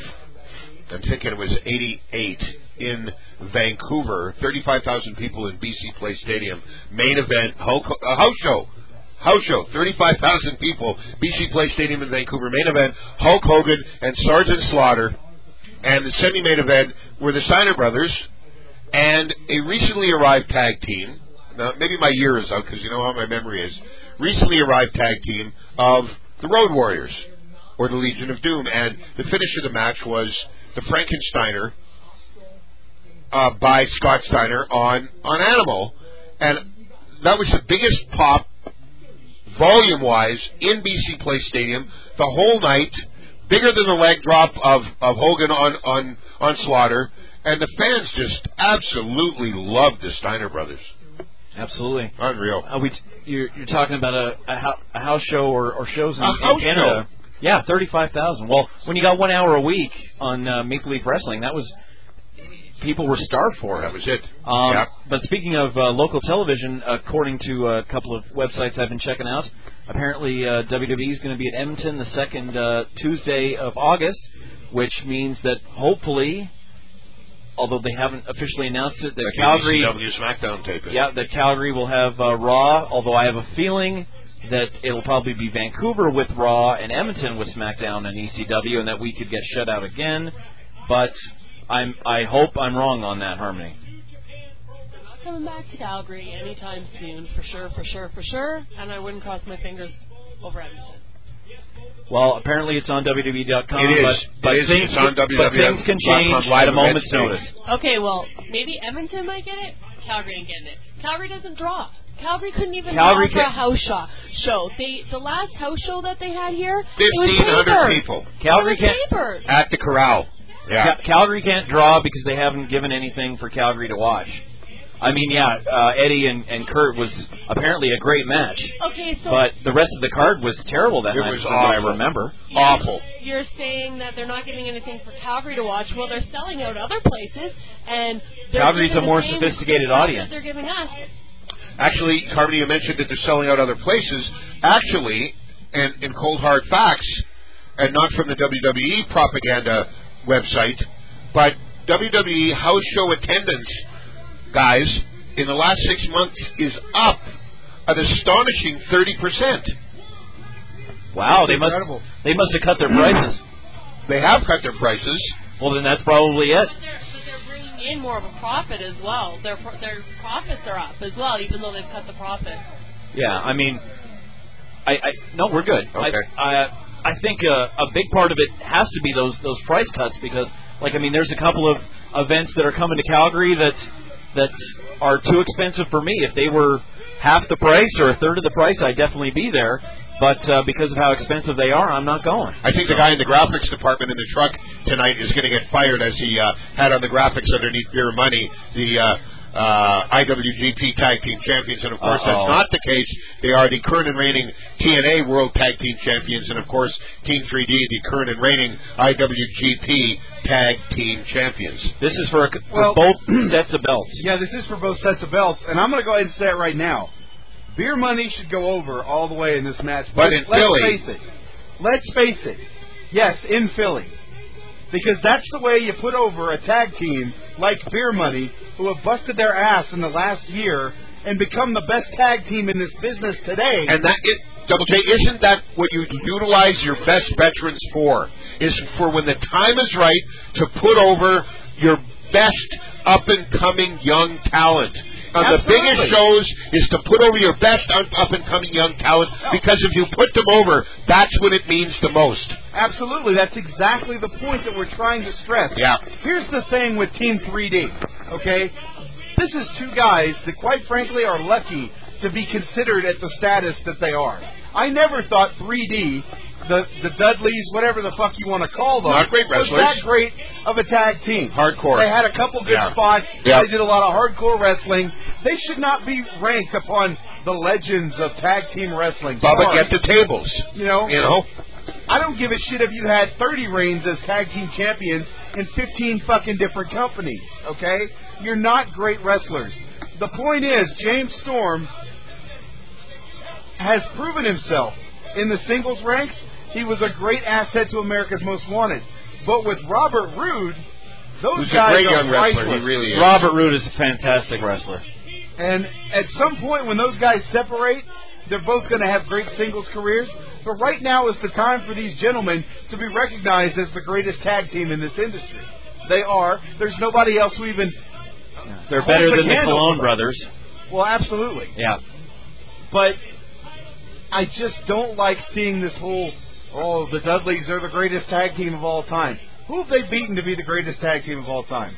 D: I'm thinking it was 88 in Vancouver, 35,000 people in BC Play Stadium, main event, ho- uh, house show. House show, 35,000 people, BC Play Stadium in Vancouver, main event, Hulk Hogan and Sergeant Slaughter, and the semi-main event were the Steiner brothers and a recently arrived tag team. Now, maybe my year is out because you know how my memory is. Recently arrived tag team of the Road Warriors or the Legion of Doom, and the finish of the match was the Frankensteiner uh, by Scott Steiner on on Animal, and that was the biggest pop volume wise in BC Play Stadium the whole night, bigger than the leg drop of, of Hogan on, on, on Slaughter, and the fans just absolutely loved the Steiner brothers.
G: Absolutely.
D: Unreal.
G: Uh, we t- you're, you're talking about a, a, hou- a house show or, or shows in,
D: A
G: Uh, in
D: house
G: Canada. Yeah, thirty-five thousand. Well, when you got one hour a week on uh, Maple Leaf Wrestling, that was people were starved for it.
D: That was it.
G: Um,
D: yeah.
G: But speaking of uh, local television, according to a couple of websites I've been checking out, apparently uh, WWE is going to be at Edmonton the second uh, Tuesday of August, which means that hopefully, although they haven't officially announced it, that
D: Like
G: Calgary,
D: W SmackDown taping.
G: yeah, that Calgary will have uh, Raw. Although I have a feeling that it'll probably be Vancouver with Raw and Edmonton with SmackDown and ECW, and that we could get shut out again. But I'm I hope I'm wrong on that, Harmony.
H: Not coming back to Calgary anytime soon, for sure, for sure, for sure. And I wouldn't cross my fingers over Edmonton.
G: Well, apparently it's on WWE.com.
D: It is.
G: But, but
D: It is.
G: things,
D: It's on
G: but things can
D: WWE.com
G: change
D: live
G: at a
D: event
G: moment's
D: page.
G: notice.
H: Okay, well, maybe Edmonton might get it. Calgary ain't getting it. Calgary doesn't draw. Calgary couldn't even
G: Calgary
H: draw for
G: ca-
H: a house show. Show they the last house show that they had here. it was
D: 1,500
H: paper.
D: people
G: Calgary
H: It was
G: can't.
H: paper.
D: at the Corral. Yeah.
G: Ca- Calgary can't draw because they haven't given anything for Calgary to watch. I mean, yeah, uh, Eddie and, and Kurt was apparently a great match,
H: Okay, so
G: but the rest of the card was terrible that
D: It
G: night,
D: was
G: from what I
D: awful.
G: remember.
D: Awful.
H: you're saying that they're not getting anything for Calgary to watch. Well, they're selling out other places, and they're
G: Calgary's
H: giving
G: a more
H: the same
G: sophisticated
H: stuff
G: audience.
H: That they're giving us.
D: Actually, Carmody, you mentioned that they're selling out other places. Actually, and in cold hard facts, and not from the WWE propaganda E website, but WWE house show attendance, guys, in the last six months is up an astonishing 30%.
G: Wow, they must
D: Incredible.
G: they must have cut their prices.
D: They have cut their prices.
G: Well, then that's probably it.
H: But they're, but they're bringing in more of a profit as well. Their pro- their profits are up as well, even though they've cut the profit.
G: Yeah, I mean, I, I no, we're good.
D: Okay.
G: I, I, I think uh, a, a big part of it has to be those those price cuts because, like, I mean, there's a couple of events that are coming to Calgary that that are too expensive for me. If they were half the price or a third of the price, I'd definitely be there. But uh, because of how expensive they are, I'm not going.
D: I think the guy in the graphics department in the truck tonight is going to get fired as he uh, had on the graphics underneath Beer Money the uh, uh, IWGP Tag Team Champions, and of course
G: Uh-oh.
D: that's not the case. They are the current and reigning TNA World Tag Team Champions, and of course Team 3D, the current and reigning IWGP Tag Team Champions.
G: This is for, a, for
C: Well-
G: both sets of belts.
C: Yeah, this is for both sets of belts, and I'm going to go ahead and say it right now. Beer money should go over all the way in this match.
D: But
C: let's,
D: in
C: let's
D: Philly-
C: face it. Let's face it. Yes, in Philly, because that's the way you put over a tag team like Beer Money, who have busted their ass in the last year and become the best tag team in this business today.
D: And that it, Double J, isn't that what you utilize your best veterans for? Is for when the time is right to put over your best up and coming young talent. On the
C: Absolutely.
D: biggest shows is to put over your best up and coming young talent because if you put them over, that's what it means the most.
C: Absolutely, that's exactly the point that we're trying to stress.
D: Yeah.
C: Here's the thing with Team 3D, okay? This is two guys that, quite frankly, are lucky to be considered at the status that they are. I never thought 3D, the the Dudleys, whatever the fuck you want to call them,
D: Not great
C: was
D: wrestlers.
C: that great of a tag team.
D: Hardcore.
C: They had a couple good
D: Yeah.
C: spots.
D: Yeah.
C: They did a lot of hardcore wrestling. They should not be ranked upon the legends of tag team wrestling.
D: Bubba,
C: Sorry.
D: get the tables.
C: you know,
D: You know?
C: I don't give a shit if you had 30 reigns as tag team champions in 15 fucking different companies, okay? You're not great wrestlers. The point is, James Storm has proven himself in the singles ranks. He was a great asset to America's Most Wanted. But with Robert Roode, those
D: Who's a
C: guys
D: great
C: are
D: young wrestler.
C: priceless.
D: He really is.
G: Robert Roode is a fantastic wrestler.
C: And at some point, when those guys separate, they're both going to have great singles careers. But right now is the time for these gentlemen to be recognized as the greatest tag team in this industry. They are. There's nobody else who even.
G: They're
C: Hold
G: better
C: the
G: than the
C: candle.
G: Cologne brothers.
C: Well, absolutely.
G: Yeah.
C: But I just don't like seeing this whole. Oh, the Dudleys are the greatest tag team of all time. Who have they beaten to be the greatest tag team of all time?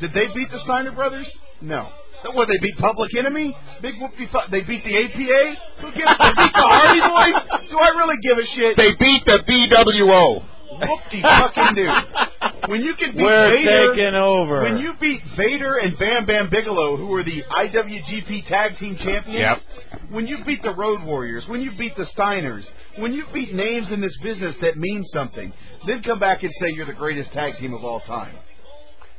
C: Did they beat the Steiner brothers? No. What they beat Public Enemy? Big whoopie fu- They beat the APA? Who gives? They beat the Hardy Boys? Do I really give a shit?
D: They beat the BWO.
C: Whoopie fucking do. When you can beat Vader,
G: over.
C: when you beat Vader and Bam Bam Bigelow, who were the IWGP Tag Team Champions, when you beat the Road Warriors, when you beat the Steiners, when you beat names in this business that mean something, then come back and say you're the greatest tag team of all time.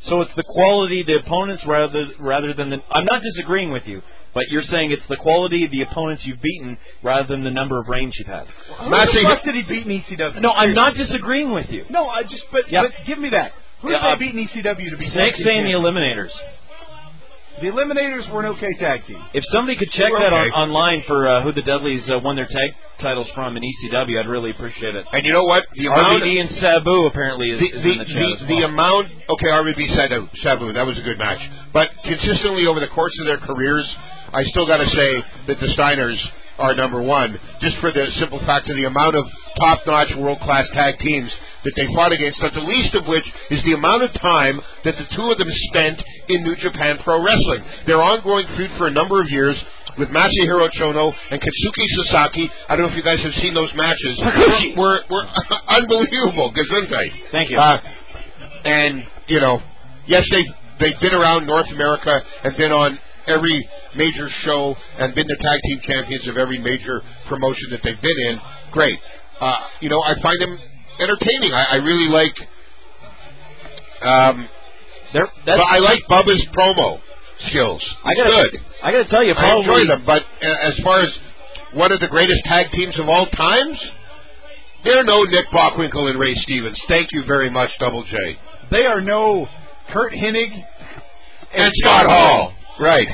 G: So it's the quality of the opponents rather rather than the. I'm not disagreeing with you, but you're saying it's the quality of the opponents you've beaten rather than the number of reigns you've had.
C: Who
D: Massey-
C: the fuck did he beat in ECW?
G: No, I'm not disagreeing with you.
C: No, I just but,
G: Yeah.
C: but give me that. Who did
G: Yeah, uh,
C: they beat in ECW to be
G: Snake
C: tag team
G: saying the
C: champions?
G: Eliminators.
C: the Eliminators were an okay tag team.
G: If somebody could check that on,
D: Okay.
G: online for uh, who the Dudleys uh, won their tag titles from in ECW, I'd really appreciate it.
D: And you know what? The amount
G: RVD and Sabu apparently E is,
D: the,
G: is
D: the,
G: in the chat.
D: the,
G: as
D: the
G: well.
D: amount, okay, RVB Sabu, Sabu, that was a good match. But consistently over the course of their careers, I still got to say that the Steiners are number one, just for the simple fact of the amount of top-notch, world-class tag teams that they fought against, but the least of which is the amount of time that the two of them spent in New Japan Pro Wrestling. Their ongoing feud for a number of years with Masahiro Chono and Katsuki Sasaki, I don't know if you guys have seen those matches,
G: Hakushi.
D: were, were unbelievable. Gesundheit.
G: Thank you.
D: Uh, and you know, yes, they they've been around North America and been on every major show and been the tag team champions of every major promotion that they've been in. Great. Uh, you know, I find them entertaining. I, I really like. Um,
G: They're-
D: but
G: that's,
D: I like Bubba's promo skills.
G: I gotta,
D: Good.
G: I gotta tell you,
D: I
G: probably
D: enjoy them, but uh, as far as one of the greatest tag teams of all times, they're no Nick Bockwinkel and Ray Stevens. Thank you very much, Double J.
C: They are no Kurt Hennig,
D: And Scott Hall. Right.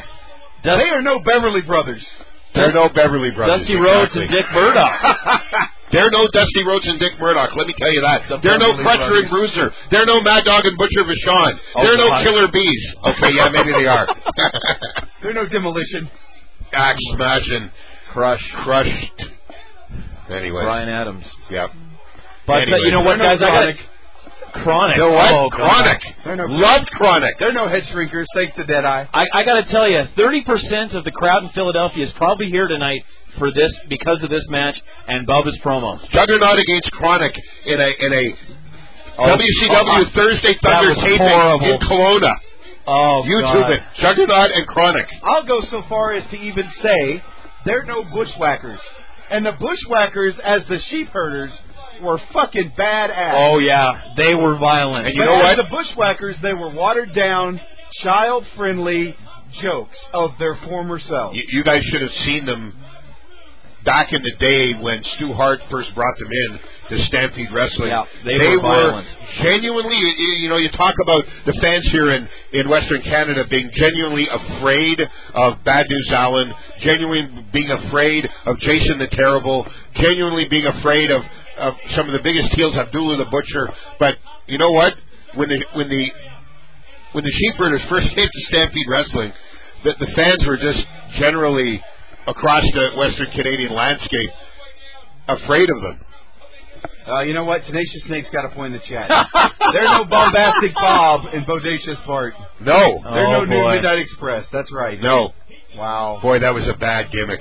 C: They are no Beverly Brothers.
D: There are no Beverly Brothers.
G: Dusty Rhodes
D: exactly.
G: and Dick Murdoch.
D: There are no Dusty Rhodes and Dick Murdoch. Let me tell you that.
C: The
D: there are no
C: Beverly
D: Crusher and Bruiser. There are no Mad Dog and Butcher Vachon.
G: Oh,
D: there are no
G: God.
D: Killer Bees. Okay, yeah, maybe they are.
C: They're no demolition.
D: Axe smashing,
G: Crush.
D: crushed. Anyway,
G: Brian Adams.
D: yeah.
G: But, but
D: Anyway.
G: you know what,
C: They're no
G: guys? I
C: Chronic.
G: got chronic.
D: You know what?
G: Oh, God.
D: chronic.
C: They're no-
D: Love chronic.
C: They're no head shrinkers, thanks to Deadeye.
G: I, I got to tell you, 30% of the crowd in Philadelphia is probably here tonight for this because of this match and Bubba's promos.
D: Juggernaut against chronic in a in a
G: Oh,
D: WCW Thursday Thunder
G: was
D: taping
G: horrible.
D: in Kelowna.
G: Oh,
D: YouTube
G: God.
D: it. Juggernaut and chronic.
C: I'll go so far as to even say they're no bushwhackers. And the bushwhackers, as the sheep herders, were fucking badass.
G: Oh yeah, they were violent.
D: And you
C: But
D: know
C: as
D: what?
C: The bushwhackers, they were watered down, child friendly jokes of their former selves.
D: You, you guys should have seen them back in the day when Stu Hart first brought them in to Stampede Wrestling.
G: Yeah, they
D: were,
G: were violent.
D: genuinely, you, you know, you talk about the fans here in, in Western Canada being genuinely afraid of Bad News Allen, genuinely being afraid of Jason the Terrible, genuinely being afraid of, of some of the biggest heels, Abdullah the Butcher. But you know what? When the when the when the Sheepherders first came to Stampede Wrestling, the, the fans were just generally across the Western Canadian landscape afraid of them.
C: Uh, you know what? Tenacious Snake's got a point in the chat. They're no bombastic Bob and bodacious Bart.
D: No,
C: They're no
G: Oh,
C: New
G: boy.
C: Midnight Express. That's right.
D: no,
C: Wow.
D: boy, that was a bad gimmick.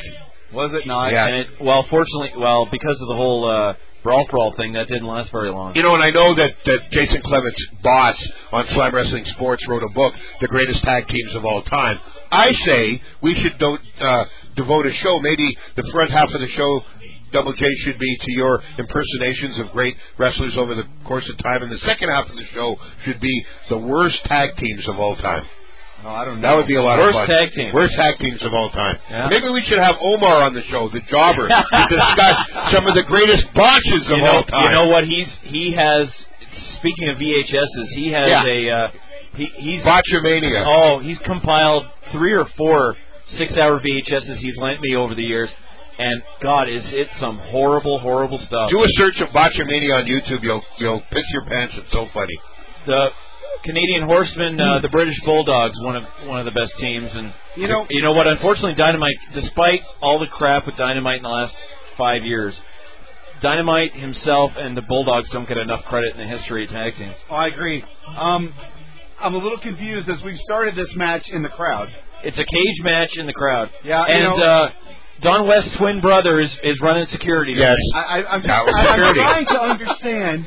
C: Was it not?
D: Yeah.
G: And it, well, fortunately, well, because of the whole uh, brawl brawl thing, that didn't last very long.
D: You know, and I know that, that Jason Clement's boss on Slam Wrestling Sports wrote a book, The Greatest Tag Teams of All Time. I say we should don't, uh, devote a show, maybe the front half of the show, Double J, should be to your impersonations of great wrestlers over the course of time, and the second half of the show should be the worst tag teams of all time.
C: No, Oh, I don't know.
D: That would be a lot
G: Worst
D: of fun.
G: tag teams.
D: Worst tag teams of all time.
G: Yeah.
D: Maybe we should have Omar on the show, the jobber, to discuss some of the greatest botches of
G: you know,
D: all time.
G: you know what? He's he has. Speaking of VHSs, he has
D: Yeah.
G: a uh, he, he's
D: Botchamania.
G: oh he's compiled three or four six hour VHSs he's lent me over the years, and God is it some horrible horrible stuff.
D: Do a search of Botchamania on YouTube. You'll you'll piss your pants. It's so funny.
G: the Canadian Horsemen, uh, the British Bulldogs, one of one of the best teams, and
C: You know-
G: you know what? Unfortunately, Dynamite, despite all the crap with Dynamite in the last five years, Dynamite himself and the Bulldogs don't get enough credit in the history of tag teams.
C: Oh, I agree. Um, I'm a little confused as we've started this match in the crowd.
G: It's a cage match in the crowd.
C: Yeah, you
G: and
C: know-
G: uh, Don West's twin brother is, is running security. down
D: Yes.
C: I, I, I'm,
D: That was
C: I, I'm
D: dirty.
C: trying to understand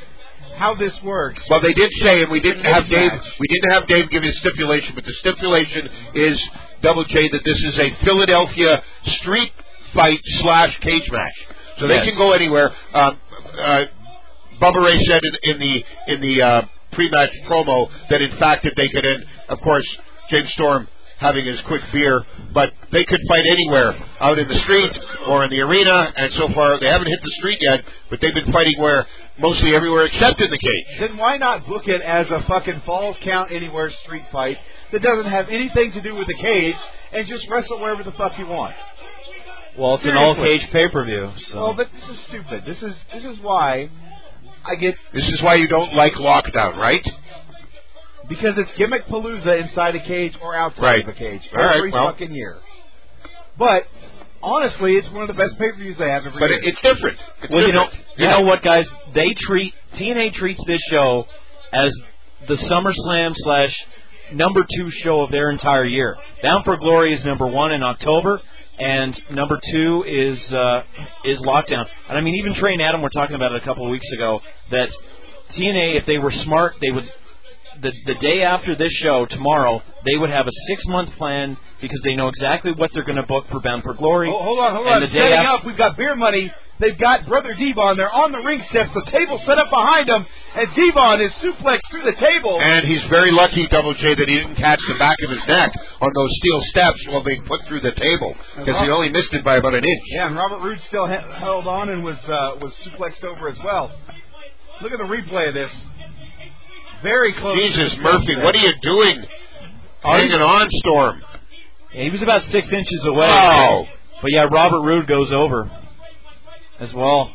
C: how this works.
D: Well, they did say, and we didn't have Dave.
C: Mismatch.
D: We didn't have Dave give his stipulation, but the stipulation is Double J that this is a Philadelphia street fight slash cage match, so they
G: Yes.
D: can go anywhere. Um, uh, Bubba Ray said in, in the in the uh, pre-match promo that in fact that they could end, of course, James Storm having his quick beer, but they could fight anywhere, out in the street or in the arena. And so far, they haven't hit the street yet, but they've been fighting where mostly everywhere except in the cage.
C: Then why not book it as a fucking falls count anywhere street fight that doesn't have anything to do with the cage and just wrestle wherever the fuck you want?
G: there. Well, it's an all
C: Seriously.
G: cage pay per view. So
C: Well, but this is stupid. This is this is why I get
D: This is why you don't like lockdown, right?
C: because it's gimmick palooza inside a cage or outside
D: Right.
C: of a cage
D: All right,
C: every
D: well.
C: fucking year. But honestly, it's one of the best pay per views they have every
D: But
C: year.
D: it, it's different. It's
G: well, you know,
D: different.
G: you know what, guys? They treat TNA treats this show as the SummerSlam slash number two show of their entire year. Bound for Glory is number one in October, and number two is uh, is Lockdown. And I mean, even Trey and Adam were talking about it a couple of weeks ago that TNA, if they were smart, they would the the day after this show tomorrow, they would have a six month plan because they know exactly what they're going to book for Bound for Glory.
C: Oh, hold on, hold
G: And
C: on.
G: the day
C: Setting
G: after-
C: up, we've got beer money. They've got Brother Devon. They're on the ring steps. The table set up behind them, and Devon is suplexed through the table.
D: And he's very lucky, Double J, that he didn't catch the back of his neck on those steel steps while being put through the table because
G: Uh-huh.
D: he only missed it by about an inch.
C: Yeah, and Robert Roode still he- held on and was uh, was suplexed over as well. Look at the replay of this. Very close.
D: Jesus, Murphy, what are you doing? Hanging on, Storm.
G: Yeah, he was about six inches away.
C: Oh.
G: Oh.
D: Wow.
G: But yeah, Robert Roode goes over as well.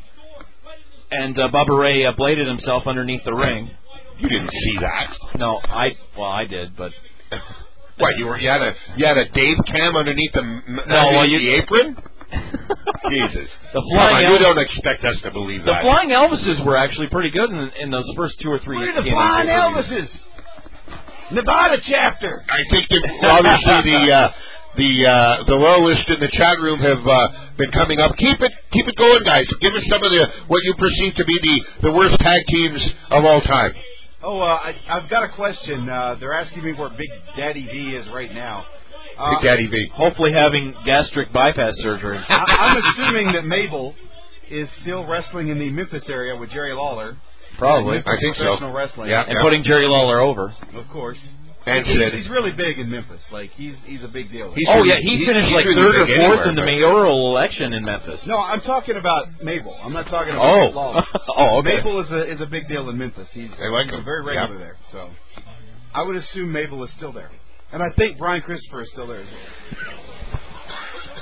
G: And uh, Bubba Ray uh, bladed himself underneath the ring.
D: You didn't see that.
G: No, I well I did, but
D: What, you were you had a you had a Dave cam underneath the no,
G: well,
D: underneath the
G: you-
D: apron?
G: the
D: Jesus. Come
G: flying
D: on, you
G: Elvis,
D: don't expect us to believe
G: the
D: that.
G: flying Elvises were actually pretty good in, in those first two or three.
C: Where are the
G: TNA
C: Flying
G: pay-per-views.
C: Elvises? Nevada chapter.
D: I think that obviously the uh, the uh, the low list in the chat room have uh, been coming up. Keep it keep it going, guys. Give us some of the what you perceive to be the the worst tag teams of all time.
C: Oh, uh, I, I've got a question. Uh, they're asking me where Big Daddy V is right now. Uh,
D: Big Daddy V.
G: Hopefully, having gastric bypass surgery.
C: I, I'm assuming that Mabel is still wrestling in the Memphis area with Jerry Lawler.
G: Probably.
C: Memphis
D: I think so.
C: professional wrestling.
D: Yeah,
G: And putting Jerry Lawler over.
C: Of course.
D: and
C: he's,
D: Sid.
C: he's really big in Memphis. Like he's he's a big deal.
D: He's
G: Oh
D: really-
G: yeah, he, finished
D: he's
G: like
D: really
G: third or
D: big
G: fourth
D: anywhere,
G: in the
D: but-
G: mayoral election in Memphis.
C: no, I'm talking about Mabel. I'm not talking about
G: Oh,
C: Lawler.
G: oh, okay.
C: Mabel is a is a big deal in Memphis. He's,
D: They like
C: he's
D: him.
C: very
D: Yeah.
C: regular there. So I would assume Mabel is still there, and I think Brian Christopher is still there. As well.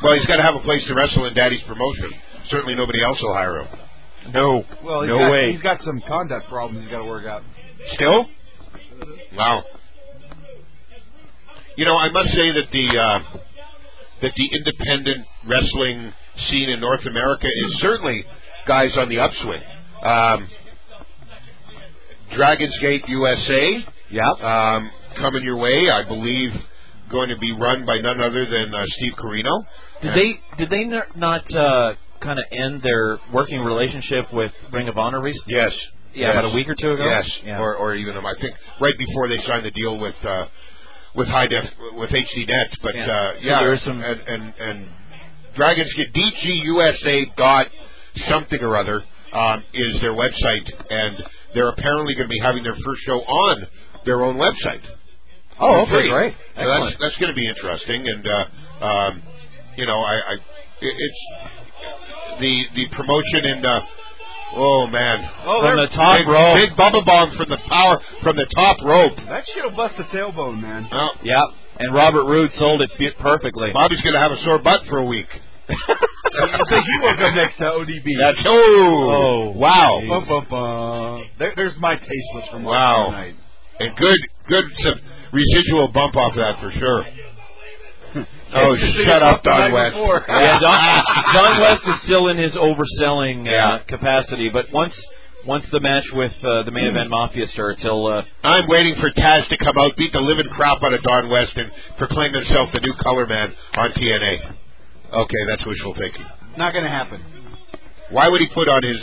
D: Well, he's got to have a place to wrestle in Daddy's promotion. Certainly, nobody else will hire him.
G: No,
C: Well, he's
G: no
C: got,
G: way.
C: He's got some conduct problems he's got to work out.
D: Still? Wow. You know, I must say that the uh, that the independent wrestling scene in North America is certainly guys on the upswing. Um, Dragons Gate USA
G: Yep.
D: um, coming your way, I believe, going to be run by none other than uh, Steve Carino.
G: Did they did they n- not uh, kind of end their working relationship with Ring of Honor recently?
D: Yes.
G: Yeah,
D: yes.
G: about a week or two ago.
D: Yes,
G: Yeah.
D: or or even um, I think right before they signed the deal with uh, with high def with HDNet, but
G: Yeah.
D: uh,
G: So
D: yeah,
G: there is some-
D: and and and Dragons get DGUSA dot something or other um, is their website, and they're apparently going to be having their first show on their own website.
G: oh, okay,
D: Free.
G: great.
D: So
G: Excellent.
D: that's that's going to be interesting, and uh, um, you know, I, I it, it's the the promotion in. Uh, oh man,
G: From the top
D: big,
G: row.
D: Big bubble bomb from the power from the top rope.
C: That shit'll bust the tailbone, man.
D: Well,
G: Yep. And Robert Roode sold it bu- perfectly.
D: Bobby's gonna have a sore butt for a week.
C: I think you woke up next to ODB.
D: That's oh,
G: Oh,
D: wow.
G: geez.
C: Bum, bum, bum. There, there's my tasteless remark
D: Wow.
C: tonight.
D: And good good some residual bump off that for sure. oh shut up,
C: The
D: Don
C: night
D: West.
C: before.
G: yeah, Don, Don West is still in his overselling uh,
D: Yeah.
G: capacity, but once once the match with uh, the main event Mafia starts, he'll. Uh,
D: I'm waiting for Taz to come out, beat the living crap out of Don West, and proclaim himself the new color man on TNA. Okay, that's wishful thinking.
C: Not gonna happen.
D: Why would he put on his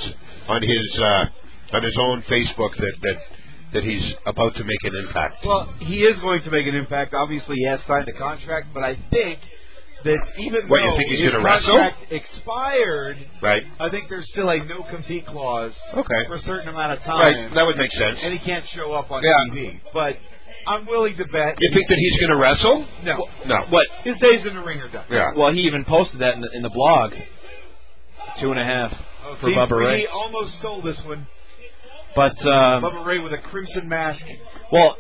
D: on his uh, on his own Facebook that that that he's about to make an impact?
C: Well, he is going to make an impact. Obviously, he has signed a contract, but I think that even
D: What, you
C: though
D: think he's
C: his
D: gonna wrestle?
C: contract expired,
D: Right.
C: I think there's still a no compete clause
D: Okay.
C: for a certain amount of time,
D: Right. That would make sense.
C: and he can't show up on
D: Yeah.
C: TV. But I'm willing to bet
D: You think that he's going to wrestle?
C: no,
D: No.
G: what?
C: his days in the ring are done.
D: Yeah.
G: Well, he even posted that in the, in the blog. Two and a half for
C: See,
G: Bubba Ray.
C: He almost stole this one.
G: But um,
C: Bubba Ray with a crimson mask.
G: Well,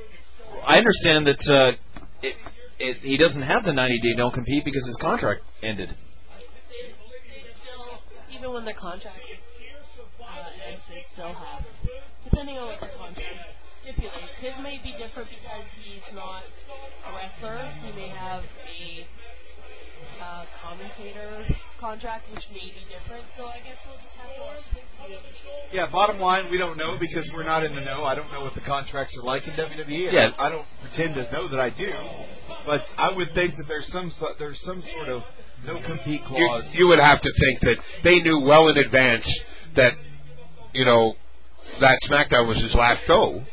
G: I understand that uh, it, it, he doesn't have the 90 day no compete because his contract ended.
H: Even when their contract uh, ends, they still have, depending on what their contract stipulates. His may be different because he's not a wrestler. He may have a uh, commentator contract, which may be different. So I guess we'll just have to watch this and see.
C: Yeah, bottom line, we don't know because we're not in the know. I don't know what the contracts are like in WWE. and
G: Yeah.
C: I don't pretend to know that I do. But I would think that there's some so- there's some sort of no compete
D: You,
C: clause.
D: you would have to think that they knew well in advance that you know that SmackDown was his last show,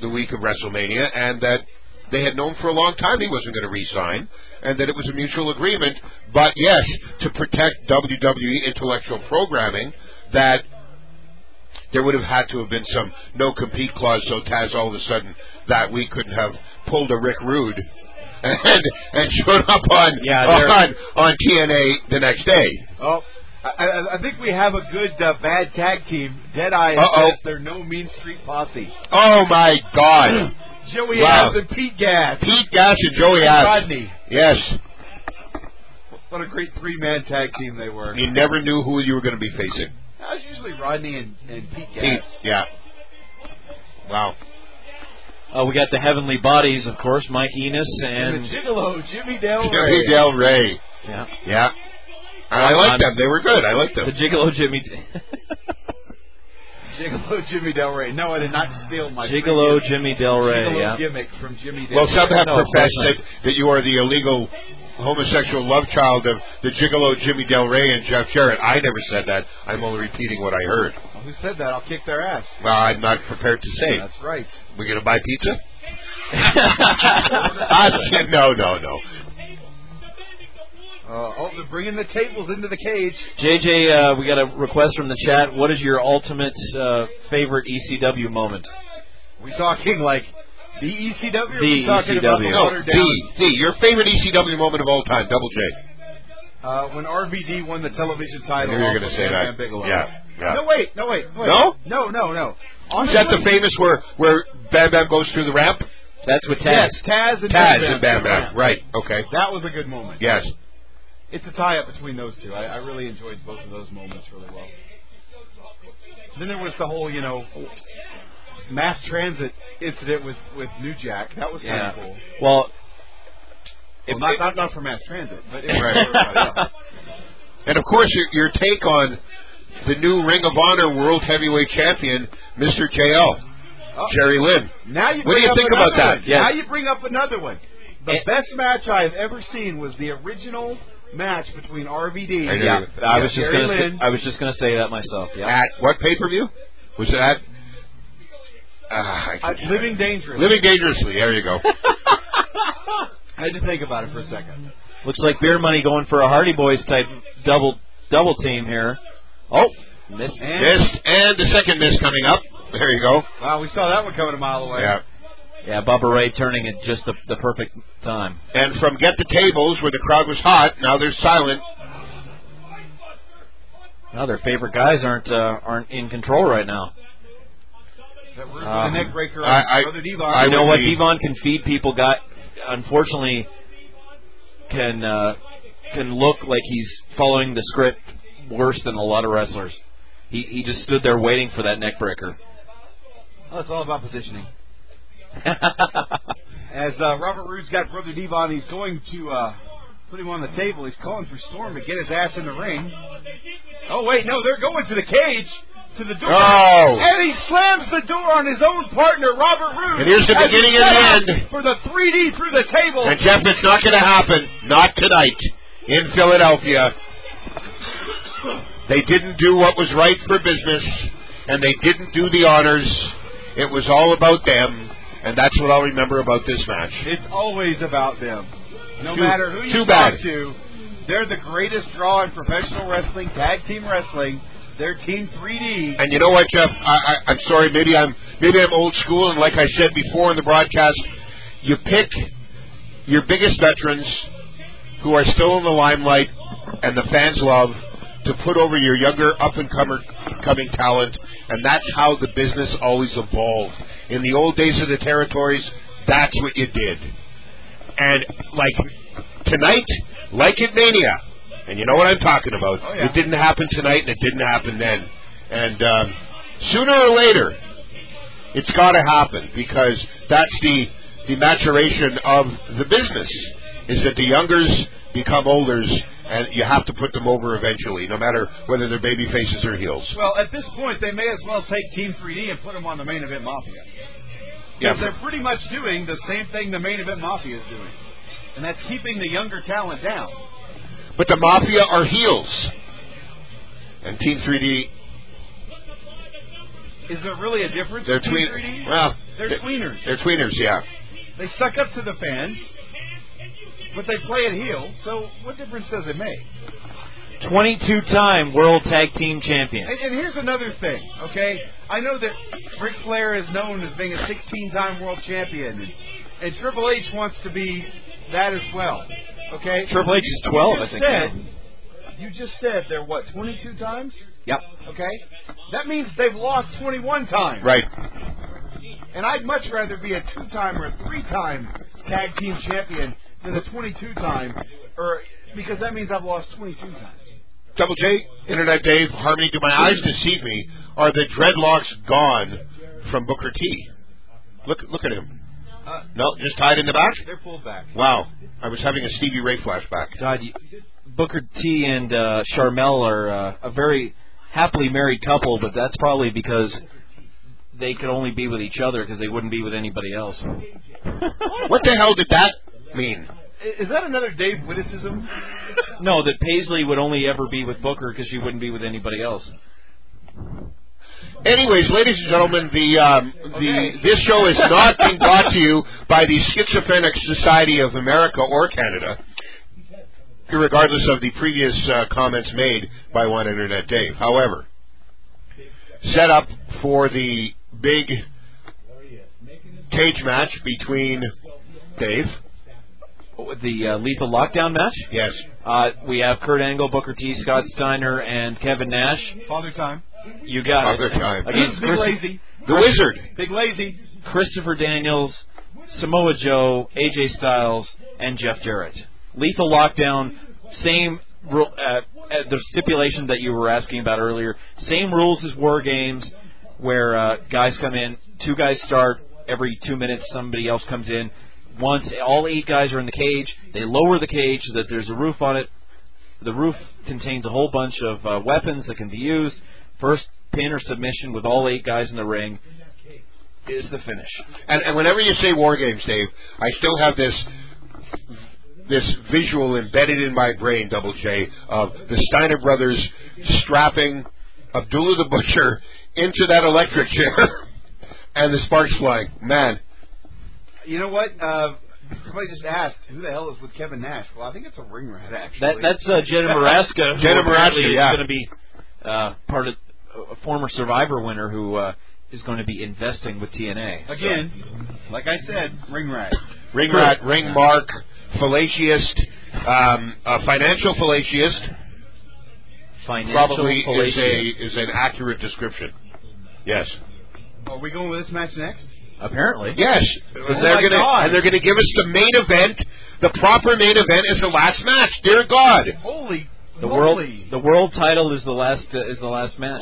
D: the week of WrestleMania, and that they had known for a long time he wasn't going to re-sign, and that it was a mutual agreement. But yes, to protect WWE intellectual programming, that there would have had to have been some no compete clause, so Taz all of a sudden that we couldn't have pulled a Rick Rude and and showed up on
G: Yeah, there-
D: on, on TNA the next day.
C: oh, I, I, I think we have a good uh, bad tag team. Deadeye
G: Oh.
C: and
D: Uh-oh.
C: Best, they're no mean street posse.
D: Oh my God!
C: Joey
D: Wow.
C: Adams and Pete Gas.
D: Pete Gash and Joey Adams.
C: Rodney.
D: Yes,
C: What a great three man tag team they were.
D: you never knew who you were going to be facing.
C: That was usually Rodney and, and Pete Gas.
D: Pete, yeah. Wow.
G: Uh, we got the Heavenly Bodies, of course, Mike Enos
C: And the
G: and
C: Gigolo, Jimmy Del Rey.
D: Jimmy Del Rey.
G: yeah,
D: Yeah. And I liked them. They were good. I liked
G: the
D: them.
G: Gigolo Jimmy,
C: Gigolo Jimmy Del Rey. No, I did not steal my
G: Gigolo
C: previous
G: Jimmy Del Rey.
C: Gigolo
G: Yeah.
C: gimmick from Jimmy Del
D: Well,
C: Rey.
D: some have
G: No,
D: professed that,
G: that's
D: that you are the illegal homosexual love child of the gigolo Jimmy Del Rey and Jeff Jarrett. I never said that. I'm only repeating what I heard.
C: Who said that? I'll kick their ass.
D: Well, I'm not prepared to say.
C: That's right.
D: We're going to buy pizza? Ah, shit, no, no, no.
C: Uh, oh, they're bringing the tables into the cage.
G: JJ, uh, we got a request from the chat. What is your ultimate uh, favorite ECW moment?
C: We talking like the ECW? or
G: The
C: we talking about the
G: ECW.
D: No,
C: watered down?
D: D, D, your favorite ECW moment of all time, Double J.
C: Uh, when RVD won the television
D: I
C: title.
D: knew you were
C: going to
D: say that.
C: Bigelow.
D: Yeah, yeah.
C: No, wait, no, wait, wait.
D: No?
C: No, no, no.
D: Is that the
C: Honestly,
D: famous where, where Bam Bam goes through the ramp?
G: That's with Taz.
C: Yes, Taz and
D: Taz and Bam Bam. Right, okay.
C: That was a good moment.
D: Yes.
C: It's a tie-up between those two. I, I really enjoyed both of those moments really well. Then there was the whole, you know, mass transit incident with, with New Jack. That was kind
G: Yeah.
C: of cool.
G: Well,
C: Well,
G: if
C: not, not, not for mass transit, but it was
D: Right.
C: for everybody else.
D: And of course, your, your take on the new Ring of Honor World Heavyweight Champion, Mr. JL,
C: Oh.
D: Jerry Lynn.
C: Now you
D: What do
C: bring
D: you
C: up
D: think about
C: another
D: that? Eh.
C: one.
G: Yes.
C: Now you bring up another one. The
G: It-
C: best match I have ever seen was the original match between RVD.
D: I know.
G: yeah, I was just
C: Jerry
G: gonna say,
C: Lynn.
G: I was just gonna say that myself. Yeah.
D: At what pay per view? Was it at? Ah, I
C: Uh,
D: can't-
C: Living Dangerous.
D: Living Dangerously. There you go.
C: I had to think about it for a second.
G: Looks like beer money going for a Hardy Boys type double double team here. Oh, missed.
D: missed, and the second miss coming up. There you go.
C: Wow, we saw that one coming a mile away.
D: Yeah.
G: Yeah, Bubba Ray turning at just the, the perfect time.
D: And from Get the Tables, where the crowd was hot, now they're silent.
G: Now their favorite guys aren't uh, aren't in control right now.
C: That was
G: Um,
C: the neck breaker on
D: I- I-
C: Brother Devon.
D: I
G: you know
D: would
G: what?
D: be-
G: Devon can feed people. Got unfortunately can uh, can look like he's following the script worse than a lot of wrestlers. He he just stood there waiting for that neck breaker.
C: Well, it's all about positioning. As uh, Robert Roode's got Brother Devon, he's going to uh, put him on the table. He's calling for Storm to get his ass in the ring. Oh, wait, no, they're going to the cage, to the door.
D: Oh,
C: And he slams the door on his own partner, Robert Roode.
D: And here's the
C: as he
D: beginning and
C: set
D: the
C: up
D: end.
C: For the 3D through the table.
D: and Jeff, it's not going to happen. Not tonight in Philadelphia. They didn't do what was right for business, and they didn't do the honors. It was all about them, and that's what I'll remember about this match.
C: It's always about them. No
D: Too-
C: matter who you
D: too
C: talk
D: bad.
C: to, they're the greatest draw in professional wrestling, tag team wrestling. They're Team 3D.
D: And you know what, Jeff? I, I, I'm sorry. Maybe I'm maybe I'm old school, and like I said before in the broadcast, you pick your biggest veterans who are still in the limelight and the fans love to put over your younger up and comer coming talent, and that's how the business always evolved. In the old days of the territories, that's what you did. And like tonight, like at Mania, and you know what I'm talking about.
C: Oh, yeah.
D: It didn't happen tonight, and it didn't happen then. And um, sooner or later, it's got to happen because that's the the maturation of the business is that the youngers become olders and you have to put them over eventually no matter whether they're baby faces or heels
C: Well, at this point, they may as well take Team 3D and put them on the main event Mafia.
D: Yeah.
C: Because they're pretty much doing the same thing the main event Mafia is doing. And that's keeping the younger talent down.
D: but the mafia are heels and team 3d
C: Is there really a difference
D: they're
C: between
D: tween
C: 3D?
D: well
C: they're tweeners.
D: they're tweeners yeah
C: They suck up to the fans, but they play it heel. So what difference does it make?
G: Twenty-two time World Tag Team Champion.
C: And, and here's another thing, okay? I know that Ric Flair is known as being a 16 time world champion, and, and Triple H wants to be that as well, okay?
G: Triple H is twelve,
C: You
G: I think.
C: said You just said they're what 22 times?
G: Yep.
C: Okay, that means they've lost 21 times.
D: Right.
C: And I'd much rather be a two-time or a three-time tag team champion than a 22-time, or because that means I've lost 22 times.
D: Double J, Internet Dave, Harmony, do my eyes deceive me? Are the dreadlocks gone from Booker T? Look, look at him.
C: Uh,
D: No, just tied in the back.
C: They're pulled back.
D: Wow, I was having a Stevie Ray flashback.
G: God, you, Booker T and uh, Charmel are uh, a very happily married couple, but that's probably because they could only be with each other because they wouldn't be with anybody else.
D: What the hell did that mean?
C: I- Is that another Dave witticism?
G: No, that Paisley would only ever be with Booker because she wouldn't be with anybody else.
D: Anyways, ladies and gentlemen, the um, the
C: Okay.
D: this show has not been brought to you by the Schizophrenic Society of America or Canada, regardless of the previous uh, comments made by one Internet Dave. However, set up for the big cage match between Dave,
G: The uh, lethal lockdown match.
D: yes,
G: Uh, we have Kurt Angle, Booker T, Scott Steiner, and Kevin Nash.
C: Father time.
G: You got
D: Father
G: it.
D: time.
G: Against
C: Big
G: Chris-
C: lazy.
D: the Wizard,
C: Big lazy.
G: Christopher Daniels, Samoa Joe, AJ Styles, and Jeff Jarrett. Lethal Lockdown, same rule, uh, uh, the stipulation that you were asking about earlier. Same rules as War Games, where uh, guys come in, two guys start every two minutes, somebody else comes in. Once all eight guys are in the cage, they lower the cage so that there's a roof on it. The roof contains a whole bunch of uh, weapons that can be used. First pin or submission with all eight guys in the ring is the finish.
D: and, and whenever you say war games, Dave, I still have this this visual embedded in my brain, Double J, of the Steiner brothers strapping Abdullah the Butcher into that electric chair and the sparks flying. Man,
C: You know what? Uh, somebody just asked, who the hell is with Kevin Nash? Well, I think it's a ring rat, actually.
G: That, that's uh, Jenna Maraska. who
D: Jenna
G: apparently
D: Maraska,
G: is
D: yeah.
G: going to be uh, part of a former Survivor winner who uh, is going to be investing with TNA.
C: Again, like I said, ring rat.
D: ring rat, ring mark, fallaciist, um, a financial fallaciist
G: Financial
D: probably is
G: fallacious.
D: a is an accurate description. Yes.
C: Are we going with this match next?
G: apparently.
D: Yes, they're
C: Oh my
D: gonna,
C: God.
D: and they're going to give us the main event. The proper main event is the last match. Dear God,
C: Holy
G: The world,
C: moly.
G: the world title is the last uh, is the last match.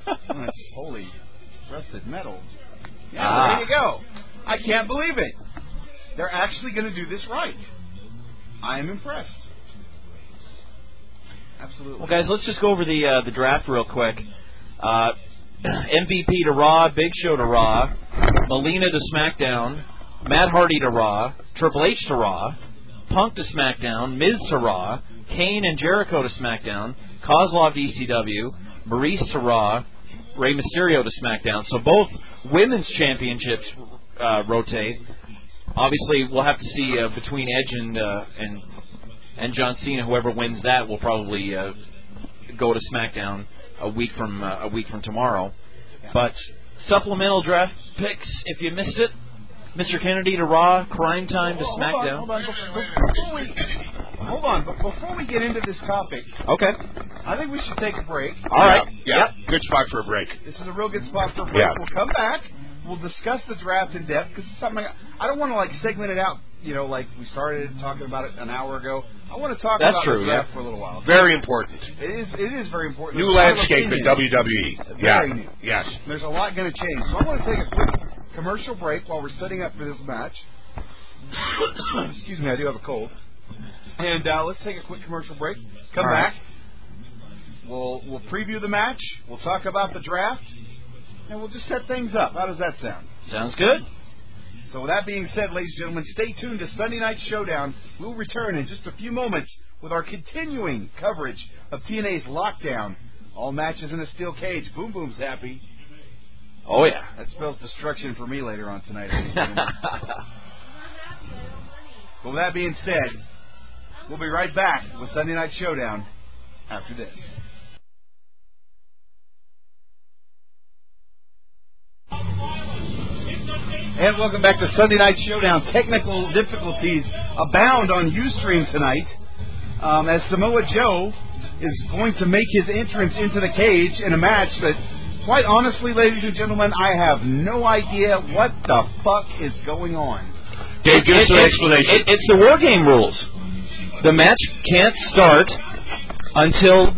C: Holy rusted metal. Yeah,
G: Ah.
C: there you go. I can't believe it. They're actually going to do this right. I am impressed. Absolutely.
G: Well, guys, let's just go over the uh, the draft real quick. Uh, MVP to Raw, Big Show to Raw, Melina to SmackDown, Matt Hardy to Raw, Triple H to Raw, Punk to SmackDown, Miz to Raw, Kane and Jericho to SmackDown, Kozlov to ECW, Maurice to Raw, Rey Mysterio to SmackDown. So both women's championships uh, rotate. Obviously, we'll have to see uh, between Edge and uh, and and John Cena. Whoever wins that will probably uh, go to SmackDown a week from uh, a week from tomorrow. But supplemental draft picks, if you missed it, Mr. Kennedy to Raw, Crime Time to
C: Hold on,
G: SmackDown.
C: Hold on, before we, hold on, but before we get into this topic,
G: Okay.
C: I think we should take a break.
D: All
G: right.
D: Yeah. Good spot for a break.
C: This is a real good spot for a break.
D: Yeah.
C: We'll come back. We'll discuss the draft in depth because it's something I don't want to like segment it out. You know, like we started talking about it an hour ago. I want to talk
G: That's
C: about
G: true,
C: the draft for a little while.
D: Very important.
C: It is. It is very important.
D: New
C: There's a lot of
D: landscape in
C: opinions.
D: WWE.
C: Very
D: Yeah.
C: new.
D: Yes.
C: There's a lot going to change. So I want to take a quick commercial break while we're setting up for this match. Excuse me, I do have a cold. And uh, let's take a quick commercial break. Come
G: All right.
C: back. We'll we'll preview the match. We'll talk about the draft, and we'll just set things up. How does that sound?
G: Sounds good.
C: So with that being said, ladies and gentlemen, stay tuned to Sunday Night Showdown. We'll return in just a few moments with our continuing coverage of TNA's Lockdown. All matches in a steel cage. Boom Boom's happy.
G: Oh yeah.
C: That spells destruction for me later on tonight. ladies and gentlemen. but with that being said, we'll be right back with Sunday Night Showdown after this. And welcome back to Sunday Night Showdown. Technical difficulties abound on Ustream tonight.
F: um, as Samoa Joe is going to make his entrance into the cage in a match that, quite honestly, ladies and gentlemen, I have no idea what the fuck is going on.
D: Dave, give us
G: It-
D: an
G: it-
D: explanation.
G: it- it's the war game rules. The match can't start until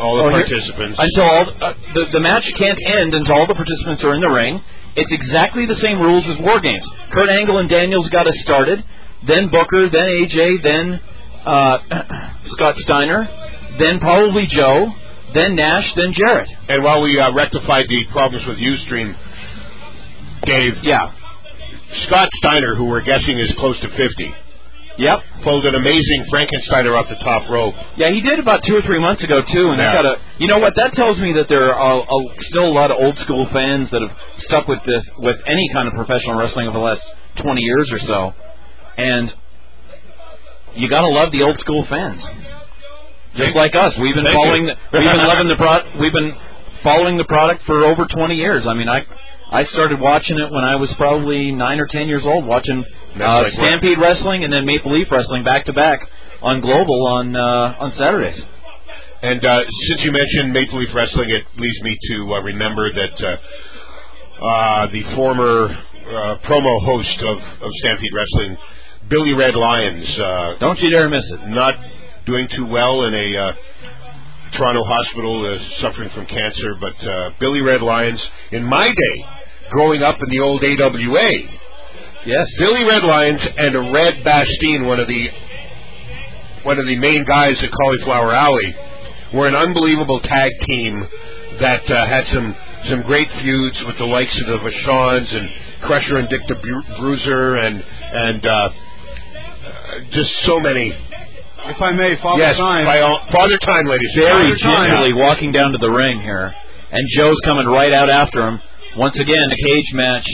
D: all the
G: Oh, here-
D: participants.
G: until all uh, the the match can't end until all the participants are in the ring. It's exactly the same rules as war games. Kurt Angle and Daniels got us started, then Booker, then AJ, then uh, Scott Steiner, then probably Joe, then Nash, then Jarrett.
D: and while we uh, rectified the problems with Ustream, Dave,
G: Yeah.
D: Scott Steiner, who we're guessing is close to 50,
G: Yep.
D: pulled an amazing Frankensteiner off the top rope.
G: Yeah, he did about two or three months ago too, and
D: Yeah.
G: I got a. You know what? That tells me that there are a, a- still a lot of old school fans that have stuck with this with any kind of professional wrestling over the last twenty years or so, and you gotta love the old school fans, just like us. We've been
D: Thank you.
G: following. The, we've been loving the pro. We've been following the product for over twenty years. I mean, I. I started watching it when I was probably nine or ten years old, watching
D: That's
G: uh,
D: like what?
G: Stampede Wrestling and then Maple Leaf Wrestling back to back on Global on uh, on Saturdays.
D: And uh, since you mentioned Maple Leaf Wrestling, it leads me to uh, remember that uh, uh, the former uh, promo host of, of Stampede Wrestling, Billy Red Lions, uh,
G: Don't you dare miss it.
D: not doing too well in a uh, Toronto hospital, uh, suffering from cancer. But uh, Billy Red Lions, in my day, growing up in the old AWA,
G: Yes.
D: Billy Red Lions and Red Bastine, one of the one of the main guys at Cauliflower Alley, were an unbelievable tag team that uh, had some some great feuds with the likes of the Vachons and Crusher and Dick the Bru- Bruiser and and uh, uh, just so many.
F: If I may, Father
D: yes,
F: Time.
D: by all, Father Time, ladies.
G: Very
D: Father Time.
G: gingerly walking down to the ring here, and Joe's coming right out after him. Once again, a cage match,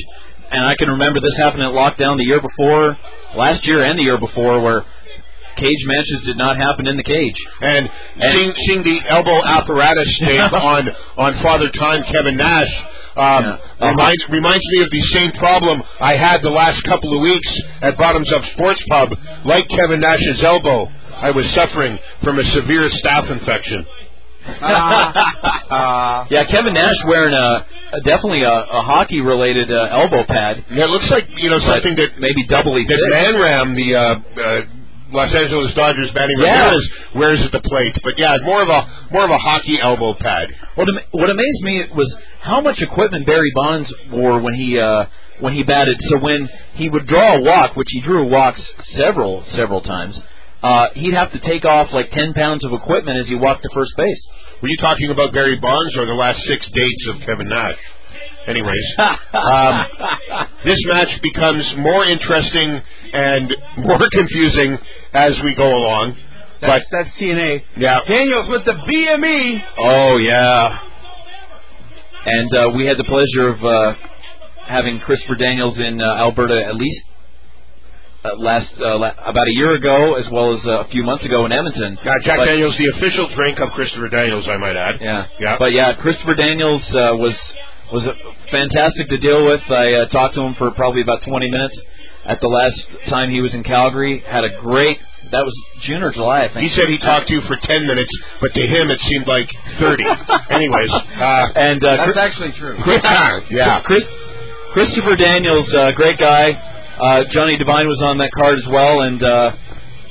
G: and I can remember this happened at Lockdown the year before, last year and the year before, where cage matches did not happen in the cage.
D: And, seeing, seeing the elbow apparatus stamp on on Father Time Kevin Nash um,
G: Yeah.
D: remind, reminds me of the same problem I had the last couple of weeks at Bottoms Up Sports Pub. Like Kevin Nash's elbow, I was suffering from a severe staph infection.
F: Ah.
G: yeah, Kevin Nash wearing a, a definitely a, a hockey related uh, elbow pad,
D: And it looks like you know
G: but
D: something that
G: maybe doubly
D: that
G: thick.
D: Manram, the uh, uh, Los Angeles Dodgers batting
G: Yeah.
D: Ramirez, wears at the plate. But yeah, more of a more of a hockey elbow pad.
G: What, am- what amazed me was how much equipment Barry Bonds wore when he uh, when he batted. So when he would draw a walk, which he drew walks several several times, uh, he'd have to take off like ten pounds of equipment as he walked to first base.
D: Were you talking about Barry Bonds or the last six dates of Kevin Nash? Anyways, um, this match becomes more interesting and more confusing as we go along.
F: that's, that's TNA.
D: but yeah,
F: Daniels with the E. BME.
G: Oh yeah. And uh, we had the pleasure of uh, having Christopher Daniels in uh, Alberta at least uh, last uh, la- about a year ago, as well as uh, a few months ago in Edmonton.
D: now Jack
G: But-
D: Daniels, the official drink of Christopher Daniels, I might add.
G: Yeah.
D: Yeah.
G: But yeah, Christopher Daniels uh, was was uh fantastic to deal with. I uh, talked to him for probably about 20 minutes at the last time he was in Calgary. Had a great. That was June or July, I think.
D: He said he talked to you for ten minutes, but to him it seemed like thirty. Anyways, uh,
G: and uh, Chris-
F: That's actually true.
D: yeah,
G: Chris, Christopher Daniels, uh, great guy. Uh, Johnny Devine was on that card as well, and uh,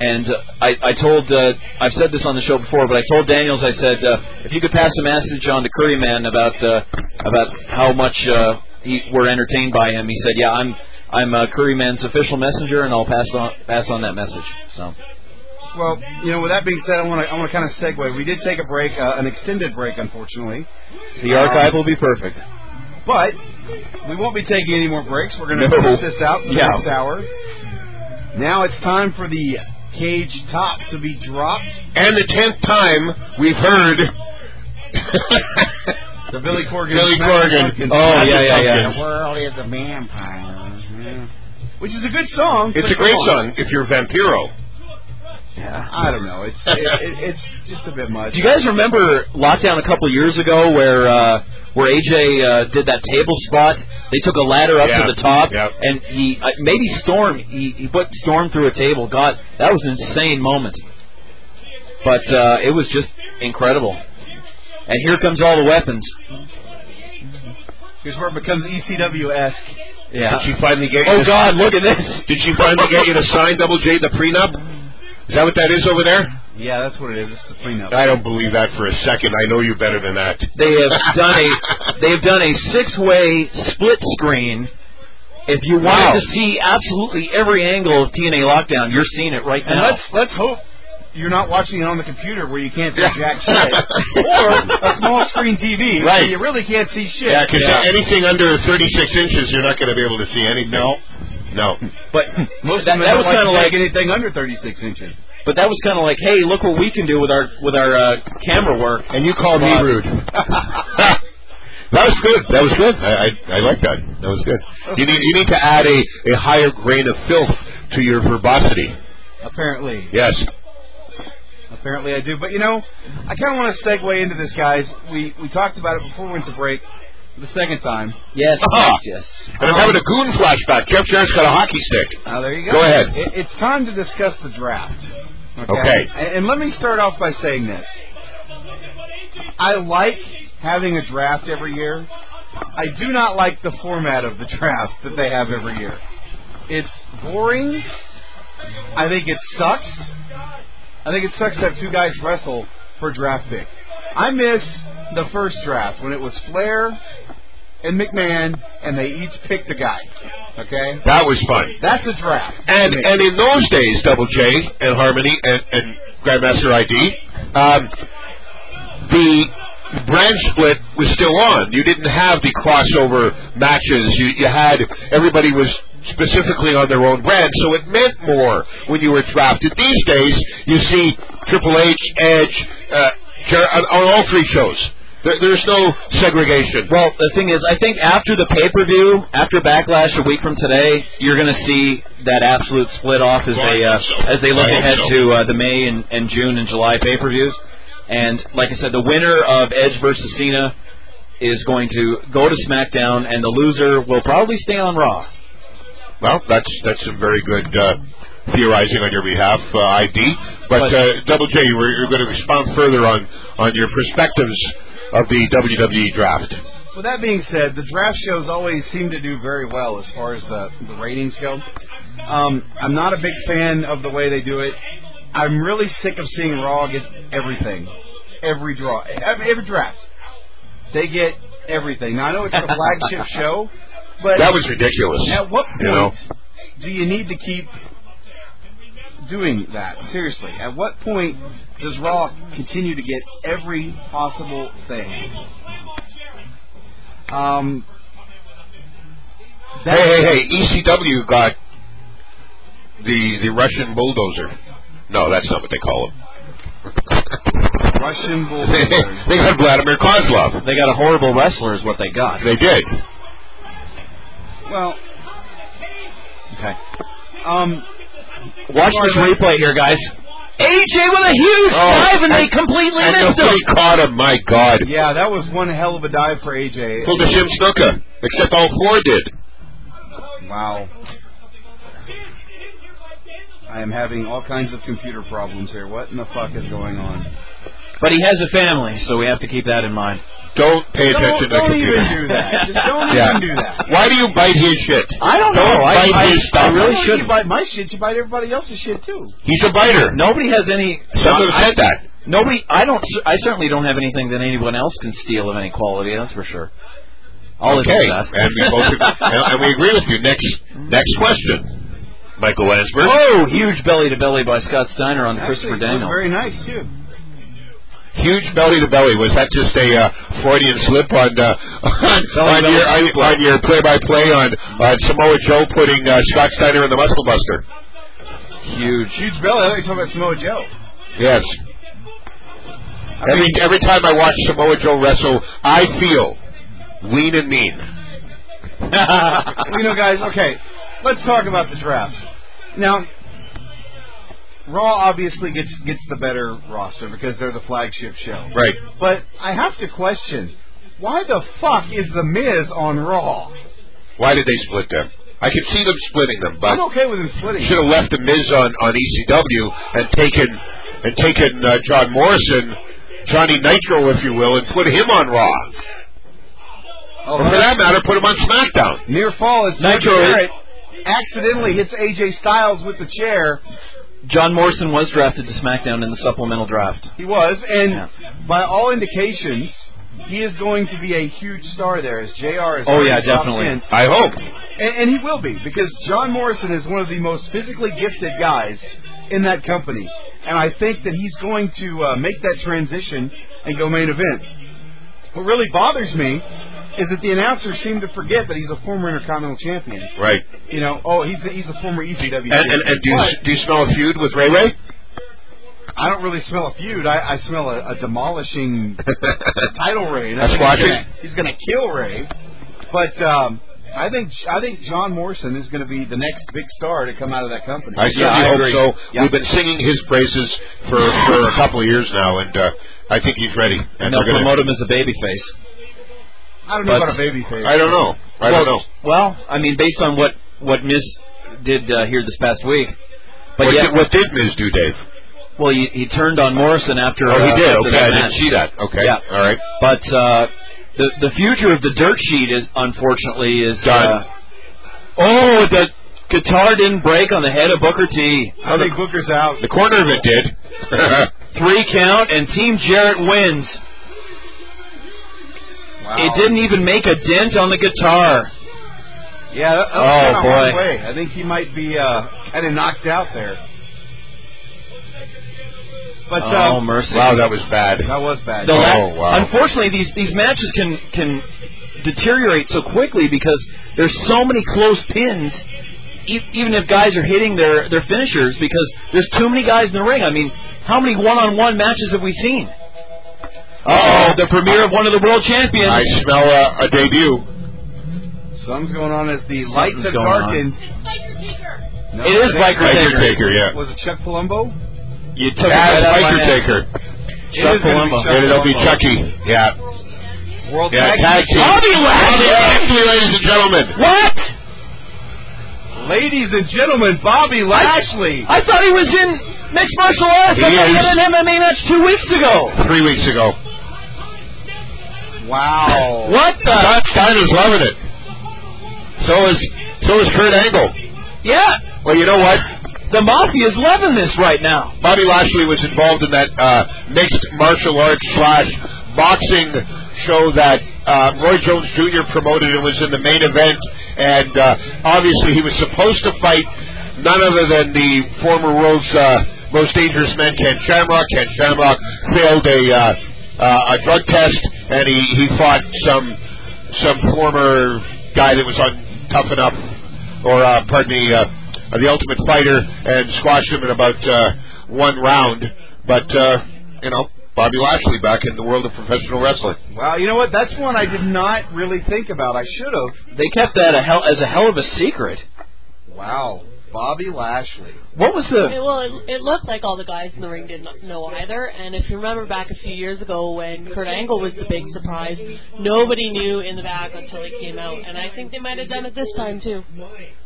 G: and uh, I, I told uh, I've said this on the show before, but I told Daniels I said uh, if you could pass a message on to Curry Man about uh, about how much uh, he, we're entertained by him, he said, yeah, I'm I'm uh, Curry Man's official messenger, and I'll pass on pass on that message. So
F: Well, you know, with that being said, I want to I want to kind of segue. We did take a break, uh, an extended break, unfortunately,
G: the archive will be perfect.
F: but we won't be taking any more breaks. We're going to
G: No.
F: finish this out in the
G: Yeah.
F: next hour. Now it's time for the cage top to be dropped.
D: and the tenth time we've heard
F: The Billy Corgan.
D: Billy
F: Smash
D: Corgan.
F: Pumpkins.
G: Oh, yeah, yeah, yeah.
D: Pumpkins.
F: The world is a vampire. Yeah. Which is a good song.
D: It's
F: but
D: a great
F: come on.
D: song if you're Vampiro.
F: I don't know. It's it, it, it's just a bit much.
G: Do you guys remember lockdown a couple years ago where uh, where AJ uh, did that table spot? They took a ladder up
D: Yeah,
G: to the top,
D: yeah.
G: and he uh, maybe Storm he, he put Storm through a table. God, that was an insane moment. But uh, it was just incredible. And here comes all the weapons.
C: Here's where it becomes E ECW esque.
G: Yeah.
D: Did she finally get you
G: Oh
D: to-
G: God, look at this.
D: Did she finally get you to sign Double J the prenup? Is that what that is over there?
C: Yeah, that's what it is. It's the prenup.
D: I don't believe that for a second. I know you better than that.
G: They have done a they have done a six way split screen. If you wanted
D: Wow.
G: to see absolutely every angle of TNA Lockdown, you're seeing it right
C: And
G: now.
C: let's let's hope you're not watching it on the computer where you can't see jack shit, or a small screen TV where
D: Right.
C: you really can't see shit.
D: Yeah, because
G: Yeah.
D: anything under 36 inches, you're not going to be able to see anything. No. No.
G: but
C: Most
G: that,
C: of them
G: that
C: don't
G: was
C: like
G: kind of
C: to
G: like
C: take anything under 36 inches.
G: but that was kind of like hey, look what we can do with our with our uh, camera work.
D: And you called me
G: But-
D: rude. that was good. That was good. I, I, I like that. That was good. You need, you need to add a, a higher grain of filth to your verbosity.
C: Apparently,
D: Yes.
C: apparently I do. But you know, I kind of want to segue into this, guys. We we talked about it before we went to break the second time.
G: Yes,
D: Ah.
G: yes,
D: And I'm having a goon flashback. Jeff Jarrett's got a hockey stick.
C: Now there you go.
D: Go ahead.
C: It, it's time to discuss the draft.
D: Okay.
C: And, and let me start off by saying this. I like having a draft every year. I do not like the format of the draft that they have every year. It's boring. I think it sucks. I think it sucks to have two guys wrestle for draft pick. I miss the first draft when it was Flair and McMahon and they each picked a guy. Okay?
D: That was fun.
C: That's a draft.
D: And
C: to me.
D: and in those days, Double J and Harmony and, and Grandmaster ID, um, the brand split was still on. You didn't have the crossover matches. You you had everybody was specifically on their own brand, so it meant more when you were drafted. These days, you see Triple H, Edge, uh, Jer- on, on all three shows. There, there's no segregation.
G: Well, the thing is, I think after the pay per view, after Backlash a week from today, you're going to see that absolute split off as
D: Well, I
G: they uh,
D: hope so.
G: as they look
D: I hope
G: ahead
D: so.
G: to uh, the May and, and June and July pay per views. And like I said, the winner of Edge versus Cena is going to go to SmackDown, and the loser will probably stay on Raw.
D: Well, that's that's some very good uh, theorizing on your behalf, uh, ID. But
G: But-
D: uh, Double J, you were, you're going to respond further on on your perspectives of the WWE draft.
C: With that being said, the draft shows always seem to do very well as far as the, the ratings go. Um, I'm not a big fan of the way they do it. I'm really sick of seeing Raw get everything, every draw, every, every draft. They get everything. Now I know it's the flagship show, but
D: That was ridiculous.
C: at what point
D: you know.
C: do you need to keep doing that? Seriously, at what point does Raw continue to get every possible thing? Um,
D: Hey, hey, hey! ECW got the the Russian bulldozer. No, that's not what they call him.
C: Russian Bulldozer.
D: they got Vladimir Kozlov.
G: They got a horrible wrestler, is what they got.
D: They did.
C: well, okay. Um,
G: Watch this replay here, guys. AJ with a huge
D: Oh,
G: dive, and, they
D: and-
G: completely
D: And
G: missed
D: nobody
G: him.
D: caught him. My God!
C: yeah, that was one hell of a dive for AJ.
D: Pulled a Jim Snuka, except all four did.
C: Wow. I am having all kinds of computer problems here. What in the fuck is going on?
G: But he has a family, so we have to keep that in mind.
D: Don't pay attention
C: don't,
D: to the
C: don't
D: computer.
C: even do that. Just don't
D: Yeah.
C: even do that.
D: Why do you bite his shit?
G: I don't, know. I,
D: bite
G: I,
D: his stuff.
G: I really
C: Why don't You
G: shouldn't.
C: bite my shit. You bite everybody else's shit too.
D: He's a biter.
G: Nobody has any.
D: Someone
G: I-
D: said that.
G: Nobody. I don't. I certainly don't have anything that anyone else can steal of any quality. That's for sure. All
D: okay.
G: of that.
D: And we, both, and, and we agree with you. Next next question. Michael Lansberg.
G: Whoa! Huge belly to belly by Scott Steiner on Christopher
C: Actually, it looked
G: Daniels.
C: Very nice too.
D: Huge belly to belly. Was that just a uh, Freudian slip on uh, on, on
G: belly
D: your on, on your play by play on on Samoa Joe putting uh, Scott Steiner in the Muscle Buster?
G: Huge.
C: Huge belly. I thought you were talking about Samoa Joe.
D: Yes. Every every time I watch Samoa Joe wrestle, I feel lean and mean.
C: you know, guys. Okay, let's talk about the draft. Now, Raw obviously gets gets the better roster because they're the flagship show.
D: Right.
C: But I have to question, why the fuck is the Miz on Raw?
D: Why did they split them? I could see them splitting them, but
C: I'm okay with him splitting.
D: should have left the Miz on, on ECW E and taken and taken uh, John Morrison, Johnny Nitro, if you will, and put him on Raw. Or for that matter, put him on SmackDown.
C: Near fall is Nitro
D: Nitro is-
C: Barrett accidentally hits AJ Styles with the chair.
G: John Morrison was drafted to SmackDown in the supplemental draft.
C: He was, and
G: Yeah.
C: by all indications, he is going to be a huge star there. As Jr. is
G: Oh, yeah,
C: already top
G: definitely.
C: 10.
D: I hope.
C: And, and he will be because John Morrison is one of the most physically gifted guys in that company, and I think that he's going to uh, make that transition and go main event. What really bothers me is that the announcers seem to forget that he's a former Intercontinental Champion.
D: Right.
C: You know, oh, he's a, he's a former ECW.
D: And, and, and do, you,
C: But
D: do you smell a feud with Ray Ray?
C: I don't really smell a feud. I, I smell a, a demolishing title raid. I
D: A
C: think he's
D: squashing?
C: gonna- He's going to kill Ray, but um, I think I think John Morrison is going to be the next big star to come out of that company.
D: I certainly
G: I
D: hope
G: agree.
D: so.
G: Yeah.
D: We've been singing his praises for, for a couple of years now, and uh, I think he's ready. And
G: And they'll
D: they're gonna-
G: promote him as a babyface.
C: I don't know
G: But-
C: about a baby face.
D: I don't know. I don't
G: well,
D: know.
G: Well, I mean, based on what what Miz did uh, here this past week, but
D: What,
G: yeah,
D: did, what did Miz do, Dave?
G: well, he, he turned on Morrison after.
D: Oh, he
G: uh,
D: did.
G: after
D: Okay, I
G: that
D: didn't
G: match.
D: see that. Okay,
G: Yeah.
D: all right.
G: But uh, the the future of the dirt sheet is unfortunately is.
D: Done.
G: Uh, oh, the guitar didn't break on the head of Booker T.
C: I think Booker's out.
D: The corner of it did.
G: Three count, and Team Jarrett wins. It didn't even make a dent on the guitar.
C: Yeah. That, that
G: Oh,
C: was kinda hard
G: boy.
C: Way. I think he might be uh, kind of knocked out there. But uh,
G: oh mercy!
D: wow, that was bad.
C: that was bad.
G: The
D: Oh,
G: la-
D: wow.
G: Unfortunately, these these matches can can deteriorate so quickly because there's so many close pins. E- even if guys are hitting their their finishers, because there's too many guys in the ring. I mean, how many one-on-one matches have we seen? Oh, the premiere of one of the world champions.
D: I smell a, a debut.
C: Something's going on as the lights
G: Something's
C: have
G: going on.
C: darkened. No,
G: It
C: I
G: is
C: think-
G: Biker
D: Biker
G: Taker.
D: Taker, yeah.
C: Was it Chuck Palumbo?
G: You took it
D: Yeah,
G: right out
D: it's
G: of my
D: Biker
G: hand.
D: Taker.
C: It is gonna be
G: Palumbo.
C: Chuck
D: And it'll be
C: Palumbo.
D: Chucky. Yeah.
C: World
D: Yeah,
C: Tag
D: tag team.
G: Bobby Lashley.
D: Lashley, ladies and gentlemen.
G: What?
C: Team. Ladies and gentlemen, Bobby Lashley.
G: I thought he was in mixed martial arts. I
D: He is.
G: thought he had an MMA match two weeks ago.
D: Three weeks ago.
C: Wow.
G: What the?
D: Scott Steiner's loving it. So is so is Kurt Angle.
G: Yeah.
D: Well, you know what?
G: The mafia's loving this right now.
D: Bobby Lashley was involved in that uh, mixed martial arts slash boxing show that uh, Roy Jones Jr. promoted and was in the main event. And uh, obviously, he was supposed to fight none other than the former world's uh, most dangerous man, Ken Shamrock. Ken Shamrock failed a uh, uh, a drug test, and he he fought some some former guy that was on Tough Enough or uh, pardon me, uh, uh, the Ultimate Fighter, and squashed him in about uh, one round. But uh, you know, Bobby Lashley back in the world of professional wrestling.
C: Wow. You know what? That's one I did not really think about. I should have.
G: They kept that a hell, as a hell of a secret.
C: Wow. Bobby Lashley.
G: What was
H: It,
G: the?
H: well, it, it looked like all the guys in the ring didn't know either. And if you remember back a few years ago when Kurt Angle was the big surprise, nobody knew in the back until he came out. And I think they might have done it this time too.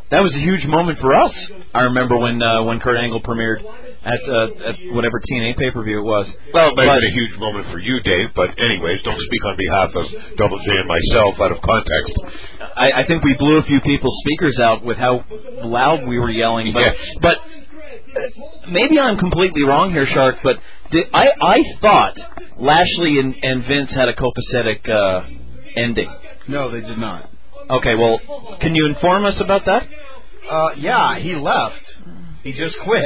G: That was a huge moment for us. I remember when uh, when Kurt Angle premiered at, uh, at whatever TNA pay per view it was.
D: Well, it might have
G: But-
D: been a huge moment for you, Dave. But anyways, don't speak on behalf of Double J and myself out of context.
G: I, I think we blew a few people's speakers out with how loud we were yelling. But
D: Yeah.
G: but uh, maybe I'm completely wrong here, Shark. But did, I I thought Lashley and, and Vince had a copacetic uh, ending.
C: No, they did not.
G: Okay, well, can you inform us about that?
C: Uh, yeah, he left. He just quit.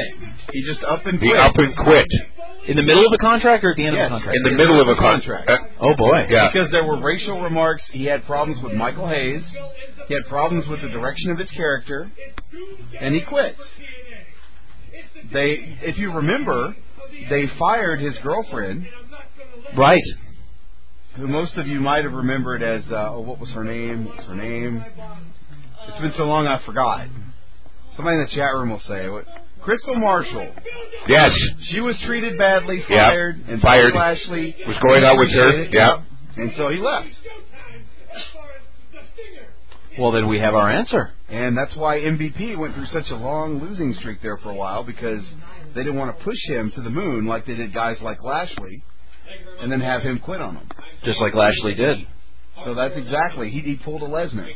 C: He just up and
D: He
C: quit.
D: up and quit
G: In the middle of the contract or at the end
C: Yes,
G: of the contract?
D: in the middle of a
C: Contract.
D: contract. Uh,
G: Oh boy.
D: yeah.
C: Because there were racial remarks. He had problems with Michael Hayes. He had problems with the direction of his character, and he quit. They, if you remember, they fired his girlfriend,
G: Right.
C: who most of you might have remembered as uh, oh, what was her name? What's her name? It's been so long I forgot. Somebody in the chat room will say it. Crystal Marshall.
D: Yes.
C: She was treated badly,
D: Yeah,
C: fired, and
D: fired.
C: Bob Lashley
D: Was going out with her.
C: appreciated it,
D: Yeah.
C: And so he left.
G: Well, then we have our answer.
C: And that's why MVP went through such a long losing streak there for a while because they didn't want to push him to the moon like they did guys like Lashley and then have him quit on them.
G: Just like Lashley did.
C: So that's exactly, he, he pulled a Lesnar.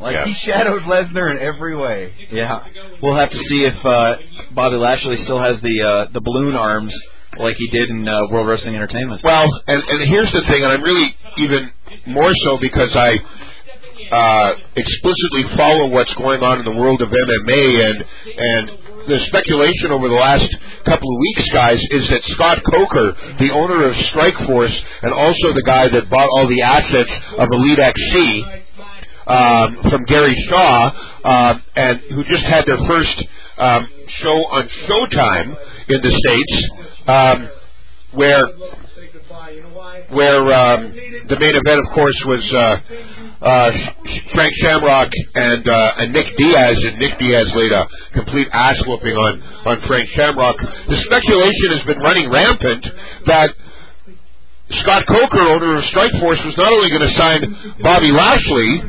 C: Like,
D: Yeah.
C: he shadowed Lesnar in every way.
G: Yeah, we'll have to see if uh, Bobby Lashley still has the uh, the balloon arms like he did in uh, World Wrestling Entertainment.
D: Well, and, and here's the thing, and I'm really even more so because I uh, explicitly follow what's going on in the world of MMA, and and the speculation over the last couple of weeks, guys, is that Scott Coker, the owner of Strikeforce, and also the guy that bought all the assets of Elite XC, um, from Gary Shaw, um, and who just had their first um, show on Showtime in the states, um, where where um, the main event, of course, was uh, uh, Frank Shamrock and uh, and Nick Diaz, and Nick Diaz laid a complete ass whooping on on Frank Shamrock. The speculation has been running rampant that. Scott Coker, owner of Strikeforce, was not only going to sign Bobby Lashley,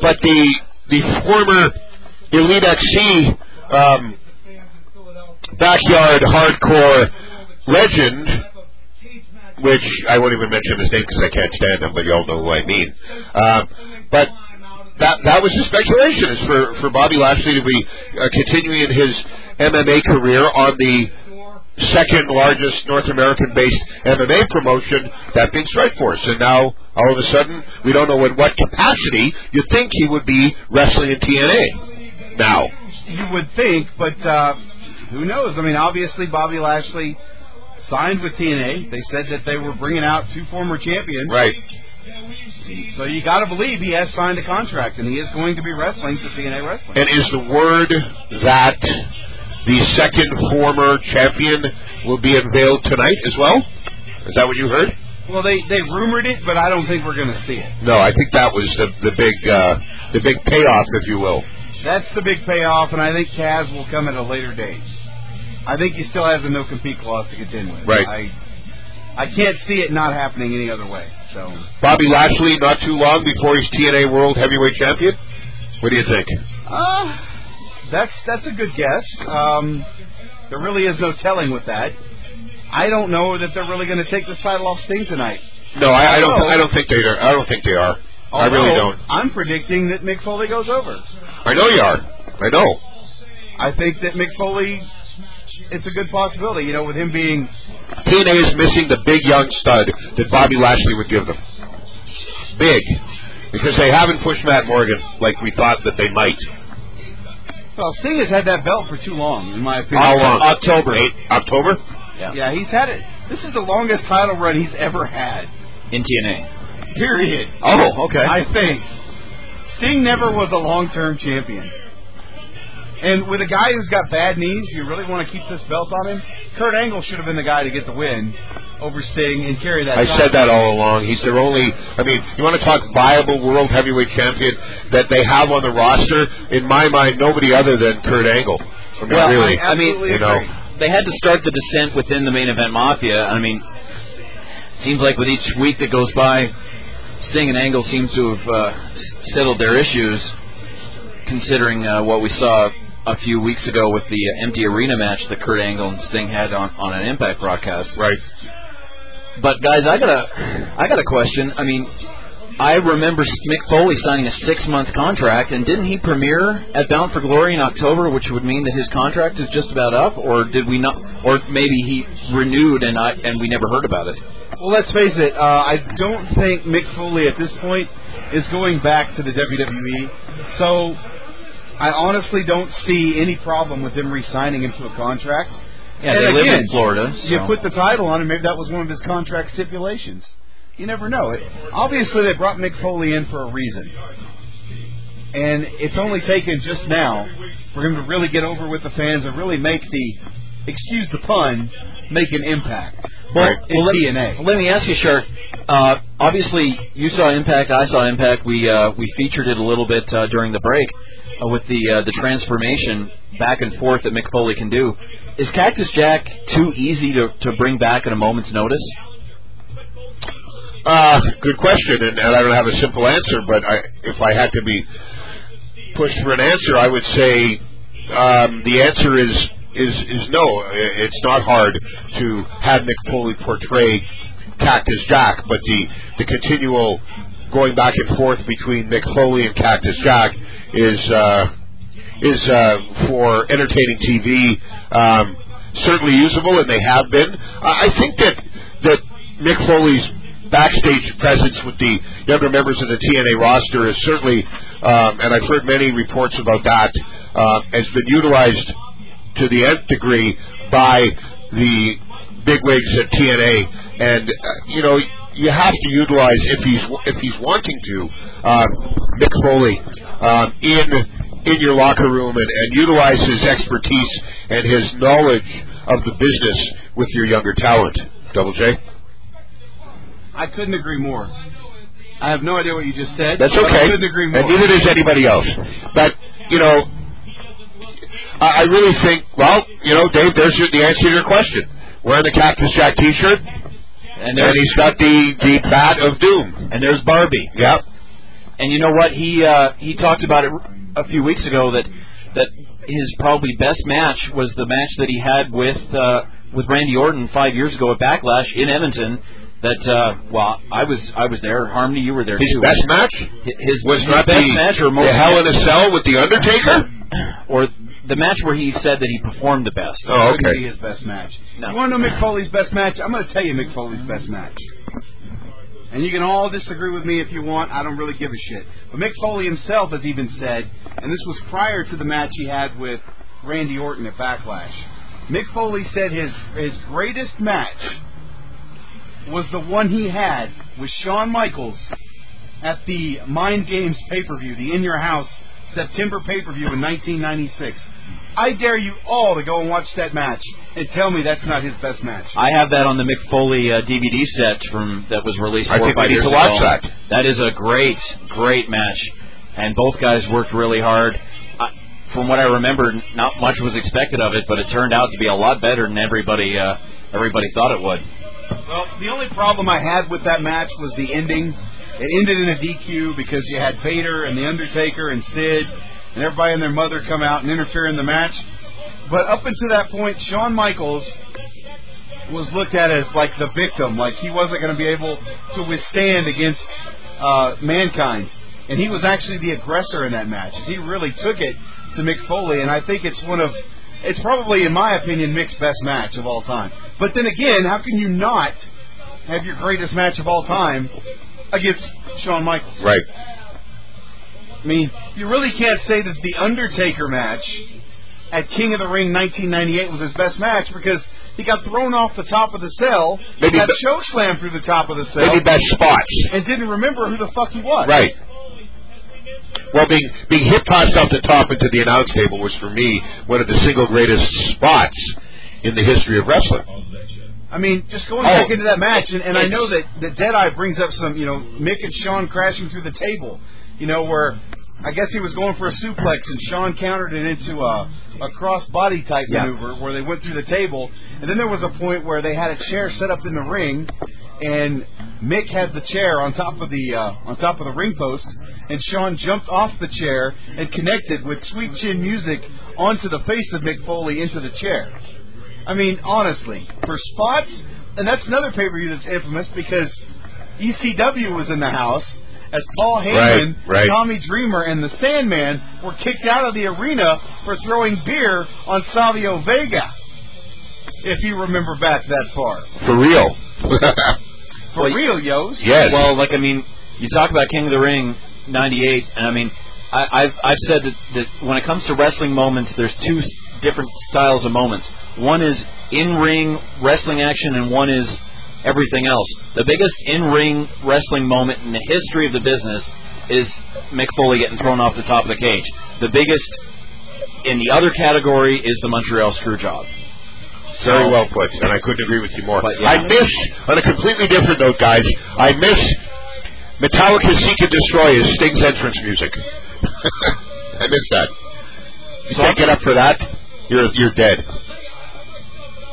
D: but the the former Elite XC um, backyard hardcore legend, which I won't even mention his name because I can't stand him, but you all know who I mean. Um, but that that was the speculation is for for Bobby Lashley to be uh, continuing his MMA career on the second largest North American based MMA promotion, that being Strikeforce. And now, all of a sudden, we don't know in what capacity you think he would be wrestling in TNA now.
C: you would think, but uh, who knows? I mean, obviously Bobby Lashley signed with TNA. They said that they were bringing out two former champions,
D: Right.
C: so you got to believe he has signed a contract and he is going to be wrestling for TNA wrestling.
D: And is the word that the second former champion will be unveiled tonight as well? Is that what you heard?
C: Well, they they rumored it, but I don't think we're going to see it.
D: No, I think that was the the big uh, the big payoff, if you will.
C: That's the big payoff, and I think Kaz will come at a later date. I think he still has a no compete clause to contend with.
D: Right.
C: I, I can't see it not happening any other way. So
D: Bobby Lashley, not too long before he's TNA World Heavyweight Champion. What do you think?
C: Uh, that's that's a good guess. Um, there really is no telling with that. I don't know that they're really going to take this title off Sting tonight.
D: No, I, I don't.
C: No.
D: I don't think they are. I don't think they are. I really
C: Although,
D: don't.
C: I'm predicting that Mick Foley goes over.
D: I know you are. I know.
C: I think that Mick Foley. It's a good possibility, you know, with him being.
D: TNA is missing the big young stud that Bobby Lashley would give them. Big, because they haven't pushed Matt Morgan like we thought that they might.
C: Well, Sting has had that belt for too long, in my opinion.
D: How long?
G: October.
D: Eight, October.
C: Yeah, he's had it. This is the longest title run he's ever had.
G: in TNA.
C: Period.
D: Oh, okay.
C: I think Sting never was a long term champion. And with a guy who's got bad knees, you really want to keep this belt on him? Kurt Angle should have been the guy to get the win over Sting and carry that.
D: I
C: title.
D: said that all along. He's their only. I mean, you want to talk viable world heavyweight champion that they have on the roster? In my mind, nobody other than Kurt Angle. I mean,
G: Well,
D: really,
G: I- I mean-
D: you know,
G: They had to start the dissent within the main event mafia. I mean, seems like with each week that goes by, Sting and Angle seems to have uh, s- settled their issues, considering uh, what we saw a few weeks ago with the uh, empty arena match that Kurt Angle and Sting had on, on an Impact broadcast.
D: right?
G: But guys, I got a, I got a question. I mean, I remember Mick Foley signing a six-month contract, and didn't he premiere at Bound for Glory in October, which would mean that his contract is just about up, or did we not, or maybe he renewed and I and we never heard about it.
C: Well, let's face it. Uh, I don't think Mick Foley at this point is going back to the WWE. So I honestly don't see any problem with him re-signing him to a contract.
G: Yeah,
C: And
G: they live
C: again,
G: in Florida.
C: You
G: so-
C: put the title on, and maybe that was one of his contract stipulations. You never know. It, obviously, they brought Mick Foley in for a reason, and it's only taken just now for him to really get over with the fans and really make the, excuse the pun, make an impact.
G: Well,
C: in
G: well, let,
C: TNA.
G: let me ask you, Sher. Uh, obviously, you saw Impact. I saw Impact. We uh, we featured it a little bit uh, during the break uh, with the uh, the transformation back and forth that Mick Foley can do. Is Cactus Jack too easy to, to bring back at a moment's notice?
D: Uh, Uh, good question, and, and I don't have a simple answer, but I, if I had to be pushed for an answer, I would say um, the answer is is is no. I- It's not hard to have Mick Foley portray Cactus Jack, but the the continual going back and forth between Mick Foley and Cactus Jack is uh, is uh, for entertaining TV um, certainly usable, and they have been. I I think that that Mick Foley's backstage presence with the younger members of the TNA roster is certainly, um, and I've heard many reports about that, uh, has been utilized to the nth degree by the bigwigs at TNA. And uh, you know, you have to utilize if he's if he's wanting to uh, Mick Foley um, in in your locker room and, and utilize his expertise and his knowledge of the business with your younger talent. Double J.
C: I couldn't agree more. I have no idea what you just said.
D: That's
C: but
D: okay.
C: I couldn't agree more.
D: And neither does anybody else. But, you know, I, I really think, well, you know, Dave, there's your, the answer to your question. Wearing the Cactus Jack t shirt,
G: And
D: and
G: there's,
D: he's got the, the Bat of Doom.
G: and there's Barbie.
D: Yep.
G: And you know what? He uh, he talked about it a few weeks ago that that his probably best match was the match that he had with uh, with Randy Orton five years ago at Backlash in Edmonton. That uh, well, I was I was there. Harmony, you were there
D: His
G: too.
D: best match
G: Hi- his,
D: was
G: his
D: not
G: best
D: the,
G: match or most
D: the Hell in a Cell with The Undertaker?
G: or the match where he said that he performed the best.
D: Oh,
C: Couldn't be
D: okay.
C: his best match.
G: No.
C: You want to know Mick Foley's best match? I'm going to tell you Mick Foley's best match. And you can all disagree with me if you want. I don't really give a shit. But Mick Foley himself has even said, and this was prior to the match he had with Randy Orton at Backlash. Mick Foley said his his greatest match was the one he had with Shawn Michaels at the Mind Games pay per view, the In Your House September pay per view in 1996. I dare you all to go and watch that match and tell me that's not his best match.
G: I have that on the Mick Foley uh, DVD set from that was released.
D: I
G: Four or
D: think we
G: five
D: need
G: years
D: to watch
G: ago.
D: that.
G: That is a great, great match, and both guys worked really hard. I, from what I remember, not much was expected of it, but it turned out to be a lot better than everybody uh, everybody thought it would.
C: Well, the only problem I had with that match was the ending. It ended in a DQ because you had Vader and The Undertaker and Sid and everybody and their mother come out and interfere in the match. But up until that point, Shawn Michaels was looked at as like the victim, like he wasn't going to be able to withstand against uh, mankind. And he was actually the aggressor in that match. He really took it to Mick Foley, and I think it's one of, it's probably, in my opinion, Mick's best match of all time. But then again, how can you not have your greatest match of all time against Shawn Michaels?
D: Right.
C: I mean, you really can't say that the Undertaker match at King of the Ring 1998 was his best match because he got thrown off the top of the cell,
D: Maybe
C: got
D: the-
C: choke slammed through the top of the cell,
D: Maybe best spots.
C: and didn't remember who the fuck he was.
D: Right. Well, being being hip tossed off the top into the announce table was for me one of the single greatest spots in the history of wrestling.
C: I mean, just going
D: Oh,
C: back into that match, and, and I
D: it's-
C: know that, that Deadeye brings up some, you know, Mick and Sean crashing through the table, you know, where I guess he was going for a suplex, and Sean countered it into a, a cross body type maneuver where they went through the table. And then there was a point where they had a chair set up in the ring, and Mick had the chair on top of the uh, on top of the ring post, and Sean jumped off the chair and connected with Sweet Chin Music onto the face of Mick Foley into the chair. I mean, honestly, for spots, and that's another pay per view that's infamous because ECW was in the house as Paul Heyman,
D: Right, right.
C: Tommy Dreamer, and the Sandman were kicked out of the arena for throwing beer on Savio Vega. If you remember back that far,
D: For real.
C: for
G: Well,
C: real, yos.
D: yes.
G: Well, like I mean, you talk about King of the Ring '98, and I mean, I, I've I've said that, that when it comes to wrestling moments, there's two s- different styles of moments. One is in-ring wrestling action, and one is everything else. The biggest in-ring wrestling moment in the history of the business is Mick Foley getting thrown off the top of the cage. The biggest in the other category is the Montreal Screwjob.
D: Very well put, and I couldn't agree with you more.
G: But, yeah.
D: I miss, on a completely different note, guys, I miss Metallica's Seek and Destroy as Sting's entrance music. I miss that. You
G: So-
D: can't get up for that, you're, you're dead.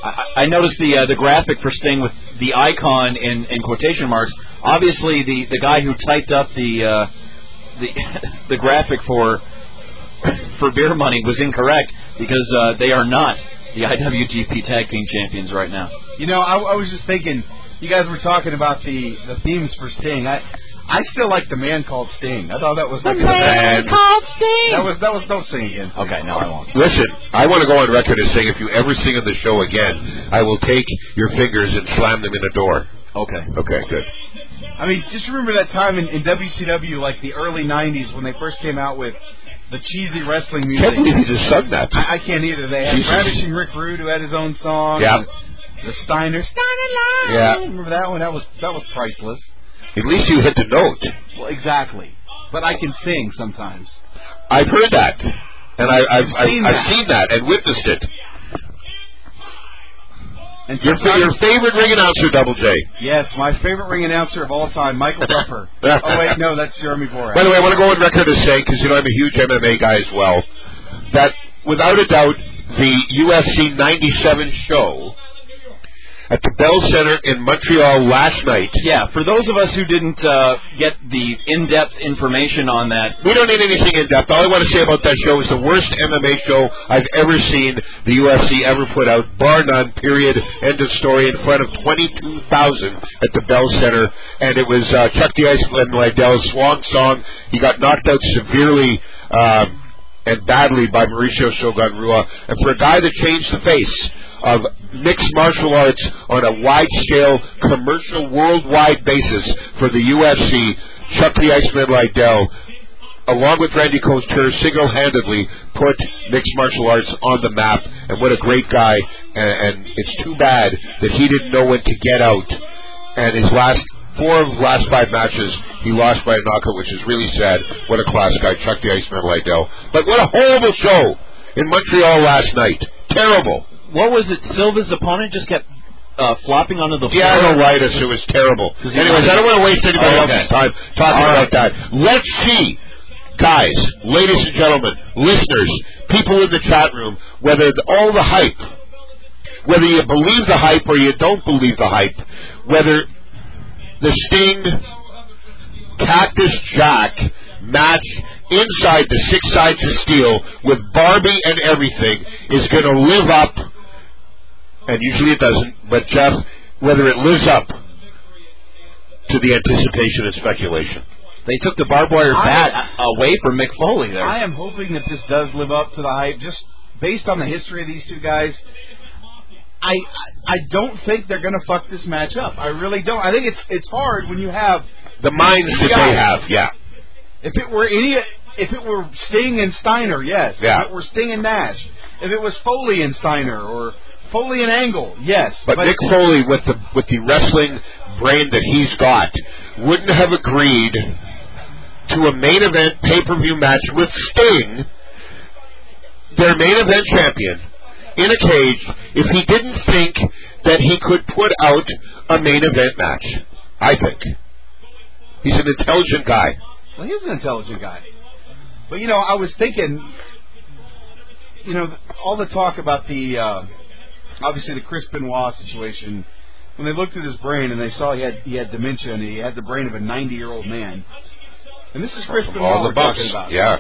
G: I, I noticed the uh, the graphic for Sting with the icon in, in quotation marks. Obviously, the, the guy who typed up the uh, the the graphic for for beer money was incorrect because uh, they are not the IWGP Tag Team Champions right now.
C: You know, I, I was just thinking. You guys were talking about the the themes for Sting. I I still like the man called Sting. I thought that was like the
H: Man called Sting.
C: That was that was don't sing again.
G: Okay, no, I won't.
D: Listen, I want to go on record as saying if you ever sing on the show again, I will take your fingers and slam them in a door.
G: Okay.
D: Okay, good.
C: I mean, just remember that time in, in WCW, like the early '90s, when they first came out with the cheesy wrestling music.
D: Can't believe you just sung that.
C: I, I can't either. They had
D: Jesus.
C: Ravishing Rick Rude, who had his own song.
D: Yeah.
C: The Steiner, Steiner Line.
D: Yeah.
C: Remember that one? That was that was priceless.
D: At least you hit the note.
C: Well, exactly. But I can sing sometimes.
D: I've heard that, and I, I've I've,
C: seen
D: I've
C: that.
D: seen that and witnessed it.
C: And
D: Your fa- your favorite ring announcer, Double J.
C: yes, my favorite ring announcer of all time, Michael Ruffer. oh wait, no, that's Jeremy Borack.
D: By the way, I want to go on record as saying, because you know I'm a huge MMA guy as well, that without a doubt, the UFC 97 show at the Bell Center in Montreal last night.
G: Yeah, for those of us who didn't uh, get the in-depth information on that,
D: We don't need anything in depth. All I want to say about that show is the worst MMA show I've ever seen the UFC ever put out, bar none, period, end of story, in front of 22,000 at the Bell Center. And it was uh, Chuck D. Ice Glenn Liddell's swan song. He got knocked out severely um, and badly by Mauricio Shogun Rua. And for a guy that changed the face of mixed martial arts on a wide-scale, commercial, worldwide basis for the UFC, Chuck D. Iceman Liddell along with Randy Couture, single-handedly put mixed martial arts on the map. And what a great guy! And, and it's too bad that he didn't know when to get out. And his last four of his last five matches, he lost by a knockout, which is really sad. What a class guy, Chuck the Iceman Liddell. But what a horrible show in Montreal last night. Terrible.
G: what was it? Silva's opponent just kept uh, flopping onto the floor.
D: Piano Ritus, it was terrible.
G: he
D: Anyways,
G: wanted-
D: I don't want to waste anybody
G: Oh, okay.
D: else's time talking
G: All
D: about that. Let's see, guys, ladies and gentlemen, listeners, people in the chat room, whether th- all the hype, whether you believe the hype or you don't believe the hype, whether the Sting Cactus Jack match inside the Six Sides of Steel with Barbie and everything is going to live up, and usually it doesn't, but Jeff, whether it lives up to the anticipation and speculation.
G: They took the barbed wire
C: I-
G: bat away from Mick Foley there.
C: I am hoping that this does live up to the hype, just based on the history of these two guys. I I don't think they're gonna fuck this match up. I really don't. I think it's it's hard when you have
D: The minds that they have, yeah.
C: if it were any if it were Sting and Steiner, yes.
D: Yeah.
C: If it were Sting and Nash, if it was Foley and Steiner or Foley and Angle, yes.
D: But Mick Foley, with the with the wrestling brain that he's got, wouldn't have agreed to a main event pay per view match with Sting, their main event champion, in a cage if he didn't think that he could put out a main event match. I think he's an intelligent guy.
C: Well, he's an intelligent guy. But you know, I was thinking, you know, all the talk about the uh, obviously the Chris Benoit situation. When they looked at his brain and they saw he had he had dementia and he had the brain of a 90 year old man. And this is Chris Benoit
D: All the
C: we're
D: bucks,
C: talking about.
D: yeah.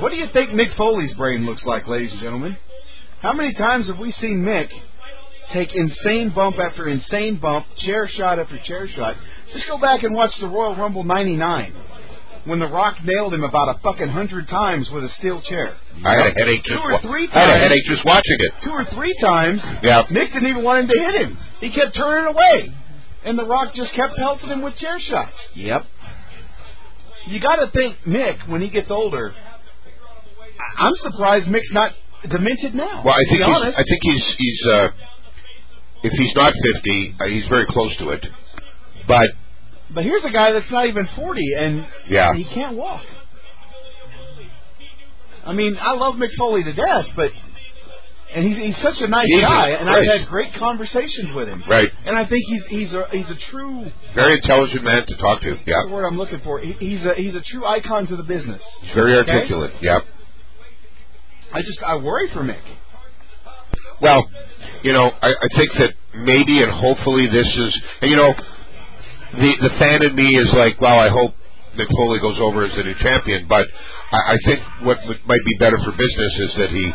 C: What do you think Mick Foley's brain looks like, ladies and gentlemen? How many times have we seen Mick take insane bump after insane bump, chair shot after chair shot? Just go back and watch the Royal Rumble 99 when The Rock nailed him about a fucking hundred times with a steel chair.
D: I had a headache
C: Two
D: just
C: or
D: wa-
C: three
D: I had a
C: times.
D: headache just watching it.
C: Two or three times,
D: Yeah.
C: Mick didn't even want him to hit him. He kept turning away. And The Rock just kept pelting him with chair shots.
G: Yep.
C: You got to think Mick, when he gets older, I- I'm surprised Mick's not demented now.
D: Well, I
C: to
D: think
C: be
D: he's,
C: honest.
D: I think he's he's uh, if he's not fifty, uh, he's very close to it. But
C: But here's a guy that's not even 40, and
D: Yeah.
C: he can't walk. I mean, I love McFoley to death, but and he's he's such a nice
D: Jesus
C: guy, and I've
D: Christ.
C: had great conversations with him.
D: right,
C: And I think he's he's a he's a true
D: very intelligent man to talk to.
C: what's the
D: Yeah,
C: word I'm looking for. He, he's a he's a true icon to the business.
D: he's very
C: Okay.
D: articulate. Yeah.
C: I just I worry for Mick.
D: Well, you know, I, I think that maybe and hopefully this is, and you know, the the fan in me is like, wow, I hope Mick Foley goes over as a new champion. But I, I think what would, might be better for business is that he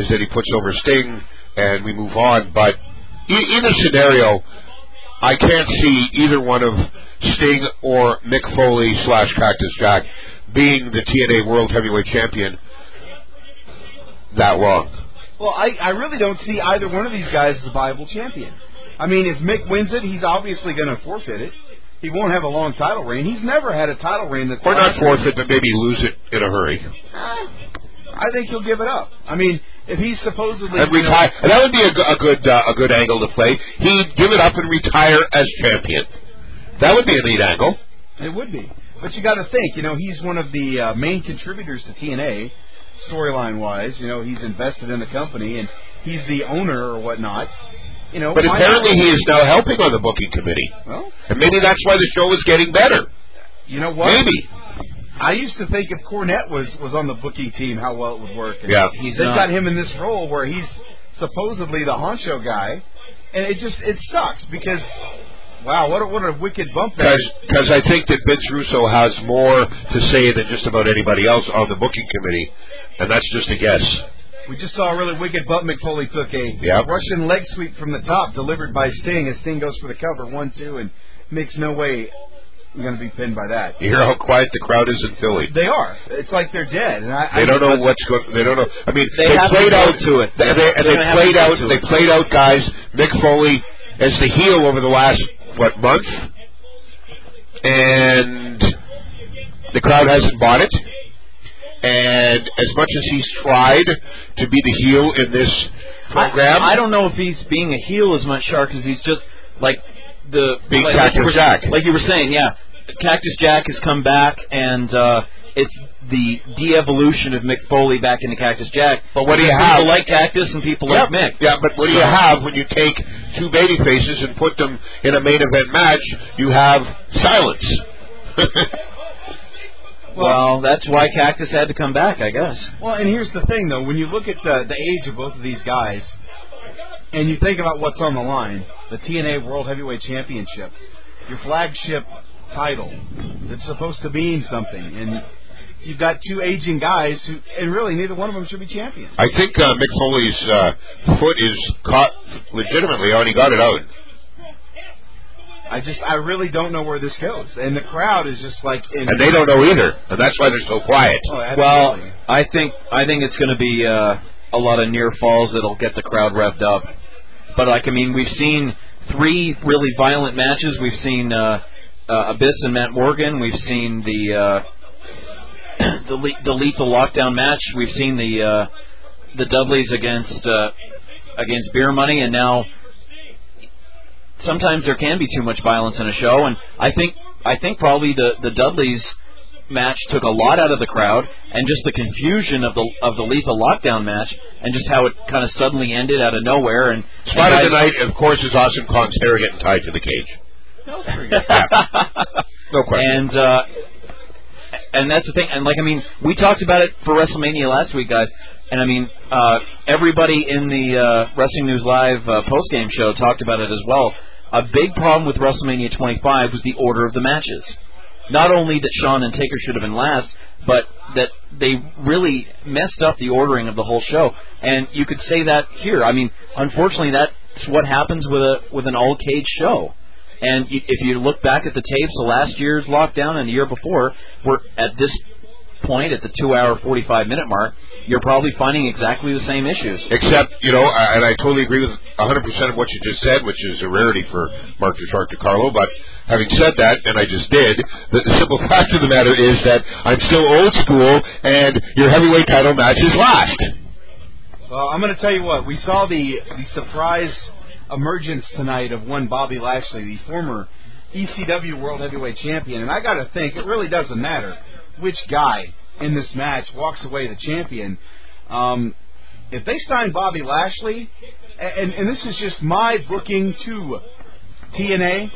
D: is that he puts over Sting and we move on. But e- either scenario, I can't see either one of Sting or Mick Foley slash Cactus Jack being the TNA World Heavyweight Champion that long.
C: Well, I, I really don't see either one of these guys as a viable champion. I mean, if Mick wins it, he's obviously going to forfeit it. He won't have a long title reign. He's never had a title reign that's
D: Or not
C: lasted.
D: forfeit, but maybe lose it in a hurry.
C: I think he'll give it up. I mean, if he's supposedly
D: and
C: you know,
D: retire. That would be a, go- a good uh, a good angle to play. He'd give it up and retire as champion. That would be a neat angle.
C: It would be. But you got to think, you know, he's one of the uh, main contributors to TNA storyline wise. You know, he's invested in the company and he's the owner or whatnot. You know,
D: But
C: why not?
D: apparently, he is now helping on the booking committee,
C: well,
D: and maybe that's why the show is getting better.
C: you know what?
D: Maybe.
C: I used to think if Cornette was was on the booking team, how well it would work. And
D: Yeah.
G: He's
C: they've
G: not.
C: got him in this role where he's supposedly the honcho guy, and it just it sucks because wow, what a, what a wicked bump that is.
D: Because I think that Vince Russo has more to say than just about anybody else on the booking committee, and that's just a guess.
C: We just saw a really wicked Butt McFoley took a
D: Yep.
C: Russian leg sweep from the top delivered by Sting as Sting goes for the cover. One, two, and makes no way I'm going to be pinned by that.
D: You hear how quiet the crowd is in Philly.
C: They are. It's like they're dead. And I,
D: They
C: I,
D: don't know what's going. They don't know. I mean,
G: They
D: they,
G: have to
D: played
G: go
D: out
G: to it.
D: They, they, and
G: They're
D: they
G: gonna have
D: played
G: to go
D: out.
G: to
D: They
G: it.
D: played out guys. Mick Foley as the heel over the last what month, and the crowd hasn't bought it. And as much as he's tried to be the heel in this program,
G: I, I don't know if he's being a heel as much, Shark, because he's just like the
D: Big
G: like,
D: Cactus
G: like you were,
D: Jack.
G: Like you were saying, yeah, Cactus Jack has come back, and uh, it's the de-evolution of Mick Foley back into Cactus Jack.
D: But what do you
G: Because
D: have?
G: People like Cactus, and people like Mick.
D: Yeah, but what do you have when you take two baby faces and put them in a main event match? You have silence.
G: Well, that's why Cactus had to come back, I guess.
C: well, and here's the thing, though. When you look at the, the age of both of these guys and you think about what's on the line the TNA World Heavyweight Championship, your flagship title that's supposed to mean something, and you've got two aging guys who, and really neither one of them should be champions.
D: I think uh, Mick Foley's uh, foot is caught legitimately, and he got it out.
C: I just I really don't know where this goes, and the crowd is just like in.
D: And they don't know either, and that's why they're so quiet.
C: Oh,
G: Well,
C: absolutely.
G: I think I think it's going to be uh, a lot of near falls that'll get the crowd revved up. But like I mean, we've seen three really violent matches. We've seen uh, uh, Abyss and Matt Morgan. We've seen the uh, the, le- the lethal lockdown match. We've seen the uh, the Dudleys against uh, against Beer Money, and now sometimes there can be too much violence in a show. And I think I think probably the the Dudleys match took a lot out of the crowd, and just the confusion of the of the lethal lockdown match, and just how it kind of suddenly ended out of nowhere. And, and
D: Spot of the
G: guys-
D: night, of course, is Awesome Kong's hair getting tied to the cage. No question.
G: and uh, and that's the thing. And like I mean, we talked about it for WrestleMania last week, guys. And I mean, uh, everybody in the uh, Wrestling News Live uh, postgame show talked about it as well. A big problem with WrestleMania 25 was the order of the matches. Not only that Sean and Taker should have been last, but that they really messed up the ordering of the whole show. And you could say that here. I mean, unfortunately, that's what happens with a with an all cage show. And y- if you look back at the tapes of last year's lockdown and the year before, we're at this point at the two-hour, forty-five minute mark. You're probably finding exactly the same issues.
D: Except, you know, I- and I totally agree with 100% of what you just said, which is a rarity for Mark the Shark DiCarlo, but having said that, and I just did, the, the simple fact of the matter is that I'm still old school, and your heavyweight title match is last.
C: Well, I'm going to tell you what. We saw the the surprise emergence tonight of one Bobby Lashley, the former ECW World Heavyweight Champion, and I got to think it really doesn't matter which guy in this match walks away the champion. Um, if they sign Bobby Lashley, a- and and this is just my booking to TNA,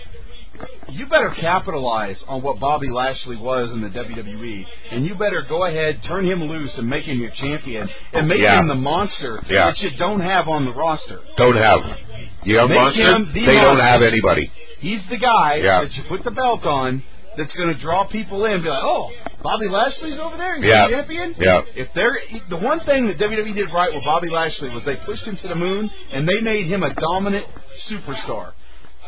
C: you better capitalize on what Bobby Lashley was in the WWE, and you better go ahead, turn him loose, and make him your champion, and make
D: Yeah.
C: him the monster
D: Yeah.
C: that you don't have on the roster.
D: Don't have. You have
C: Make
D: monster.
C: him the
D: They don't
C: monster.
D: have anybody.
C: He's the guy
D: Yeah.
C: that you put the belt on that's going to draw people in. Be like, oh, Bobby Lashley's over there. He's
D: Yeah.
C: the champion.
D: Yeah.
C: If they're the one thing that WWE did right with Bobby Lashley was they pushed him to the moon and they made him a dominant superstar.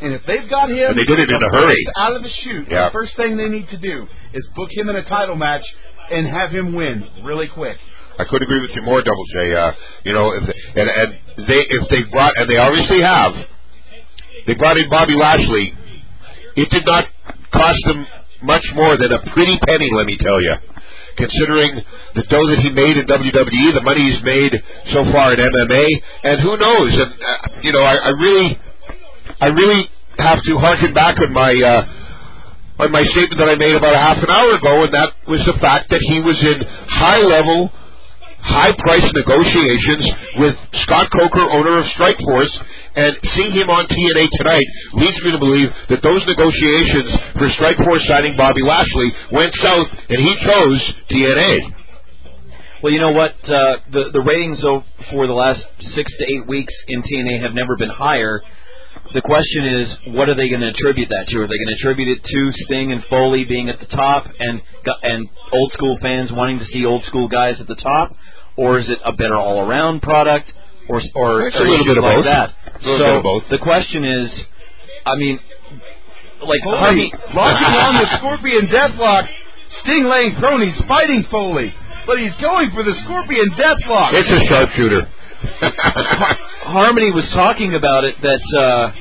C: And if they've got him,
D: And they did it in
C: the
D: a hurry.
C: first out of the chute.
D: Yeah.
C: The first thing they need to do is book him in a title match and have him win really quick.
D: I could agree with you more, Double J. Uh, you know, if and and they if they brought and they obviously have, they brought in Bobby Lashley. It did not cost them much more than a pretty penny, let me tell you. Considering the dough that he made in WWE, the money he's made so far in MMA, and who knows? And, uh, you know, I, I really, I really have to harken back on my uh, on my statement that I made about a half an hour ago, and that was the fact that he was in high level high price negotiations with Scott Coker, owner of Strikeforce, and seeing him on TNA tonight leads me to believe that those negotiations for Strikeforce signing Bobby Lashley went south and he chose TNA.
G: Well, you know what? Uh, the the ratings though for the last six to eight weeks in TNA have never been higher. The question is, what are they going to attribute that to? Are they going to attribute it to Sting and Foley being at the top, and go- and old school fans wanting to see old school guys at the top, or is it a better all around product, or s- or,
D: It's a
G: or
D: little
G: issues
D: bit of
G: like
D: both.
G: that?
D: A little
G: so
D: bit of both.
G: the question is, I mean, like
C: Foley
G: Harvey,
C: locking on the Scorpion Deathlock. Sting laying prone. He's fighting Foley, but he's going for the Scorpion Deathlock.
D: It's a sharpshooter.
G: Harmony was talking about it that uh,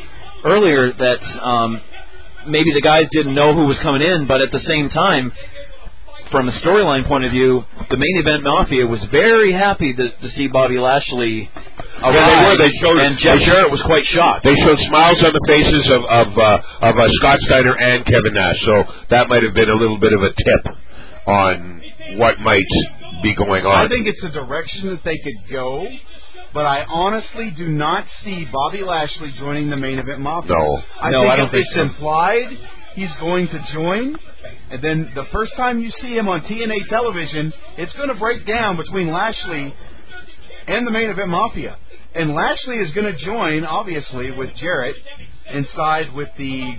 G: earlier that um, maybe the guys didn't know who was coming in, but at the same time, from a storyline point of view, the main event Mafia was very happy to, to see Bobby Lashley.
D: Oh,
G: Arrive,
D: they were. They showed-
G: and Jeff
D: they-
G: Jarrett was quite shocked.
D: they showed smiles on the faces of of, uh, of uh, Scott Steiner and Kevin Nash, so that might have been a little bit of a tip on what might be going on.
C: I think it's a direction that they could go, but I honestly do not see Bobby Lashley joining the main event mafia.
D: No.
C: I
G: No,
C: think
G: I don't
C: if
G: think
C: it's
G: so.
C: implied he's going to join, and then the first time you see him on TNA television, it's going to break down between Lashley and the main event mafia. And Lashley is going to join, obviously, with Jarrett inside with the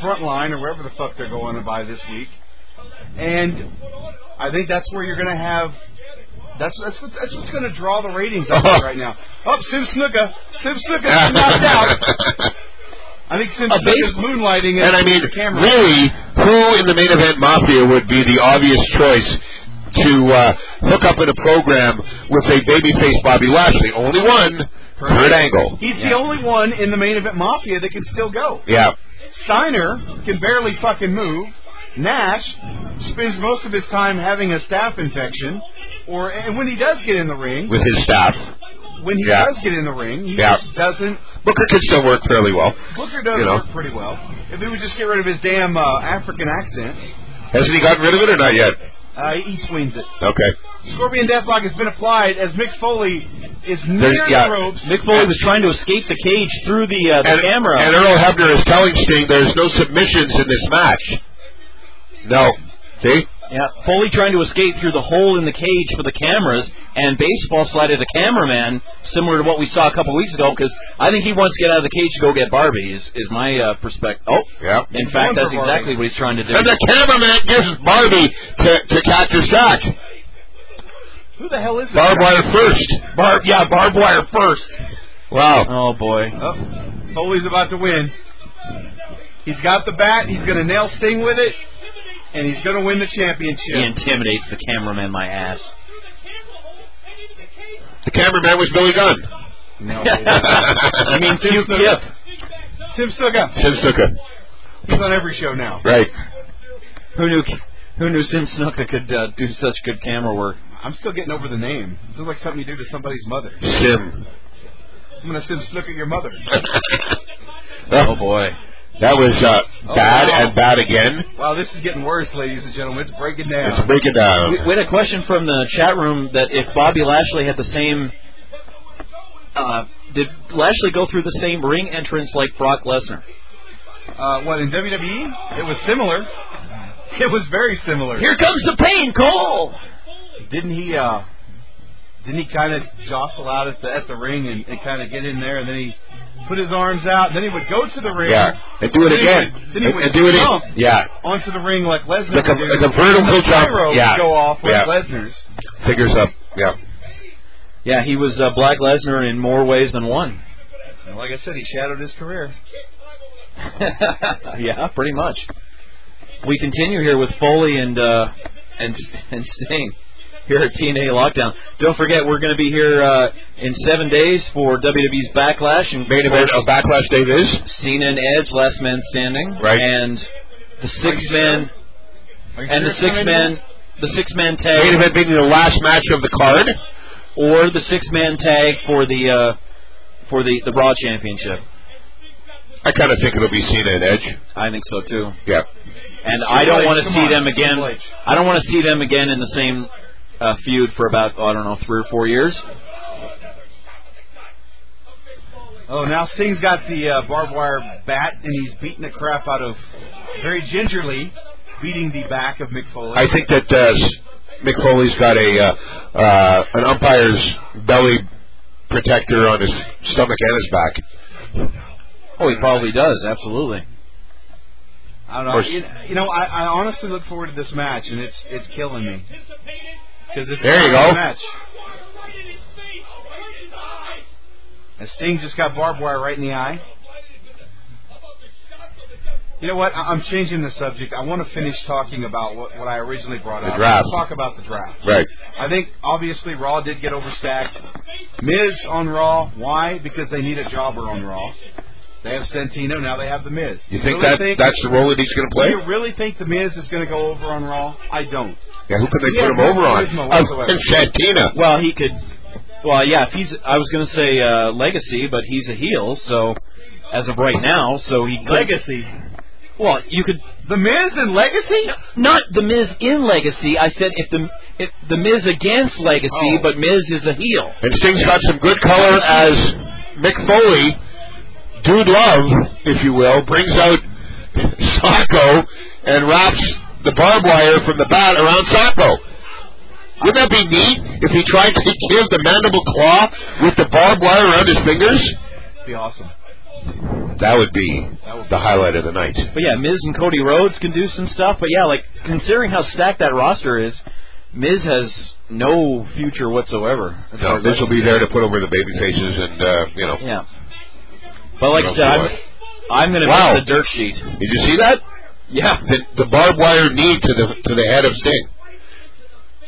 C: front line or wherever the fuck they're going by this week. And I think that's where you're going to have. That's that's what, that's what's going to draw the ratings up right now. Up, Sim Snuka, Sim Snuka knocked out. I think Sim Snuka's moonlighting in
D: And I mean,
C: the camera.
D: really, who in the main event mafia would be the obvious choice to uh, hook up in a program with a babyface Bobby Lashley? Only one, Kurt Angle.
C: He's the only one in the main event mafia that can still go.
D: Yeah,
C: Steiner can barely fucking move. Nash spends most of his time having a staph infection, or and when he does get in the ring,
D: with his staff.
C: when he
D: Yeah.
C: does get in the ring, he
D: Yeah.
C: just doesn't
D: Booker could still work fairly well.
C: Booker does
D: You know.
C: work pretty well. If he would just get rid of his damn uh, African accent,
D: Hasn't he gotten rid of it or not yet?
C: uh, he eats wings it.
D: Okay.
C: Scorpion Deathlock has been applied as Mick Foley is near
D: There's- yeah.
C: the ropes.
G: Mick Foley was trying to escape the cage through the, uh, the
D: And,
G: camera.
D: and Earl Hebner is telling Sting there's no submissions in this match. No. See?
G: Yeah, Foley trying to escape through the hole in the cage for the cameras, and baseball slided a cameraman, similar to what we saw a couple weeks ago, because I think he wants to get out of the cage to go get Barbie, is, is my uh, perspective. Oh,
D: Yeah.
G: in fact, that's exactly what he's trying to do.
D: And the cameraman gives Barbie to, to catch a sack.
C: Who the hell is this?
D: Barbed wire first. Barb, yeah, barbed wire first. Wow.
G: Oh, boy.
C: Oh, Foley's about to win. He's got the bat. He's going to nail Sting with it, and he's going to win the
G: He
C: championship.
G: intimidates the cameraman, my ass.
D: The cameraman was Billy Gunn.
C: No.
D: I
G: mean,
C: Tim
G: Q
C: Snuka. Tim Snuka.
D: Tim Snuka.
C: He's on every show now.
D: Right.
G: Who knew, who knew Sim Snuka could uh, do such good camera work?
C: I'm still getting over the name. This is like something you do to somebody's mother.
D: Sim.
C: I'm going to Sim Snuka your mother.
G: Oh, boy.
D: That was uh, bad and bad again.
C: Wow, this is getting worse, ladies and gentlemen. It's breaking down.
D: It's breaking down.
G: We, we had a question from the chat room that if Bobby Lashley had the same. Uh, did Lashley go through the same ring entrance like Brock Lesnar?
C: Uh, what in WWE? It was similar. It was very similar.
D: Here comes the pain, Cole.
C: Didn't he? Uh, didn't he kind of jostle out at the at the ring and, and kind of get in there, and then he put his arms out. And then he would go to the ring
D: Yeah, and do it
C: Then he
D: again.
C: would- then
D: And,
C: he would
D: and do it
C: jump.
D: again. Yeah,
C: onto the ring like Lesnar.
D: Like a-
C: would do.
D: like a vertical
C: And the
D: jump.
C: pyro would
D: Yeah.
C: Go off like
D: Yeah.
C: Lesnar's.
D: figures up. Yeah.
G: Yeah, he was uh, Black Lesnar in more ways than one.
C: And like I said, he shadowed his career.
G: yeah, pretty much. We continue here with Foley and uh, and and Sting here at TNA Lockdown. Don't forget, we're going to be here uh, in seven days for WWE's Backlash and
D: Main event of Backlash Dave is
G: Cena and Edge, Last Man Standing,
D: Right.
G: and the six man
C: Are you sure
G: and the
C: it's
G: six
C: not anymore?
G: man the six man tag
D: main event being the last match of the card.
G: or the six man tag for the uh, for the the Raw Championship.
D: I kind of think it'll be Cena and Edge.
G: I think so too.
D: Yeah.
G: And I don't
C: H,
G: want to
C: come
G: see
C: on,
G: them again.
C: Triple H.
G: I don't want to see them again in the same uh, feud for about I don't know three or four years.
C: Oh, now Sting's got the uh, barbed wire bat, and he's beating the crap out of very gingerly, beating the back of Mick Foley.
D: I think that uh, S- Mick Foley's got a uh, uh, an umpire's belly protector on his stomach and his back.
G: Oh, he probably does. Absolutely.
C: I
D: Of
C: don't
D: course.
C: know. You, you know, I, I honestly look forward to this match, and it's it's killing me. 'Cause it's
D: There you
C: a
D: go.
C: Match. And Sting just got barbed wire right in the eye. You know what? I, I'm changing the subject. I want to finish talking about what, what I originally brought
D: The
C: up.
D: draft.
C: Let's talk about the draft.
D: Right.
C: I think obviously Raw did get overstacked. Miz on Raw. Why? Because they need a jobber on Raw. They have Santino now. They have the Miz.
D: You think
C: really
D: that that's the role that he's going to play?
C: do you really think the Miz is going to go over on Raw? I don't.
D: Yeah. Who can they
C: Yeah,
D: put him
C: no
D: over on?
C: charisma
D: Oh,
C: whatsoever.
D: and Santina.
G: Well, he could. Well, yeah. If he's, I was going to say uh, legacy, but he's a heel, so as of right now, so he could, Well, you could
C: The Miz and Legacy?
G: not the Miz in legacy. I said if the if the Miz against legacy,
C: Oh.
G: but Miz is a heel.
D: And Sting's got some good color as Mick Foley, dude love, if you will, brings out Sacco and wraps the barbed wire from the bat around Sacco. Wouldn't that be neat if he tried to give the mandible claw with the barbed wire around his fingers?
C: That'd be awesome.
D: That would be the highlight of the night.
G: But yeah, Miz and Cody Rhodes can do some stuff. But yeah, like considering how stacked that roster is, Miz has no future whatsoever. as far
D: No,
G: as
D: this
G: I'm
D: will be there to put over the baby faces and, uh, you know.
G: concerned. Yeah. But like I said, I'm, I'm going to
D: Oh, Wow.
G: miss the dirt sheet.
D: Did you see that?
G: Yeah.
D: The, the barbed wire knee to the, to the head of Sting.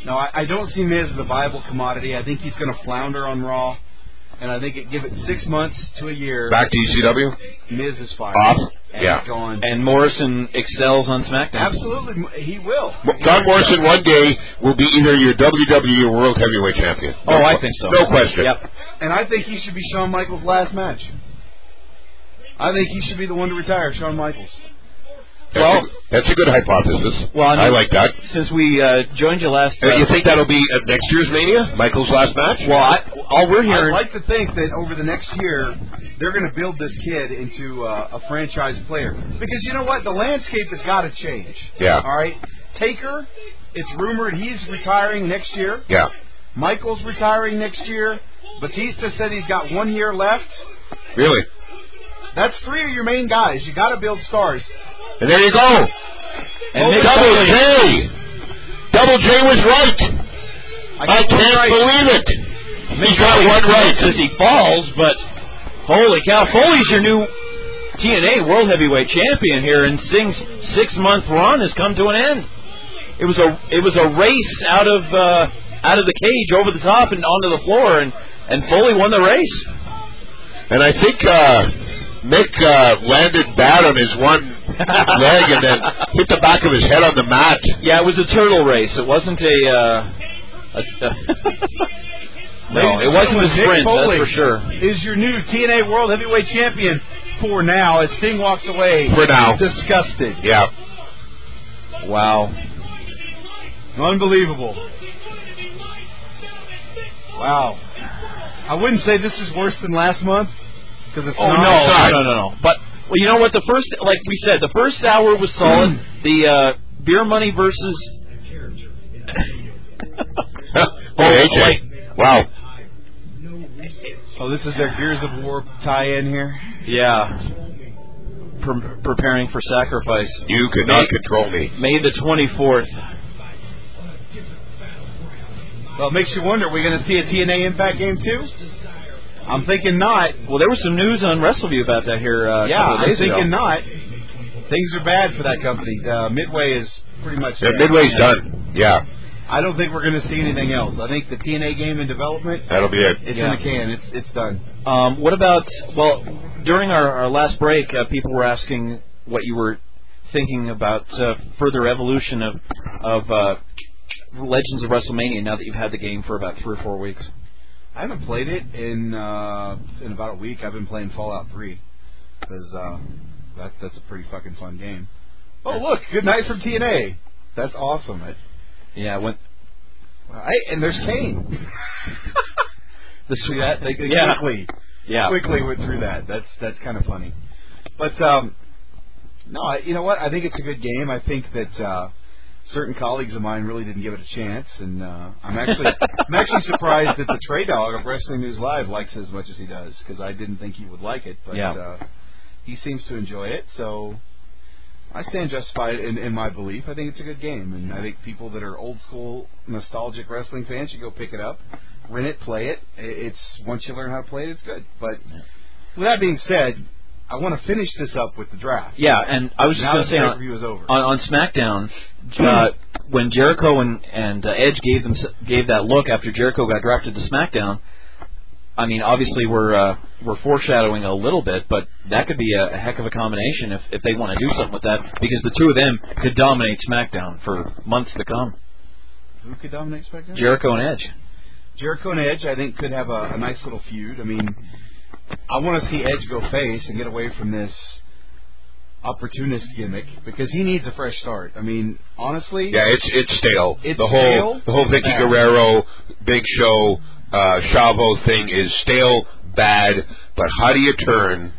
C: No, I, I don't see Miz as a viable commodity. I think he's going to flounder on Raw. And I think it, give it six months to a year,
D: Back to E ECW?
C: Miz is fired.
D: Off?
C: And
D: Yeah.
C: gone.
G: And Morrison excels on SmackDown.
C: Absolutely, m- he will.
D: John Morrison one day will be either your WWE or World Heavyweight Champion.
G: Oh,
D: No
G: I
D: que-
G: think so.
D: No question.
G: Yep.
C: And I think he should be Shawn Michaels' last match. I think he should be the one to retire, Shawn Michaels.
D: That's,
G: Well-
D: a, that's a good hypothesis.
G: Well, I mean-
D: I like that.
G: Since we uh, joined you last, uh,
D: Uh, you think that'll be at next year's Mania? Michael's last match?
G: well, I, all we're
C: I'd
G: hearing,
C: like to think that over the next year, they're going to build this kid into uh, a franchise player. Because you know what? The landscape has got to change.
D: Yeah.
C: All right? Taker, it's rumored he's retiring next year.
D: Yeah.
C: Michael's retiring next year. Batista said he's got one year left.
D: Really?
C: That's three of your main guys. you got to build stars.
D: And there you go.
G: and Mick
D: Double
G: Foley,
D: J. Double J was right.
C: I
D: I
C: can't
D: can't
C: write-
D: believe it. He got one
G: says
D: right.
G: he falls, but holy cow, Foley's your new TNA World Heavyweight Champion here, and Sting's six-month run has come to an end. It was a it was a race out of uh, out of the cage, over the top, and onto the floor, and and Foley won the race.
D: And I think uh, Mick uh, landed bad on his one leg and then hit the back of his head on the mat.
G: Yeah, it was a turtle race. It wasn't a. Uh, a no, it wasn't a
C: Mick
G: sprint.
C: Foley
G: That's for sure.
C: Is your new TNA World Heavyweight Champion for now as Sting walks away
D: For now.
C: disgusted.
D: Yeah.
G: Wow.
C: Unbelievable. Wow. I wouldn't say this is worse than last month. Cause it's
G: Oh
C: not.
G: no,
D: it's not.
G: no, no, no. But Well, you know what? The first, like we said, the first hour was solid.
D: Mm.
G: The uh, beer money versus.
D: Boy, AJ. wow.
C: Oh, this is their Gears of War tie-in here.
G: yeah. Pre- preparing for sacrifice.
D: You could not control me.
G: May the 24th.
C: Well, it makes you wonder, are we going to see a TNA Impact game too? I'm thinking not.
G: Well, there was some news on WrestleView about that here. Uh, a
C: Yeah,
G: couple of
C: I'm
G: days ago.
C: thinking not. Things are bad for that company. Uh, Midway is pretty much.
D: Yeah,
C: dead.
D: Midway's done. Yeah,
C: I don't think we're going to see anything else. I think the TNA game in development,
D: that'll be it.
C: it's
G: Yeah.
C: in the can. It's it's done.
G: Um, what about well? During our, our last break, uh, people were asking what you were thinking about uh, further evolution of of uh, Legends of WrestleMania. Now that you've had the game for about three or four weeks,
C: I haven't played it in uh, in about a week. I've been playing Fallout Three because uh, that that's a pretty fucking fun game. Oh look, good night from TNA. That's awesome. It,
G: yeah, when
C: hey, and there's Kane.
G: the sweet
C: They
G: yeah,
C: quickly
G: yeah,
C: quickly went through that. That's that's kind of funny. But um, no, I- you know what? I think it's a good game. I think that uh, certain colleagues of mine really didn't give it a chance, and uh, I'm actually I'm actually surprised that the Trey Dog of Wrestling News Live likes it as much as he does because I didn't think he would like it, but
G: Yeah.
C: uh, he seems to enjoy it. So I stand justified in, in my belief. I think it's a good game, and I think people that are old school, nostalgic wrestling fans should go pick it up, rent it, play it. I- It's once you learn how to play it, it's good. But with that being said, I want to finish this up with the draft.
G: yeah. And I was just
C: now
G: going
C: that
G: to
C: the
G: say on,
C: pay-per-view is over.
G: on, on SmackDown, uh, when Jericho and, and uh, Edge gave them gave that look after Jericho got drafted to SmackDown, I mean, obviously we're uh, we're foreshadowing a little bit, but that could be a, a heck of a combination if if they want to do something with that, because the two of them could dominate SmackDown for months to come.
C: Who could dominate SmackDown?
G: Jericho and Edge.
C: Jericho and Edge, I think, could have a, a nice little feud. I mean, I want to see Edge go face and get away from this opportunist gimmick because he needs a fresh start. I mean, honestly,
D: Yeah, it's it's stale.
C: It's
D: the whole
C: stale?
D: the whole Vicky
C: Bad.
D: Guerrero, Big Show, uh, Chavo thing is stale, bad. But how do you turn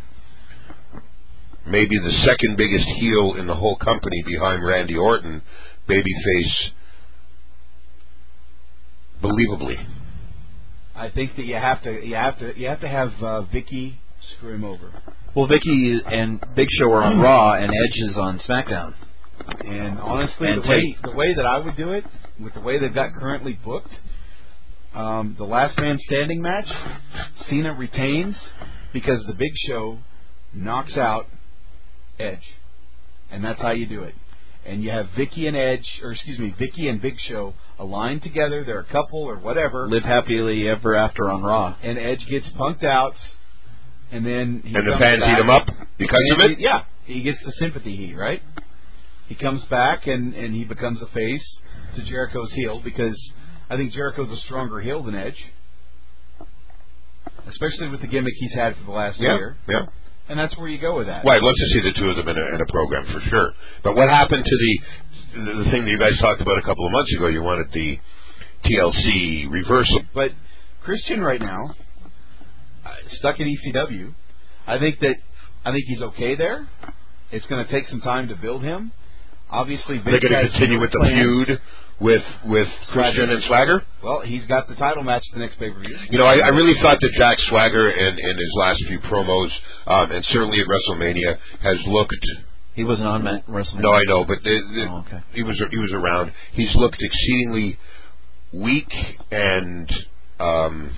D: maybe the second biggest heel in the whole company behind Randy Orton, babyface, believably?
C: I think that you have to you have to you have to have uh, Vicky screw him over.
G: Well, Vicky and Big Show are on Raw, and Edge is on SmackDown.
C: And honestly,
G: And
C: the way
G: take-
C: the way that I would do it, with the way they've got currently booked, um, the last man standing match, Cena retains because the Big Show knocks out Edge, and that's how you do it. And you have Vicky and Edge, or excuse me, Vicky and Big Show aligned together. They're a couple or whatever,
G: Live happily ever after on Raw.
C: and Edge gets punked out, and then he
D: And the
C: comes
D: fans
C: back.
D: eat him up because of
C: He-
D: it.
C: Yeah, he gets the sympathy heat, right? He comes back and and he becomes a face to Jericho's heel because I think Jericho's a stronger heel than Edge, especially with the gimmick he's had for the last
D: Yeah,
C: year.
D: yeah.
C: And that's where you go with that.
D: Well, I'd love to see the two of them in a, in a program for sure. But what happened to the, the the thing that you guys talked about a couple of months ago? You wanted the TLC reversal.
C: But Christian right now, uh, stuck at ECW, I think that I think he's okay there. It's going to take some time to build him. Obviously,
D: They're
C: Vince
D: going to
C: has
D: continue with the
C: plans.
D: feud with with Christian and Swagger.
C: Well, he's got the title match the next pay per view.
D: You know, I, I really thought that Jack Swagger in, in his last few promos, um, and certainly at WrestleMania, has looked.
G: He wasn't on Ma- WrestleMania.
D: No, I know, but the, the,
G: Oh, okay.
D: he was he was around. He's looked exceedingly weak and um,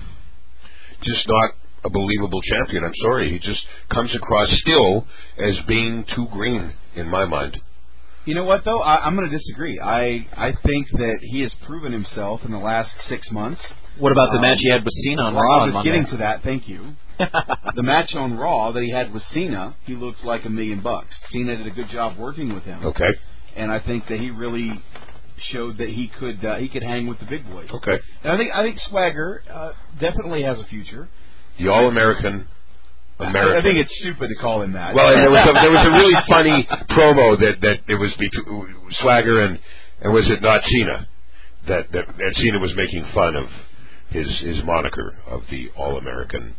D: just not a believable champion. I'm sorry, he just comes across still as being too green in my mind.
C: You know what though? I, I'm going to disagree. I I think that he has proven himself in the last six months.
G: What about the
C: Um,
G: match he had with Cena on
C: Well,
G: Raw?
C: I
G: on
C: was
G: Monday?
C: getting to that. Thank you. the match on Raw that he had with Cena, he looked like a million bucks. Cena did a good job working with him,
D: Okay,
C: and I think that he really showed that he could uh, he could hang with the big boys.
D: okay.
C: And I think I think Swagger uh, definitely has a future.
D: The All American, American.
C: I think it's stupid to call him that.
D: Well, and there was a, there was a really funny promo that that it was between Swagger and and was it not Cena that that and Cena was making fun of his his moniker of the All American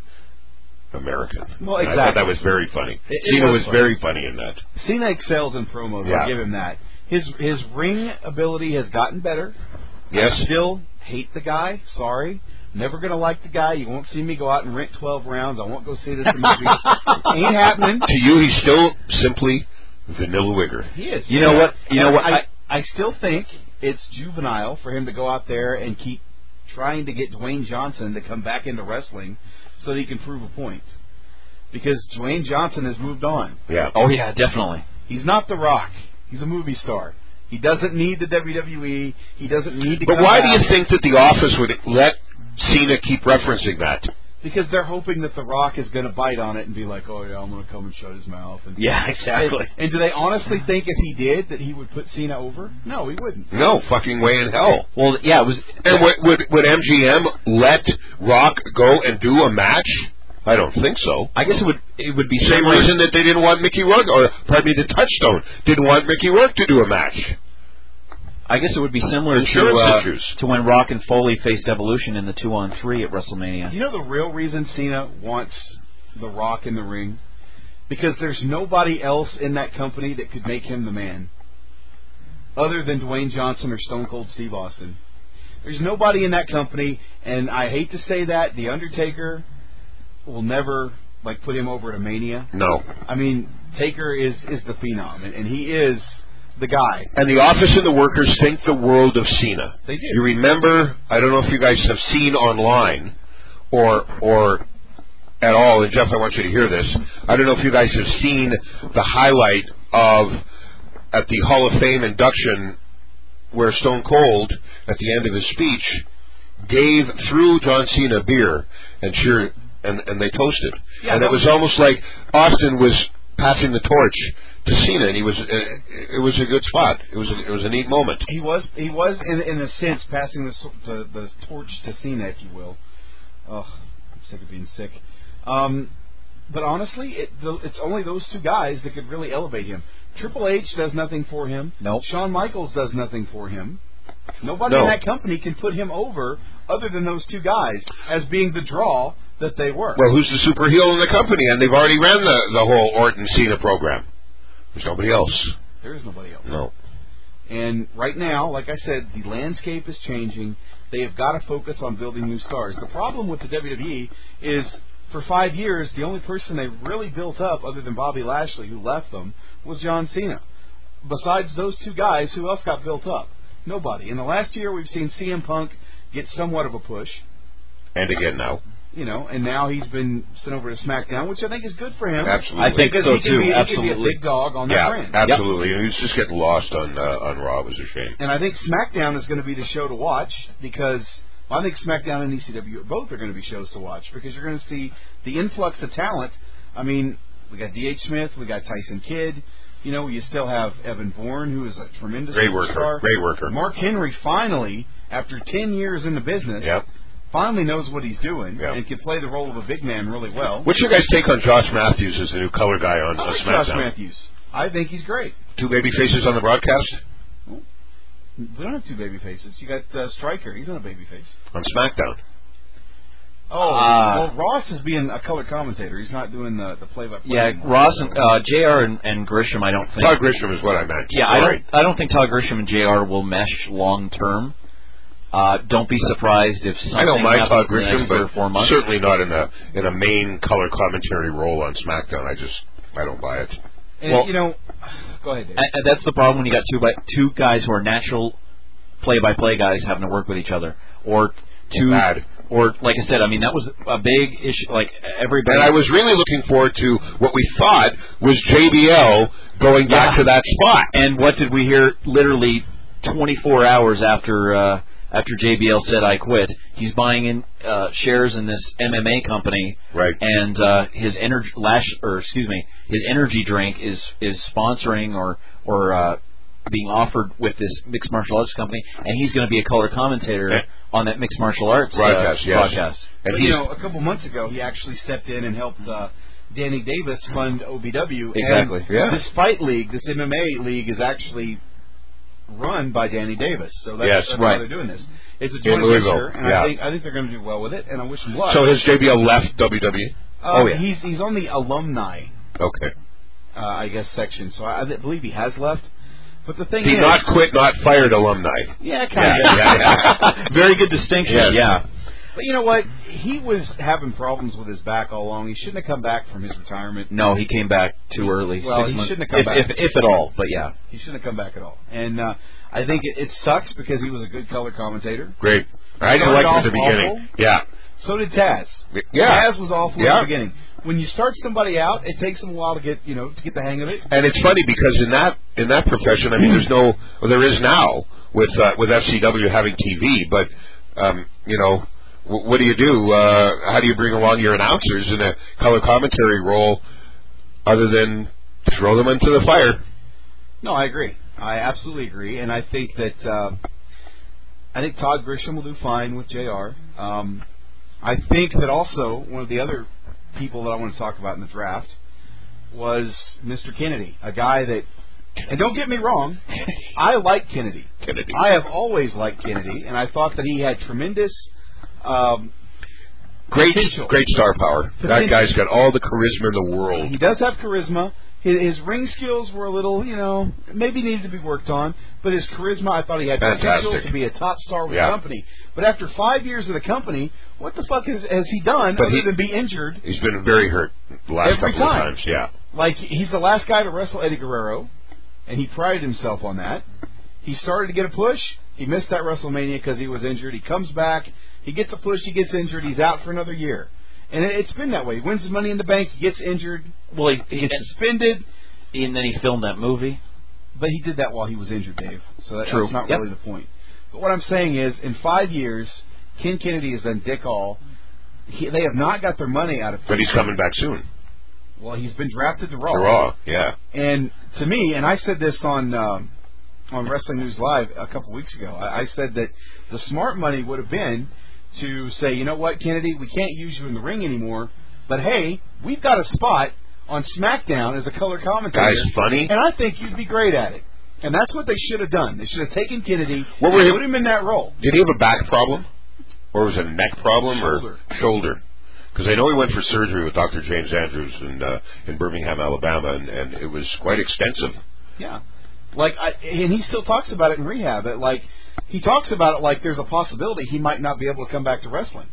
D: American.
C: Well,
D: And I thought
C: exactly.
D: that was very funny.
C: It- it
D: Cena
C: was
D: was,
C: funny.
D: very funny in that.
C: Cena excels in promos.
D: Yeah.
C: I'll give him that. His his ring ability has gotten better.
D: Yes.
C: Still hate the guy. Sorry. Never gonna like the guy. You won't see me go out and rent twelve rounds. I won't go see this movie. Ain't happening.
D: To you, he's still simply Vanilla Wigger.
C: He is.
G: You know what? You know
C: And
G: what?
C: I, I still think it's juvenile for him to go out there and keep trying to get Dwayne Johnson to come back into wrestling so that he can prove a point. Because Dwayne Johnson has moved on.
D: Yeah.
G: oh yeah, definitely.
C: He's not The Rock. He's a movie star. He doesn't need the WWE. He doesn't need to.
D: But
C: come
D: why do
C: back
D: you think that the office would let Cena keep referencing that?
C: Because they're hoping that The Rock is going to bite on it and be like, "Oh yeah, I'm going to come and shut his mouth." And
G: Yeah, exactly.
C: And do they honestly think if he did that he would put Cena over? No, he wouldn't.
D: No fucking way in hell.
G: Well, yeah, it was.
D: And would, would would MGM let Rock go and do a match? I don't think so.
G: I guess it would. It would be
D: Same
G: similar-
D: reason that they didn't want Mickey Rourke, or pardon me, the Touchstone didn't want Mickey Rourke to do a match.
G: I guess it would be similar
D: Insurance
G: to
D: issues.
G: uh, to when Rock and Foley faced Evolution in the two on three at WrestleMania.
C: You know the real reason Cena wants The Rock in the ring? Because there's nobody else in that company that could make him the man. Other than Dwayne Johnson or Stone Cold Steve Austin. There's nobody in that company, and I hate to say that, The Undertaker will never like put him over to Mania.
D: No.
C: I mean, Taker is is the phenom, and, and he is the guy.
D: And the office and the workers think the world of Cena.
C: They do.
D: You remember? I don't know if you guys have seen online, or or at all. And Jeff, I want you to hear this. I don't know if you guys have seen the highlight of at the Hall of Fame induction where Stone Cold at the end of his speech gave threw John Cena beer and cheer and and they toasted. and it was almost like Austin was passing the torch to Cena, and he was uh, it was a good spot. It was a, it was a neat moment.
C: He was he was in in a sense passing the s- the, the torch to Cena, if you will. Oh, I'm sick of being sick. Um, but honestly, it, the, it's only those two guys that could really elevate him. Triple H does nothing for him.
G: Nope.
C: Shawn Michaels does nothing for him. Nobody in
D: No.
C: that company can put him over other than those two guys as being the draw that they were.
D: Well, who's the super heel in the company? And they've already ran the the whole Orton Cena program. There's nobody else.
C: there is nobody else.
D: No.
C: And right now, like I said, the landscape is changing. They have got to focus on building new stars. The problem with the WWE is for five years, the only person they really built up, other than Bobby Lashley, who left them, was John Cena. Besides those two guys, who else got built up? Nobody. In the last year, we've seen CM Punk get somewhat of a push,
D: And again now.
C: you know, and now he's been sent over to SmackDown, which I think is good for him.
D: Absolutely.
G: I think
C: Because
G: so
C: he can
G: too,
C: Be, he can be
G: absolutely.
C: a big dog on that
D: Yeah,
C: brand.
D: absolutely. He was just getting lost on uh, on Raw. It was a shame.
C: And I think SmackDown is going to be the show to watch because well, I think SmackDown and ECW are both are going to be shows to watch because you're going to see the influx of talent. I mean, we got D.H. Smith, we got Tyson Kidd. You know, you still have Evan Bourne, who is a tremendous
D: Great worker.
C: superstar.
D: Great worker.
C: Mark Henry finally, after ten years in the business,
D: Yep.
C: finally knows what he's doing
D: Yep.
C: and can play the role of a big man really well.
D: What's your guys' take on Josh Matthews as the new color guy on
C: I
D: on
C: like Josh
D: SmackDown?
C: Matthews. I think he's great.
D: Two baby faces on the broadcast
C: We don't have two baby faces. You got uh, Stryker. He's not a baby face.
D: on SmackDown.
C: Oh,
D: Uh,
G: Ah.
C: well, Ross is being a color commentator. He's not doing the the play by play.
G: Yeah, Ross and uh, Jr. And, and Grisham. I don't think.
D: Todd Grisham is what I meant.
G: yeah, I
D: Sorry.
G: don't. I don't think Todd Grisham and Jr. will mesh long term. Uh, don't be surprised if something
D: I don't mind
G: happens
D: Todd
G: in the next
D: Grisham,
G: three or four
D: but
G: months.
D: certainly not in a in a main color commentary role on SmackDown. I just I don't buy it.
C: And,
G: well-
C: you know, go ahead, Dave.
G: And- and that's the problem when you got two by two guys who are natural play-by-play guys having to work with each other, or two,
D: Bad.
G: or like I said, I mean that was a big issue. Like everybody,
D: And I was really looking forward to what we thought was JBL going back
G: Yeah.
D: to that spot.
G: And what did we hear? Literally 24 hours after uh, after JBL said I quit, he's buying in uh, shares in this MMA company,
D: Right.
G: And uh, his energy lash, or excuse me, his energy drink is is sponsoring or or uh, being offered with this mixed martial arts company, and he's going to be a color commentator
D: Yeah.
G: on that mixed martial arts uh,
D: Eh. Broadcast, yes.
G: broadcast.
D: And
C: But,
D: he's
C: you know, a couple months ago, he actually stepped in and helped uh, Danny Davis fund OBW.
G: Exactly.
C: And
D: Yeah.
C: This fight league, this MMA league, is actually run by Danny Davis. So that's,
D: Yes,
C: that's
G: right.
C: why they're doing this. It's a
D: In
C: joint
D: Louisville,
C: venture, and
D: yeah.
C: I think I think they're going to do well with it. And I wish them luck.
D: so has JBL left WWE?
G: Oh, yeah.
C: Uh, He's he's on the alumni,
D: Okay.
C: uh, I guess, section. So I, I believe he has left. But the thing
D: The
C: is,
D: not quit, not fired alumni.
C: yeah, kind
D: Yeah,
C: of.
D: yeah, yeah.
G: Very good distinction.
D: Yes.
G: Yeah.
C: But you know what? He was having problems with his back all along. He shouldn't have come back from his retirement.
G: No, he came back too early.
C: Well,
G: six
C: he
G: months-
C: shouldn't have come
G: if,
C: back.
G: If, if at all, but yeah.
C: He shouldn't have come back at all. And uh, I think it, it sucks because he was a good color commentator.
D: Great. I didn't
C: Started
D: like him at
C: off
D: the beginning. Yeah.
C: So did Taz.
D: Yeah.
C: Taz was awful
D: Yeah.
C: at the beginning. When you start somebody out, it takes them a while to get you know to get the hang of it.
D: And it's funny because in that in that profession, I mean, there's no well, there is now with uh, with FCW having TV, but um, you know, w- what do you do? Uh, how do you bring along your announcers in a color commentary role, other than throw them into the fire?
C: No, I agree. I absolutely agree, and I think that uh, I think Todd Grisham will do fine with Jr. Um, I think that also one of the other people that I want to talk about in the draft was Mr. Kennedy, a guy that. And don't get me wrong, I like Kennedy.
D: Kennedy.
C: I have always liked Kennedy, and I thought that he had tremendous um,
D: Great,
C: Potential.
D: great star power. That
C: Potential.
D: guy's got all the charisma in the world.
C: He does have charisma. His, his ring skills were a little, you know, maybe needed to be worked on. But his charisma, I thought he had potential
D: Fantastic.
C: to be a top star with
D: Yeah.
C: the company. But after five years of the company, what the fuck has, has he done
D: But
C: other
D: he-
C: than be injured?
D: He's been very hurt the last
C: Every
D: couple of
C: time.
D: times. Yeah.
C: Like he's the last guy to wrestle Eddie Guerrero, and he prided himself on that. He started to get a push. He missed that WrestleMania because he was injured. He comes back. He gets a push. He gets injured. He's out for another year. And it, it's been that way. He wins the Money in the Bank. He gets injured.
G: Well,
C: He gets suspended.
G: and then he filmed that movie.
C: But he did that while he was injured, Dave. So that,
G: True.
C: that's not
G: Yep.
C: really the point. But what I'm saying is, in five years, Ken Kennedy has done dick all. He, they have not got their money out of him.
D: But he's coming back soon.
C: Well, he's been drafted to Raw.
D: The Raw. Yeah.
C: And to me, and I said this on um, on Wrestling News Live a couple weeks ago. I, I said that the smart money would have been to say, you know what, Kennedy, we can't use you in the ring anymore. But hey, we've got a spot on SmackDown as a color commentator.
D: Guy's funny.
C: And I think you'd be great at it. And that's what they should have done. They should have taken Kennedy
D: What were
C: and
D: his-
C: put him in that role.
D: Did he have a back problem, or was it a neck problem,
C: Shoulder.
D: or shoulder? Because I know he went for surgery with Dr. James Andrews in uh, in Birmingham, Alabama, and, and it was quite extensive.
C: Yeah. Like, I, and he still talks about it in rehab. That like, he talks about it like there's a possibility he might not be able to come back to wrestling.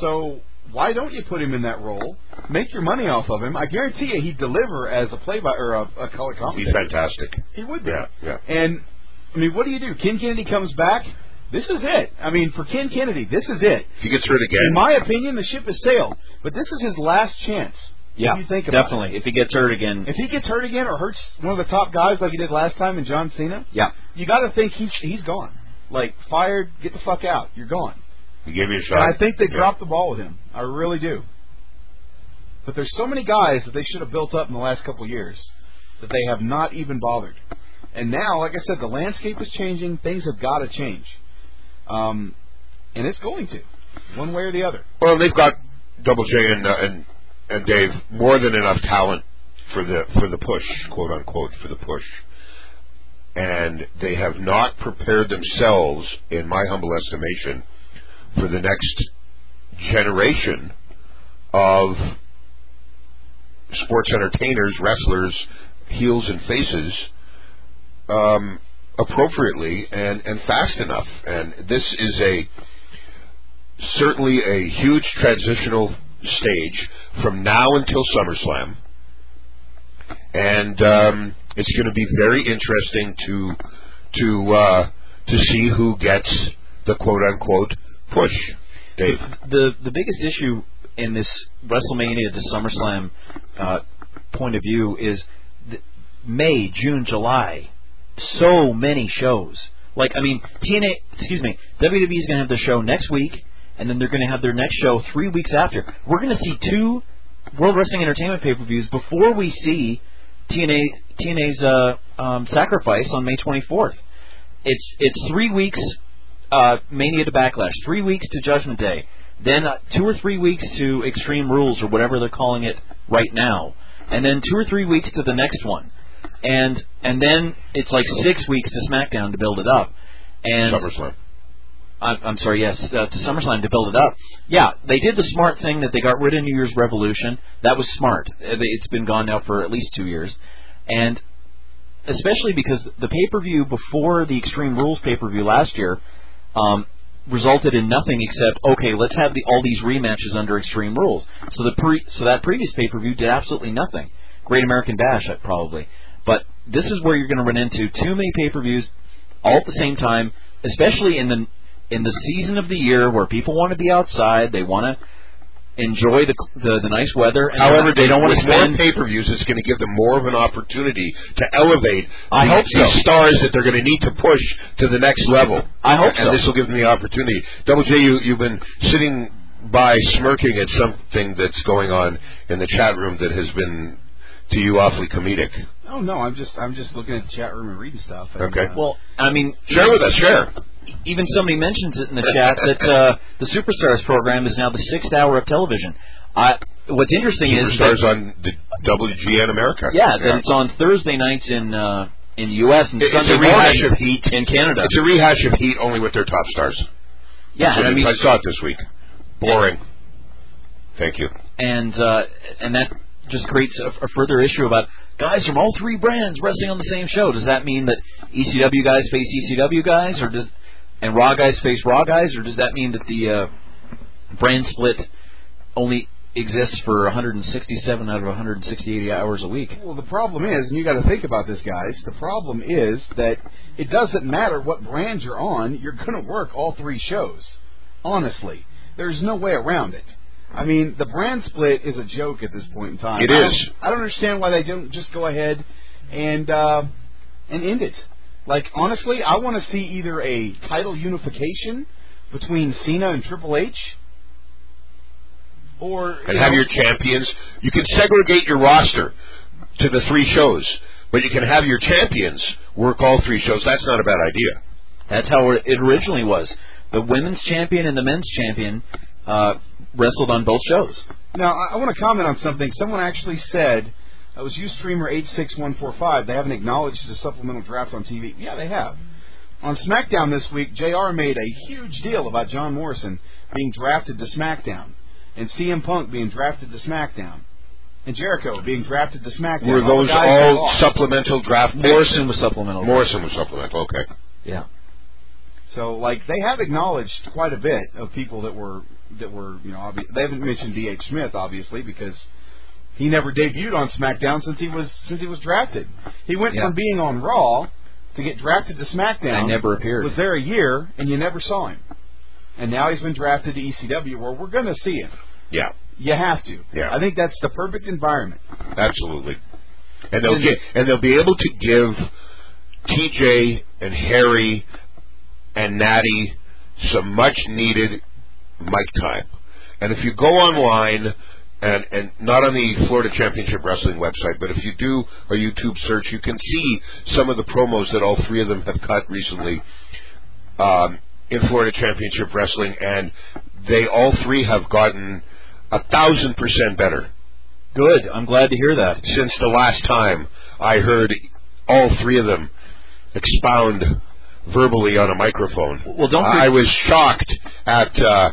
C: So why don't you put him in that role? Make your money off of him. I guarantee you, he'd deliver as a play by or a, a color
D: He's
C: commentator.
D: fantastic.
C: He would be.
D: Yeah, yeah.
C: And I mean, what do you do? Ken Kennedy comes back. This is it. I mean, for Ken Kennedy, this is it.
D: If he gets hurt
C: In
D: again,
C: my opinion, the ship has sailed. But this is his last chance.
G: Yeah,
C: If you think about
G: definitely. If he gets hurt again,
C: It. If he gets hurt again or hurts one of the top guys like he did last time in John Cena,
G: yeah,
C: you got to think he's he's gone. Like fired, get the fuck out. You're gone.
D: he gave you a shot.
C: And I think they
D: Yeah.
C: dropped the ball with him. I really do. But there's so many guys that they should have built up in the last couple of years that they have not even bothered. And now, like I said, the landscape is changing. Things have got to change, um, and it's going to, one way or the other.
D: Well, they've got Double J and uh, and and Dave more than enough talent for the for the push, quote unquote, for the push. And they have not prepared themselves, in my humble estimation, for the next generation of sports entertainers, wrestlers, heels and faces, um, appropriately and, and fast enough. And this is a certainly a huge transitional stage from now until SummerSlam, and um, it's going to be very interesting to to uh, to see who gets the quote unquote push. Dave,
G: the the biggest issue in this WrestleMania to SummerSlam uh, point of view is th- May, June, July. So many shows. Like I mean, TNA. Excuse me. WWE's gonna have the show next week, and then they're gonna have their next show three weeks after. We're gonna see two World Wrestling Entertainment pay per views before we see TNA TNA's uh, um, sacrifice on May 24th. It's it's three weeks uh, Mania to Backlash, three weeks to Judgment Day, then uh, two or three weeks to Extreme Rules or whatever they're calling it right now, and then two or three weeks to the next one, and and then it's like six weeks to SmackDown to build it up, and
D: SummerSlam.
G: I'm, I'm sorry, yes, uh, to SummerSlam to build it up. Yeah, they did the smart thing that they got rid of New Year's Revolution. That was smart. Uh, they- It's been gone now for at least two years, and especially because the pay-per-view before the Extreme Rules pay-per-view last year um, resulted in nothing except okay, let's have the, all these rematches under Extreme Rules. So the pre, so that previous pay-per-view did absolutely nothing. Great American Bash, uh, probably. But this is where you're going to run into too many pay-per-views all at the same time, especially in the in the season of the year where people want to be outside, they want to enjoy the the, the nice weather. And
D: However,
G: they don't want
D: with
G: to
D: more
G: spend
D: pay-per-views, it's going to give them more of an opportunity to elevate
G: I
D: the-
G: hope so.
D: these stars that they're going to need to push to the next level.
G: I hope
D: and
G: so.
D: this will give them the opportunity. Double J, you, you've been sitting by smirking at something that's going on in the chat room that has been to you awfully comedic.
C: Oh no, I'm just I'm just looking at the chat room and reading stuff. and,
D: Okay.
C: uh,
G: Well, I mean,
D: Share with us, share.
G: even somebody mentions it in the chat that uh, the Superstars program is now the sixth hour of television. I, what's interesting is that-
D: Superstars on the WGN America.
G: yeah, that it's on Thursday nights in uh, in the U.S. and
D: It- it's
G: Sunday
D: a rehash
G: morning
D: of Heat.
G: in Canada.
D: It's a rehash of Heat only with their top stars.
G: yeah, and I mean,
D: I saw it this week. Boring. Thank you.
G: and uh, and that just creates a, a further issue about guys from all three brands wrestling on the same show. Does that mean that ECW guys face ECW guys, or does and Raw guys face Raw guys, or does that mean that the uh, brand split only exists for 167 out of 168 hours a week?
C: Well, the problem is, and you got to think about this, guys. The problem is that it doesn't matter what brand you're on; you're going to work all three shows. Honestly, there's no way around it. I mean, the brand split is a joke at this point in time.
D: It
C: I don't-
D: is.
C: I don't understand why they don't just go ahead and uh, and end it. Like honestly, I want to see either a title unification between Cena and Triple H, or
D: and
C: you
D: have
C: know,
D: your champions. You can segregate your roster to the three shows, but you can have your champions work all three shows. That's not a bad idea.
G: That's how it originally was. The women's champion and the men's champion uh, wrestled on both shows.
C: Now, I, I want to comment on something. Someone actually said, uh, it was Ustreamer 86145, they haven't acknowledged the supplemental draft on TV. Yeah, they have. On SmackDown this week, JR made a huge deal about John Morrison being drafted to SmackDown and CM Punk being drafted to SmackDown and Jericho being drafted to SmackDown.
D: Were
C: All the
D: those
C: guys that
D: all
C: lost.
D: supplemental draft picks?
G: Morrison was supplemental.
D: Morrison was supplemental. Okay.
G: Yeah.
C: So, like, they have acknowledged quite a bit of people that were that were, you know, obvi- they haven't mentioned D.H. Smith obviously because he never debuted on SmackDown since he was since he was drafted. He went
G: Yeah.
C: from being on Raw to get drafted to SmackDown.
G: I never appeared.
C: Was there a year and you never saw him, and now he's been drafted to ECW where we're going to see him.
D: Yeah.
C: You have to.
D: Yeah.
C: I think that's the perfect environment.
D: Absolutely. And they'll get, and they'll be able to give TJ and Harry and Natty some much needed mic time. And if you go online and and not on the Florida Championship Wrestling website, but if you do a YouTube search, you can see some of the promos that all three of them have cut recently um, in Florida Championship Wrestling, and they all three have gotten a thousand percent better
G: Good. I'm glad to hear that.
D: since the last time I heard all three of them expound verbally on a microphone.
G: Well, don't
D: I I
G: for-
D: was shocked at uh,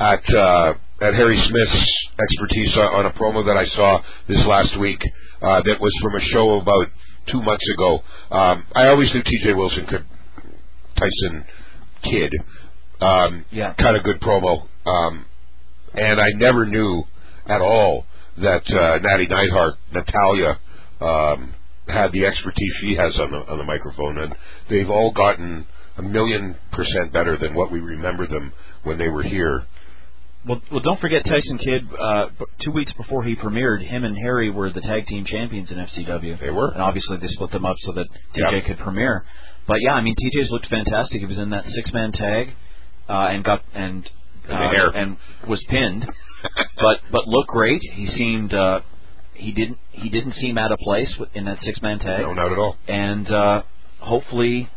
D: at uh, at Harry Smith's expertise on on a promo that I saw this last week uh, that was from a show about two months ago. Um, I always knew T.J. Wilson could Tyson Kidd um,
G: Yeah.
D: cut a good promo, um, and I never knew at all that uh, Natty Neidhart, Natalia, um, had the expertise she has on the on the microphone, and they've all gotten a million percent better than what we remember them when they were here.
G: Well, well, don't forget Tyson Kidd. Uh, b- two weeks before he premiered, him and Harry were the tag team champions in FCW.
D: They were.
G: and obviously they split them up so that TJ
D: Yeah.
G: could premiere. But yeah, I mean TJ's looked fantastic. He was in that six-man tag uh, and got and uh,
D: the hair.
G: and was pinned, but but looked great. He seemed uh, he didn't he didn't seem out of place wi- in that six-man tag
D: No, not at all.
G: and uh, hopefully,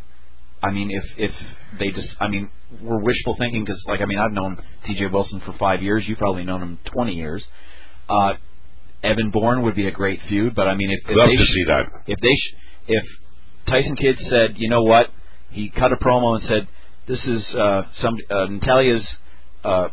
G: I mean, if if they just, I mean, we're wishful thinking because, like, I mean, I've known T.J. Wilson for five years. You've probably known him twenty years. Uh, Evan Bourne would be a great feud, but I mean, if, if
D: Love
G: they
D: to
G: sh-
D: see that.
G: if they sh- if Tyson Kidd said, you know what, he cut a promo and said, This is uh, some uh, Natalia's uh,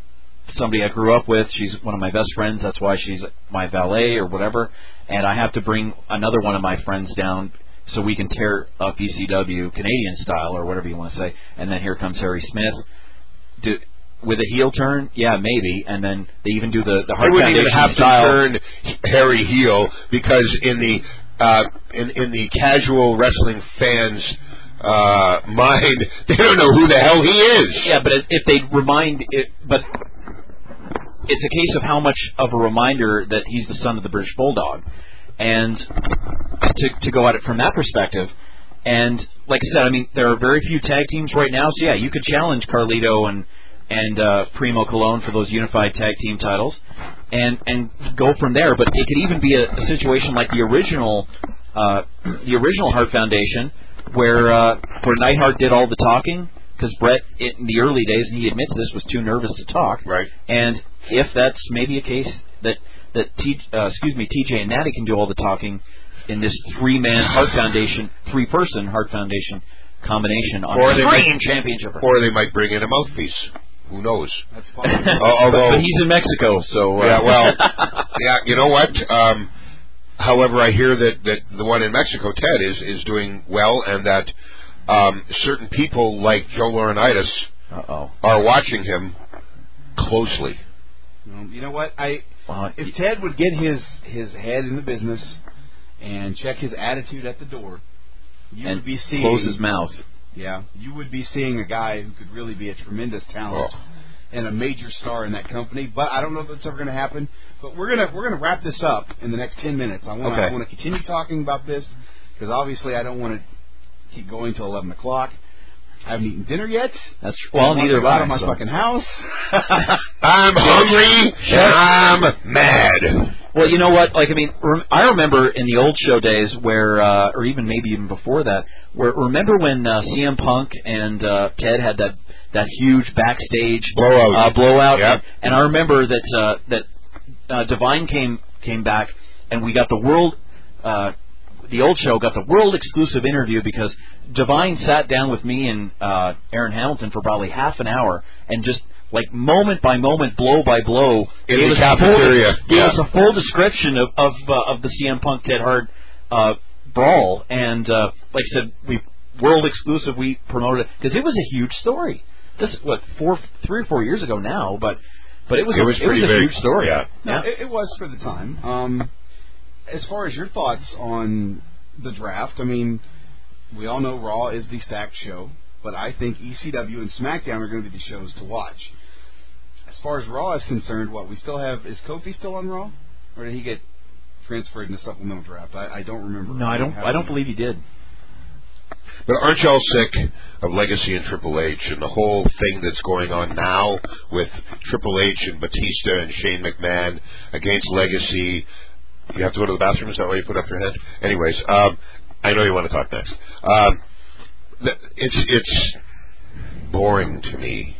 G: somebody I grew up with. She's one of my best friends. That's why she's my valet or whatever. And I have to bring another one of my friends down so we can tear up ECW Canadian style or whatever you want to say. And then here comes Harry Smith. Do, with a heel turn, yeah, maybe. And then they even do the the
D: I
G: hard
D: wouldn't even have
G: style.
D: to turn Harry heel because in the uh, in in the casual wrestling fans uh, mind, they don't know who the hell he is.
G: Yeah, but if- if they remind it, but it's a case of how much of a reminder that he's the son of the British Bulldog, and to to go at it from that perspective. And like I said, I mean there are very few tag teams right now. So yeah, you could challenge Carlito and and uh, Primo Cologne for those unified tag team titles, and and go from there. But it could even be a, a situation like the original uh, the original Hart Foundation, where uh, where Neidhart did all the talking because Brett in the early days, and he admits this, was too nervous to talk.
D: Right.
G: And if that's maybe a case that that T, uh, excuse me, TJ and Natty can do all the talking in this three-man Heart Foundation, three-person Heart Foundation combination on
D: Or they
G: Extreme
D: might-
G: Championship.
D: Or they might bring in a mouthpiece. Who knows?
C: That's fine.
G: But-
D: although-
G: but he's in Mexico, so uh,
D: Yeah, well, yeah. You know what? Um, however, I hear that that the one in Mexico, Ted, is is doing well, and that um, certain people like Joe Laurinaitis
G: Uh-oh.
D: are watching him closely.
C: Um, you know what? I
G: Well,
C: if Ted would get his his head in the business and check his attitude at the door, you
G: and
C: would be seeing
G: close his mouth.
C: Yeah, you would be seeing a guy who could really be a tremendous talent
D: Oh.
C: and a major star in that company. But I don't know if that's ever going to happen. But we're gonna we're gonna wrap this up in the next ten minutes. I want to
G: Okay.
C: I want to continue talking about this because obviously I don't want to keep going till eleven o'clock. I haven't eaten dinner yet.
G: That's well, neither
C: I'm
G: have
C: out
G: I.
C: of my
G: so.
C: fucking house.
D: I'm hungry. and I'm mad.
G: Well, you know what? Like, I mean, rem- I remember in the old show days where, uh, or even maybe even before that, where remember when uh, CM Punk and uh, Ted had that that huge backstage
D: Blowout.
G: Uh, blowout.
D: Yep.
G: And I remember that uh, that uh, Divine came came back, and we got the world. Uh, the old show got the world exclusive interview because Divine sat down with me and uh, Aaron Hamilton for probably half an hour and just like moment by moment, blow by blow,
D: In
G: gave
D: the
G: us a full-
D: cafeteria.
G: gave
D: Yeah.
G: us a full description of of, uh, of the CM Punk Ted Hart uh, brawl, and uh, like I said, we world exclusive. We promoted it because it was a huge story. This what four, three or four years ago now, but but it was
D: It
G: a,
D: was
G: it was
D: pretty
G: a
D: big.
G: huge story.
D: Yeah.
C: No, it, it was for the time. Um, as far as your thoughts on the draft, I mean, we all know Raw is the stacked show, but I think ECW and SmackDown are going to be the shows to watch. As far as Raw is concerned, what we still have is Kofi still on Raw, or did he get transferred in the supplemental draft? I, I don't remember.
G: No, I don't. I don't believe he did.
D: But aren't y'all sick of Legacy and Triple H and the whole thing that's going on now with Triple H and Batista and Shane McMahon against Legacy? You have to go to the bathroom. Is that why you put up your hand? Anyways, um, I know you want to talk next. Um, th- it's it's boring to me.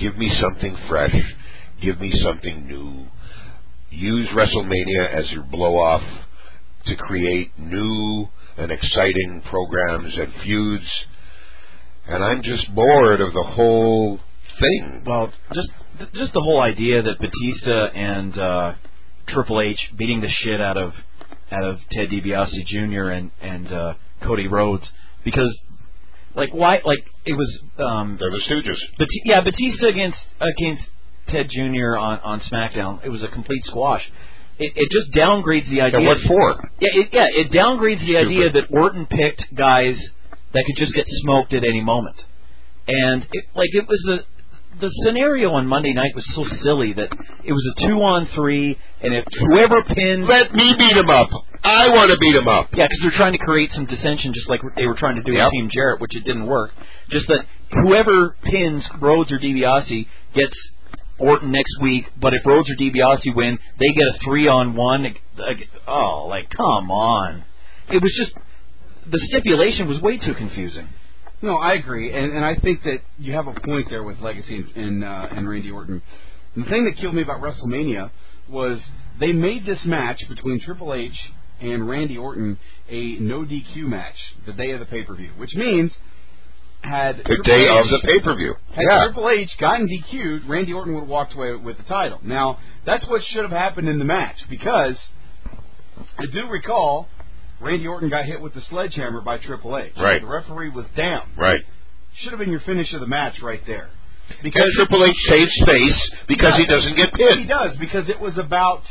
D: Give me something fresh. Give me something new. Use WrestleMania as your blow off to create new and exciting programs and feuds. And I'm just bored of the whole thing.
G: Well, just th- just the whole idea that Batista and uh, Triple H beating the shit out of out of Ted DiBiase Jr. and and uh, Cody Rhodes because like why like it was um,
D: They're the Stooges.
G: Bat- yeah, Batista against against Ted Jr. on on SmackDown. It was a complete squash. It, it just downgrades the idea.
D: And what for?
G: Yeah, it, yeah, it downgrades the
D: Stupid.
G: idea that Orton picked guys that could just get smoked at any moment. And it, like it was a the scenario on Monday night was so silly that it was a two on three, and if whoever pinned
D: Let me beat him up. I want to beat him up.
G: yeah, because they're trying to create some dissension, just like they were trying to do
D: Yep.
G: with Team Jarrett, which it didn't work. Just that whoever pins Rhodes or DiBiase gets Orton next week, but if Rhodes or DiBiase win, they get a three on one. ag- ag- Oh, like come on! It was just the stipulation was way too confusing.
C: No, I agree, and and I think that you have a point there with Legacy and and, uh, and Randy Orton. And the thing that killed me about WrestleMania was they made this match between Triple H and Randy Orton a no DQ match the day of the pay per view, which means had
D: the
C: Triple
D: day
C: H-
D: of the pay per view.
C: had
D: Yeah.
C: Triple H gotten DQ'd, Randy Orton would have walked away with the title. Now, that's what should have happened in the match because I do recall Randy Orton got hit with the sledgehammer by Triple H.
D: Right.
C: The referee was down.
D: Right.
C: Should have been your finish of the match right there.
D: Because Triple H saves face because he doesn't get
C: He
D: pinned.
C: does because it was about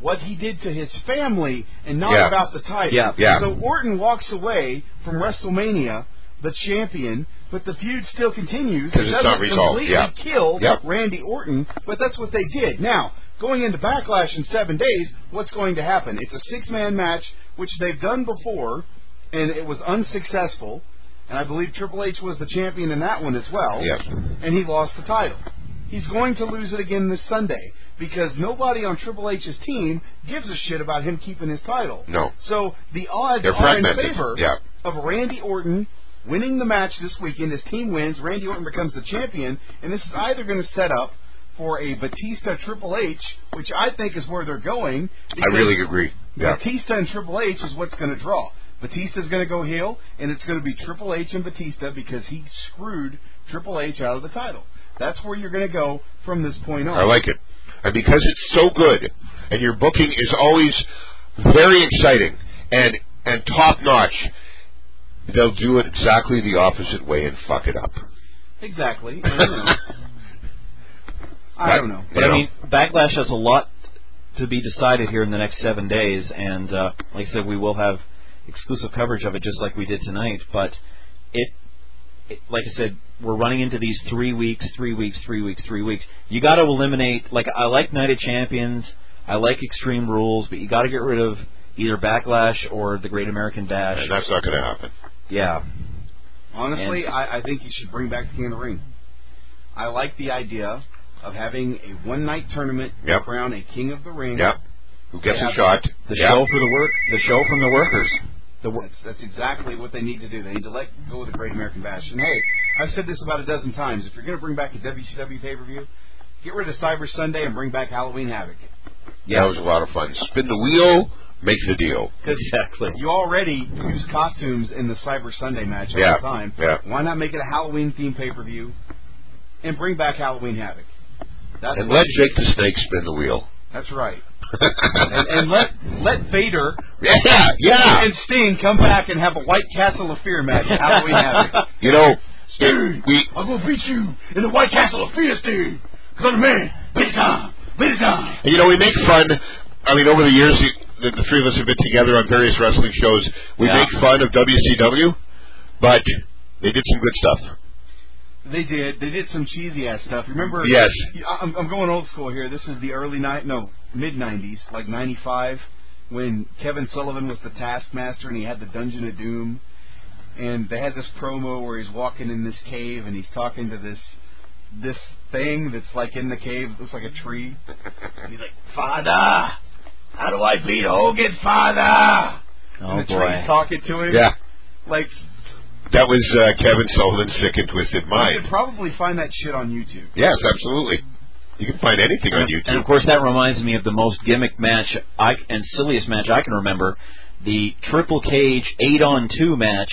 C: what he did to his family and not
D: Yeah.
C: about the title.
G: Yeah.
D: Yeah.
C: So Orton walks away from WrestleMania the champion, but the feud still continues.
D: 'Cause
C: It
D: it's
C: doesn't
D: not resolved,
C: completely
D: yeah.
C: kill
D: Yep.
C: Randy Orton, but that's what they did. Now, going into Backlash in seven days, what's going to happen? It's a six-man match, which they've done before, and it was unsuccessful. And I believe Triple H was the champion in that one as well
D: Yes.
C: and he lost the title. He's going to lose it again this Sunday because nobody on Triple H's team gives a shit about him keeping his title.
D: No.
C: So the odds
D: They're
C: are in
D: fragmented.
C: favor
D: Yeah.
C: of Randy Orton winning the match this weekend. His team wins. Randy Orton becomes the champion, and this is either going to set up for a Batista Triple H, which I think is where they're going.
D: I really agree. Yeah.
C: Batista and Triple H is what's going to draw. Batista's going to go heel, and it's going to be Triple H and Batista because he screwed Triple H out of the title. That's where you're going to go from this point on.
D: I like it. And because it's so good, and your booking is always very exciting and and top notch, they'll do it exactly the opposite way and fuck it up.
C: exactly. I don't know. Mm-hmm. I don't know.
G: But
D: You
G: I mean, Backlash has a lot to be decided here in the next seven days, and uh, like I said, we will have exclusive coverage of it just like we did tonight. But it, it like I said, we're running into these three weeks, three weeks, three weeks, three weeks. You got to eliminate. Like I like Night of Champions, I like Extreme Rules, but you got to get rid of either Backlash or the Great American Dash.
D: and that's not going to happen.
G: Mm-hmm. Yeah,
C: Honestly, I, I think you should bring back the King of the Ring. I like the idea of having a one night tournament
D: Yep.
C: crown a King of the Ring.
D: Yep. Who gets
C: Yeah.
D: a shot?
G: the
D: Yeah.
G: show for the work, the show from the workers. The wor-
C: That's, that's exactly what they need to do. They need to let go of the Great American Bash. And hey, I've said this about a dozen times. If you're going to bring back a WCW pay per view, get rid of Cyber Sunday and bring back Halloween Havoc.
D: That was a lot of fun. Spin the wheel, make the deal.
G: Exactly.
C: You already use costumes in the Cyber Sunday match all
D: Yeah,
C: the time.
D: yeah.
C: Why not make it a Halloween themed pay per view and bring back Halloween Havoc? That's,
D: And let Jake the Snake spin the wheel.
C: that's right. And, and let let Vader
D: yeah, yeah.
C: and Sting come back and have a White Castle of Fear match at Halloween Havoc.
D: You know, it, we
A: I'm gonna beat you in the White Castle of Fear, Steve. Cause I'm the man. Big time. Big time.
D: And, You know, we make fun. I mean, over the years, the, the three of us have been together on various wrestling shows. We
G: Yeah.
D: make fun of WCW, but they did some good stuff.
C: They did. They did some cheesy ass stuff. Remember?
D: Yes.
C: I- I'm, I'm going old school here. This is the early night, no, mid '90s, like '95, when Kevin Sullivan was the Taskmaster and he had the Dungeon of Doom, and they had this promo where he's walking in this cave and he's talking to this this thing that's like in the cave, looks like a tree. And he's like, "Father, how do I beat Hogan, Father?"
G: Oh
C: and the tree's
G: boy.
C: talking to him.
D: Yeah,
C: Like
D: that was uh, Kevin Sullivan's sick and twisted
C: you could
D: mind.
C: probably find that shit on YouTube.
D: Yes, absolutely. You can find anything on
G: And of
D: YouTube.
G: course, that reminds me of the most gimmick match I, and silliest match I can remember, the Triple Cage eight on two match,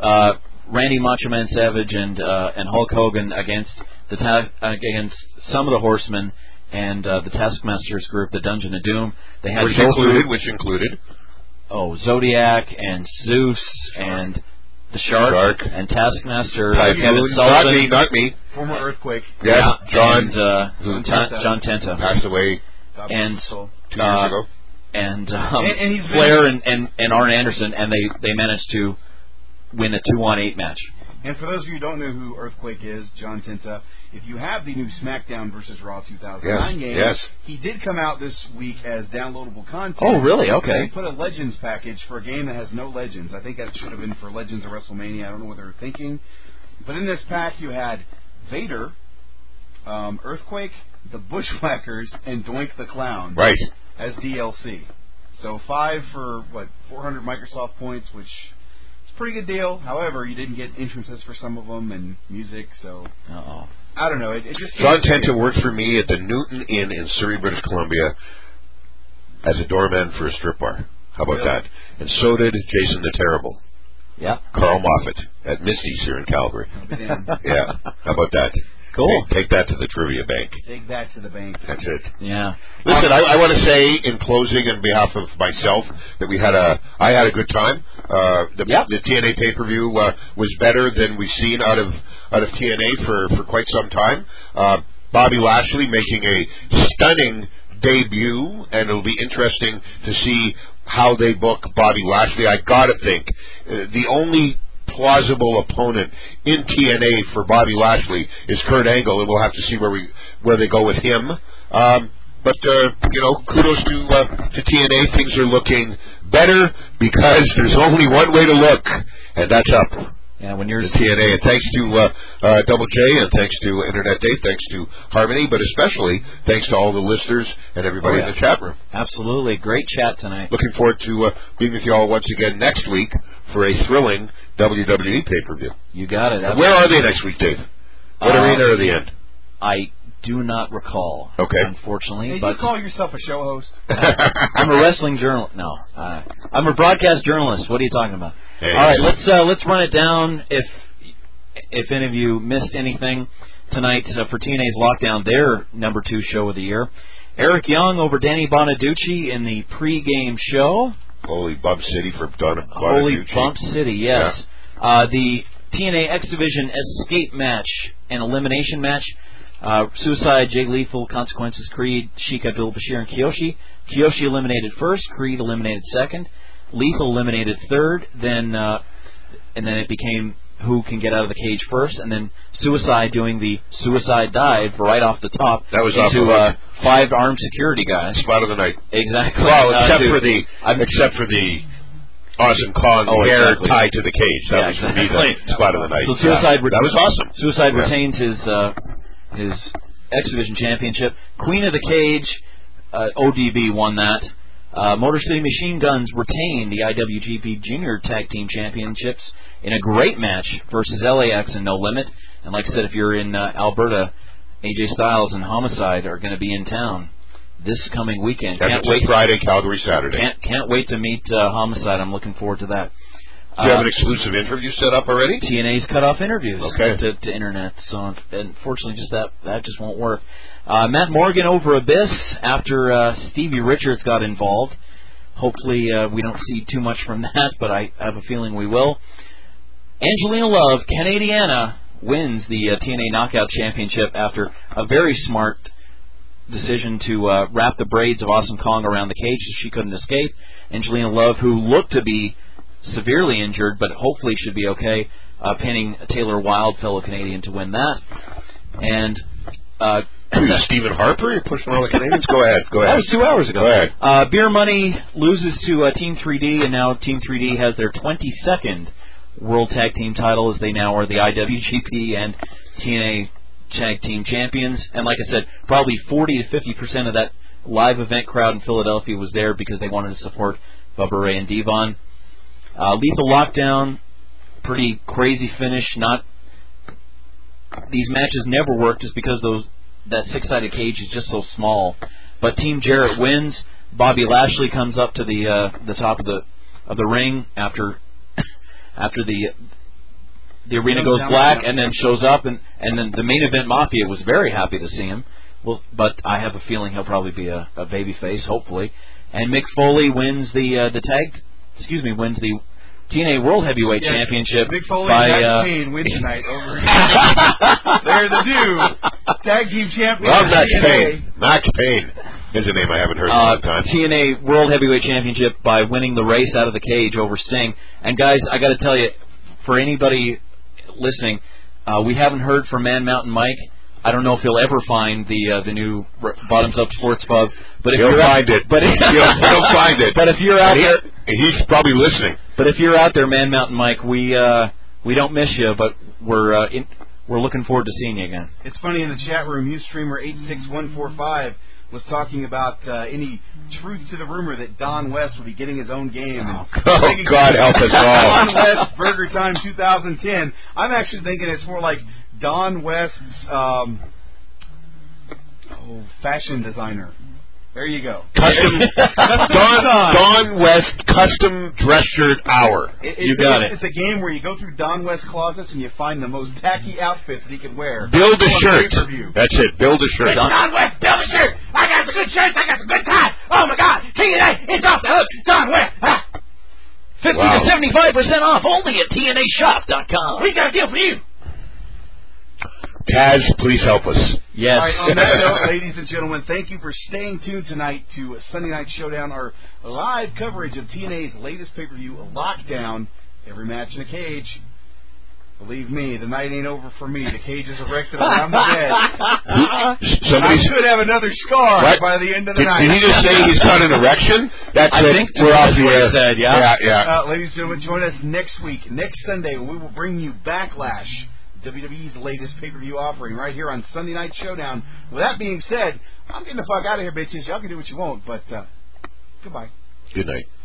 G: uh, Randy Macho Man Savage and uh, and Hulk Hogan against the ta- against some of the Horsemen and uh, the Taskmasters group, the Dungeon of Doom. They had
D: Which
G: to go
D: included,
G: through-
D: which included,
G: oh Zodiac and Zeus and the Shark,
D: Shark.
G: and Taskmaster Kevin
D: Typhoon, not
G: Sullivan.
D: me, not me.
C: Former Earthquake.
D: Yes,
G: Yeah,
D: John,
G: and, uh,
D: who
G: Ta- John Tenta.
D: passed away
C: God bless
G: And
C: his soul.
D: two
G: Uh,
D: years ago.
G: and, um,
C: And- and he's been-
G: Flair and, and, and Arn Anderson, and they, they managed to win a two on eight match.
C: And for those of you who don't know who Earthquake is, John Tenta, if you have the new SmackDown versus Raw 2009
D: Yes,
C: game,
D: yes.
C: he did come out this week as downloadable content.
G: Oh, really?
C: They
G: Okay.
C: put a Legends package for a game that has no Legends. I think that should have been for Legends of WrestleMania. I don't know what they were thinking. But in this pack, you had Vader, um, Earthquake, the Bushwhackers, and Doink the Clown
D: Right.
C: as DLC. So five for what 400 Microsoft points, which is a pretty good deal. However, you didn't get entrances for some of them and music, so
G: Uh-oh.
C: I don't know. It, it just
D: John
C: seems-
D: Tenta worked for me at the Newton Inn in Surrey, British Columbia, as a doorman for a strip bar. How about
C: Really?
D: that? And so did Jason the Terrible.
G: Yeah.
D: Carl Moffat at Misty's here in Calgary. Yeah. How about that?
G: Cool.
D: Take, take that to the trivia bank.
C: Take that to the bank.
D: That's it.
G: Yeah.
D: Listen, I, I want to say in closing, on behalf of myself, that we had a I had a good time. Uh, the,
G: Yep.
D: the TNA pay per view uh, was better than we've seen out of out of TNA for for quite some time. Uh, Bobby Lashley making a stunning debut, and it'll be interesting to see how they book Bobby Lashley. I gotta think uh, the only plausible opponent in TNA for Bobby Lashley is Kurt Angle, and we'll have to see where we where they go with him. Um, but uh, you know, kudos to uh, to TNA. Things are looking better because there's only one way to look, and that's up
G: Yeah. When you're
D: to TNA. And thanks to uh, uh, Double J, and thanks to Internet Dave, thanks to Harmony, but especially thanks to all the listeners and everybody
G: Oh, yeah.
D: in the chat room.
G: absolutely great chat tonight.
D: Looking forward to uh, being with you all once again next week for a thrilling WWE pay per view.
G: You got it.
D: Where are they next week, Dave? What
G: Uh,
D: arena are they in?
G: I do not recall.
D: Okay.
G: Unfortunately,
C: Hey, you
G: but
C: call yourself a show host?
G: I'm a wrestling journalist. No, uh, I'm a broadcast journalist. What are you talking about?
D: Hey.
G: All right, let's uh, let's run it down. If if any of you missed anything tonight uh, for TNA's lockdown, their number two show of the year, Eric Young over Danny Bonaducci in the pregame show.
D: Holy Bump City for Donna
G: Holy
D: Bonaducci.
G: Bump City, yes. Uh, the TNA X Division escape match and elimination match. Uh, Suicide, Jay Lethal, Consequences, Creed, Sheik Abdul Bashir, and Kyoshi. Kyoshi eliminated first, Creed eliminated second, Lethal eliminated third, then uh, and then it became who can get out of the cage first, and then Suicide doing the suicide dive right off the top
D: That was off
G: into
D: the hook.
G: uh, five armed security guys.
D: Spot of the night.
G: Exactly.
D: Well,
G: Uh,
D: except
G: to-
D: for the except for the awesome Kong
G: Oh,
D: hair
G: exactly.
D: tied to the cage. That
G: Yeah,
D: was for me
G: exactly.
D: the spot of the night.
G: So suicide
D: Yeah.
G: re-
D: that was awesome.
G: Suicide
D: Yeah.
G: retains his uh, his X Division championship. Queen of the Cage, uh, ODB won that. Uh, Motor City Machine Guns retain the IWGP Junior Tag Team Championships in a great match versus LAX and No Limit. And like I said, if you're in uh, Alberta, AJ Styles and Homicide are going to be in town this coming weekend.
D: That
G: Can't
D: was
G: wait!
D: Friday, Calgary, Saturday.
G: Can't can't wait to meet uh, Homicide. I'm looking forward to that.
D: Do you have
G: Uh,
D: an exclusive interview set up already?
G: TNA's cut off interviews
D: Okay.
G: to, to internet, so un- unfortunately, just that that just won't work. Uh, Matt Morgan over Abyss after uh, Stevie Richards got involved. Hopefully, uh, we don't see too much from that, but I have a feeling we will. Angelina Love, Canadiana, wins the uh, TNA Knockout Championship after a very smart decision to uh, wrap the braids of Awesome Kong around the cage so she couldn't escape. Angelina Love, who looked to be severely injured but hopefully should be okay, uh, pinning Taylor Wilde, fellow Canadian, to win that. And uh,
D: Who, Stephen Harper? You're pushing all the Canadians? Go ahead. Go
G: That
D: ahead.
G: was two hours ago.
D: Go ahead.
G: Uh, Beer Money loses to uh, Team 3D, and now Team 3D has their 22nd World Tag Team title as they now are the IWGP and TNA Tag Team Champions. And like I said, probably 40 to 50 percent of that live event crowd in Philadelphia was there because they wanted to support Bubba Ray and Devon. Uh, lethal Lockdown, pretty crazy finish. Not these matches never work just because those that six-sided cage is just so small. But Team Jarrett wins. Bobby Lashley comes up to the uh, the top of the of the ring after after the the arena goes black, and then shows up, and and then the main event Mafia was very happy to see him. Well, but I have a feeling he'll probably be a, a baby face, hopefully. And Mick Foley wins the uh, the tag, excuse me, wins the TNA World Heavyweight
C: Yeah,
G: Championship
C: Big Foley
G: by
C: and Max
G: uh,
C: Payne win tonight over. They're the new tag team champions.
D: Love Max
C: of TNA.
D: Payne. Max Payne is a name I haven't heard in a
G: uh,
D: long time.
G: TNA World Heavyweight Championship by winning the race out of the cage over Sting. And guys, I got to tell you, for anybody listening, uh, we haven't heard from Man Mountain Mike. I don't know if he'll ever find the uh, the new r- Bottoms Up Sports Pub, but if
D: He'll
G: you're
D: find
G: out,
D: it.
G: But if,
D: He'll- he'll find it.
G: But if you're out
D: And he-
G: there,
D: and he's probably listening.
G: but if you're out there, Man Mountain Mike, we uh, we don't miss you, but we're uh, in, we're looking forward to seeing you again.
C: It's funny in the chat room. Ustreamer eight six one four five was talking about uh, any truth to the rumor that Don West would be getting his own game. Oh,
D: Oh, God help us
C: Don
D: all.
C: West Burger Time 2010. I'm actually thinking it's more like Don West's um, oh, fashion designer. There you go.
D: Custom Don, Don West custom dress shirt hour.
C: It-
D: you got
C: it's,
D: it.
C: It's a game where you go through Don West's closets and you find the most tacky outfit that he could wear.
D: Build a
C: For
D: shirt.
C: pay-per-view.
D: That's it. Build a shirt.
C: Don West, build a shirt. I got the good shirts. I got the good time. Oh my God, TNA, it's off the hook. Don West, ah,
I: Fifty
D: Wow.
I: to seventy-five percent off only at TNAShop.com.
C: we got a deal for you.
D: Taz, please help us.
G: Yes.
C: All right, on that note, ladies and gentlemen, thank you for staying tuned tonight to Sunday Night Showdown, our live coverage of TNA's latest pay per view, Lockdown. Every match in a cage. Believe me, the night ain't over for me. The cage is erected around my bed. I
G: Uh-huh.
D: Somebody
C: could have another scar
D: What?
C: by the end of the
D: did,
C: night.
D: did he just say he's got an erection? That's
G: I
D: it.
G: think
D: We're off
G: that's
D: the
G: what he
D: air.
G: said, yeah.
D: yeah,
C: Uh, ladies and gentlemen, join us next week, next Sunday. We will bring you Backlash, WWE's latest pay-per-view offering, right here on Sunday Night Showdown. With that being said, I'm getting the fuck out of here, bitches. Y'all can do what you want, but uh, goodbye.
D: Good night.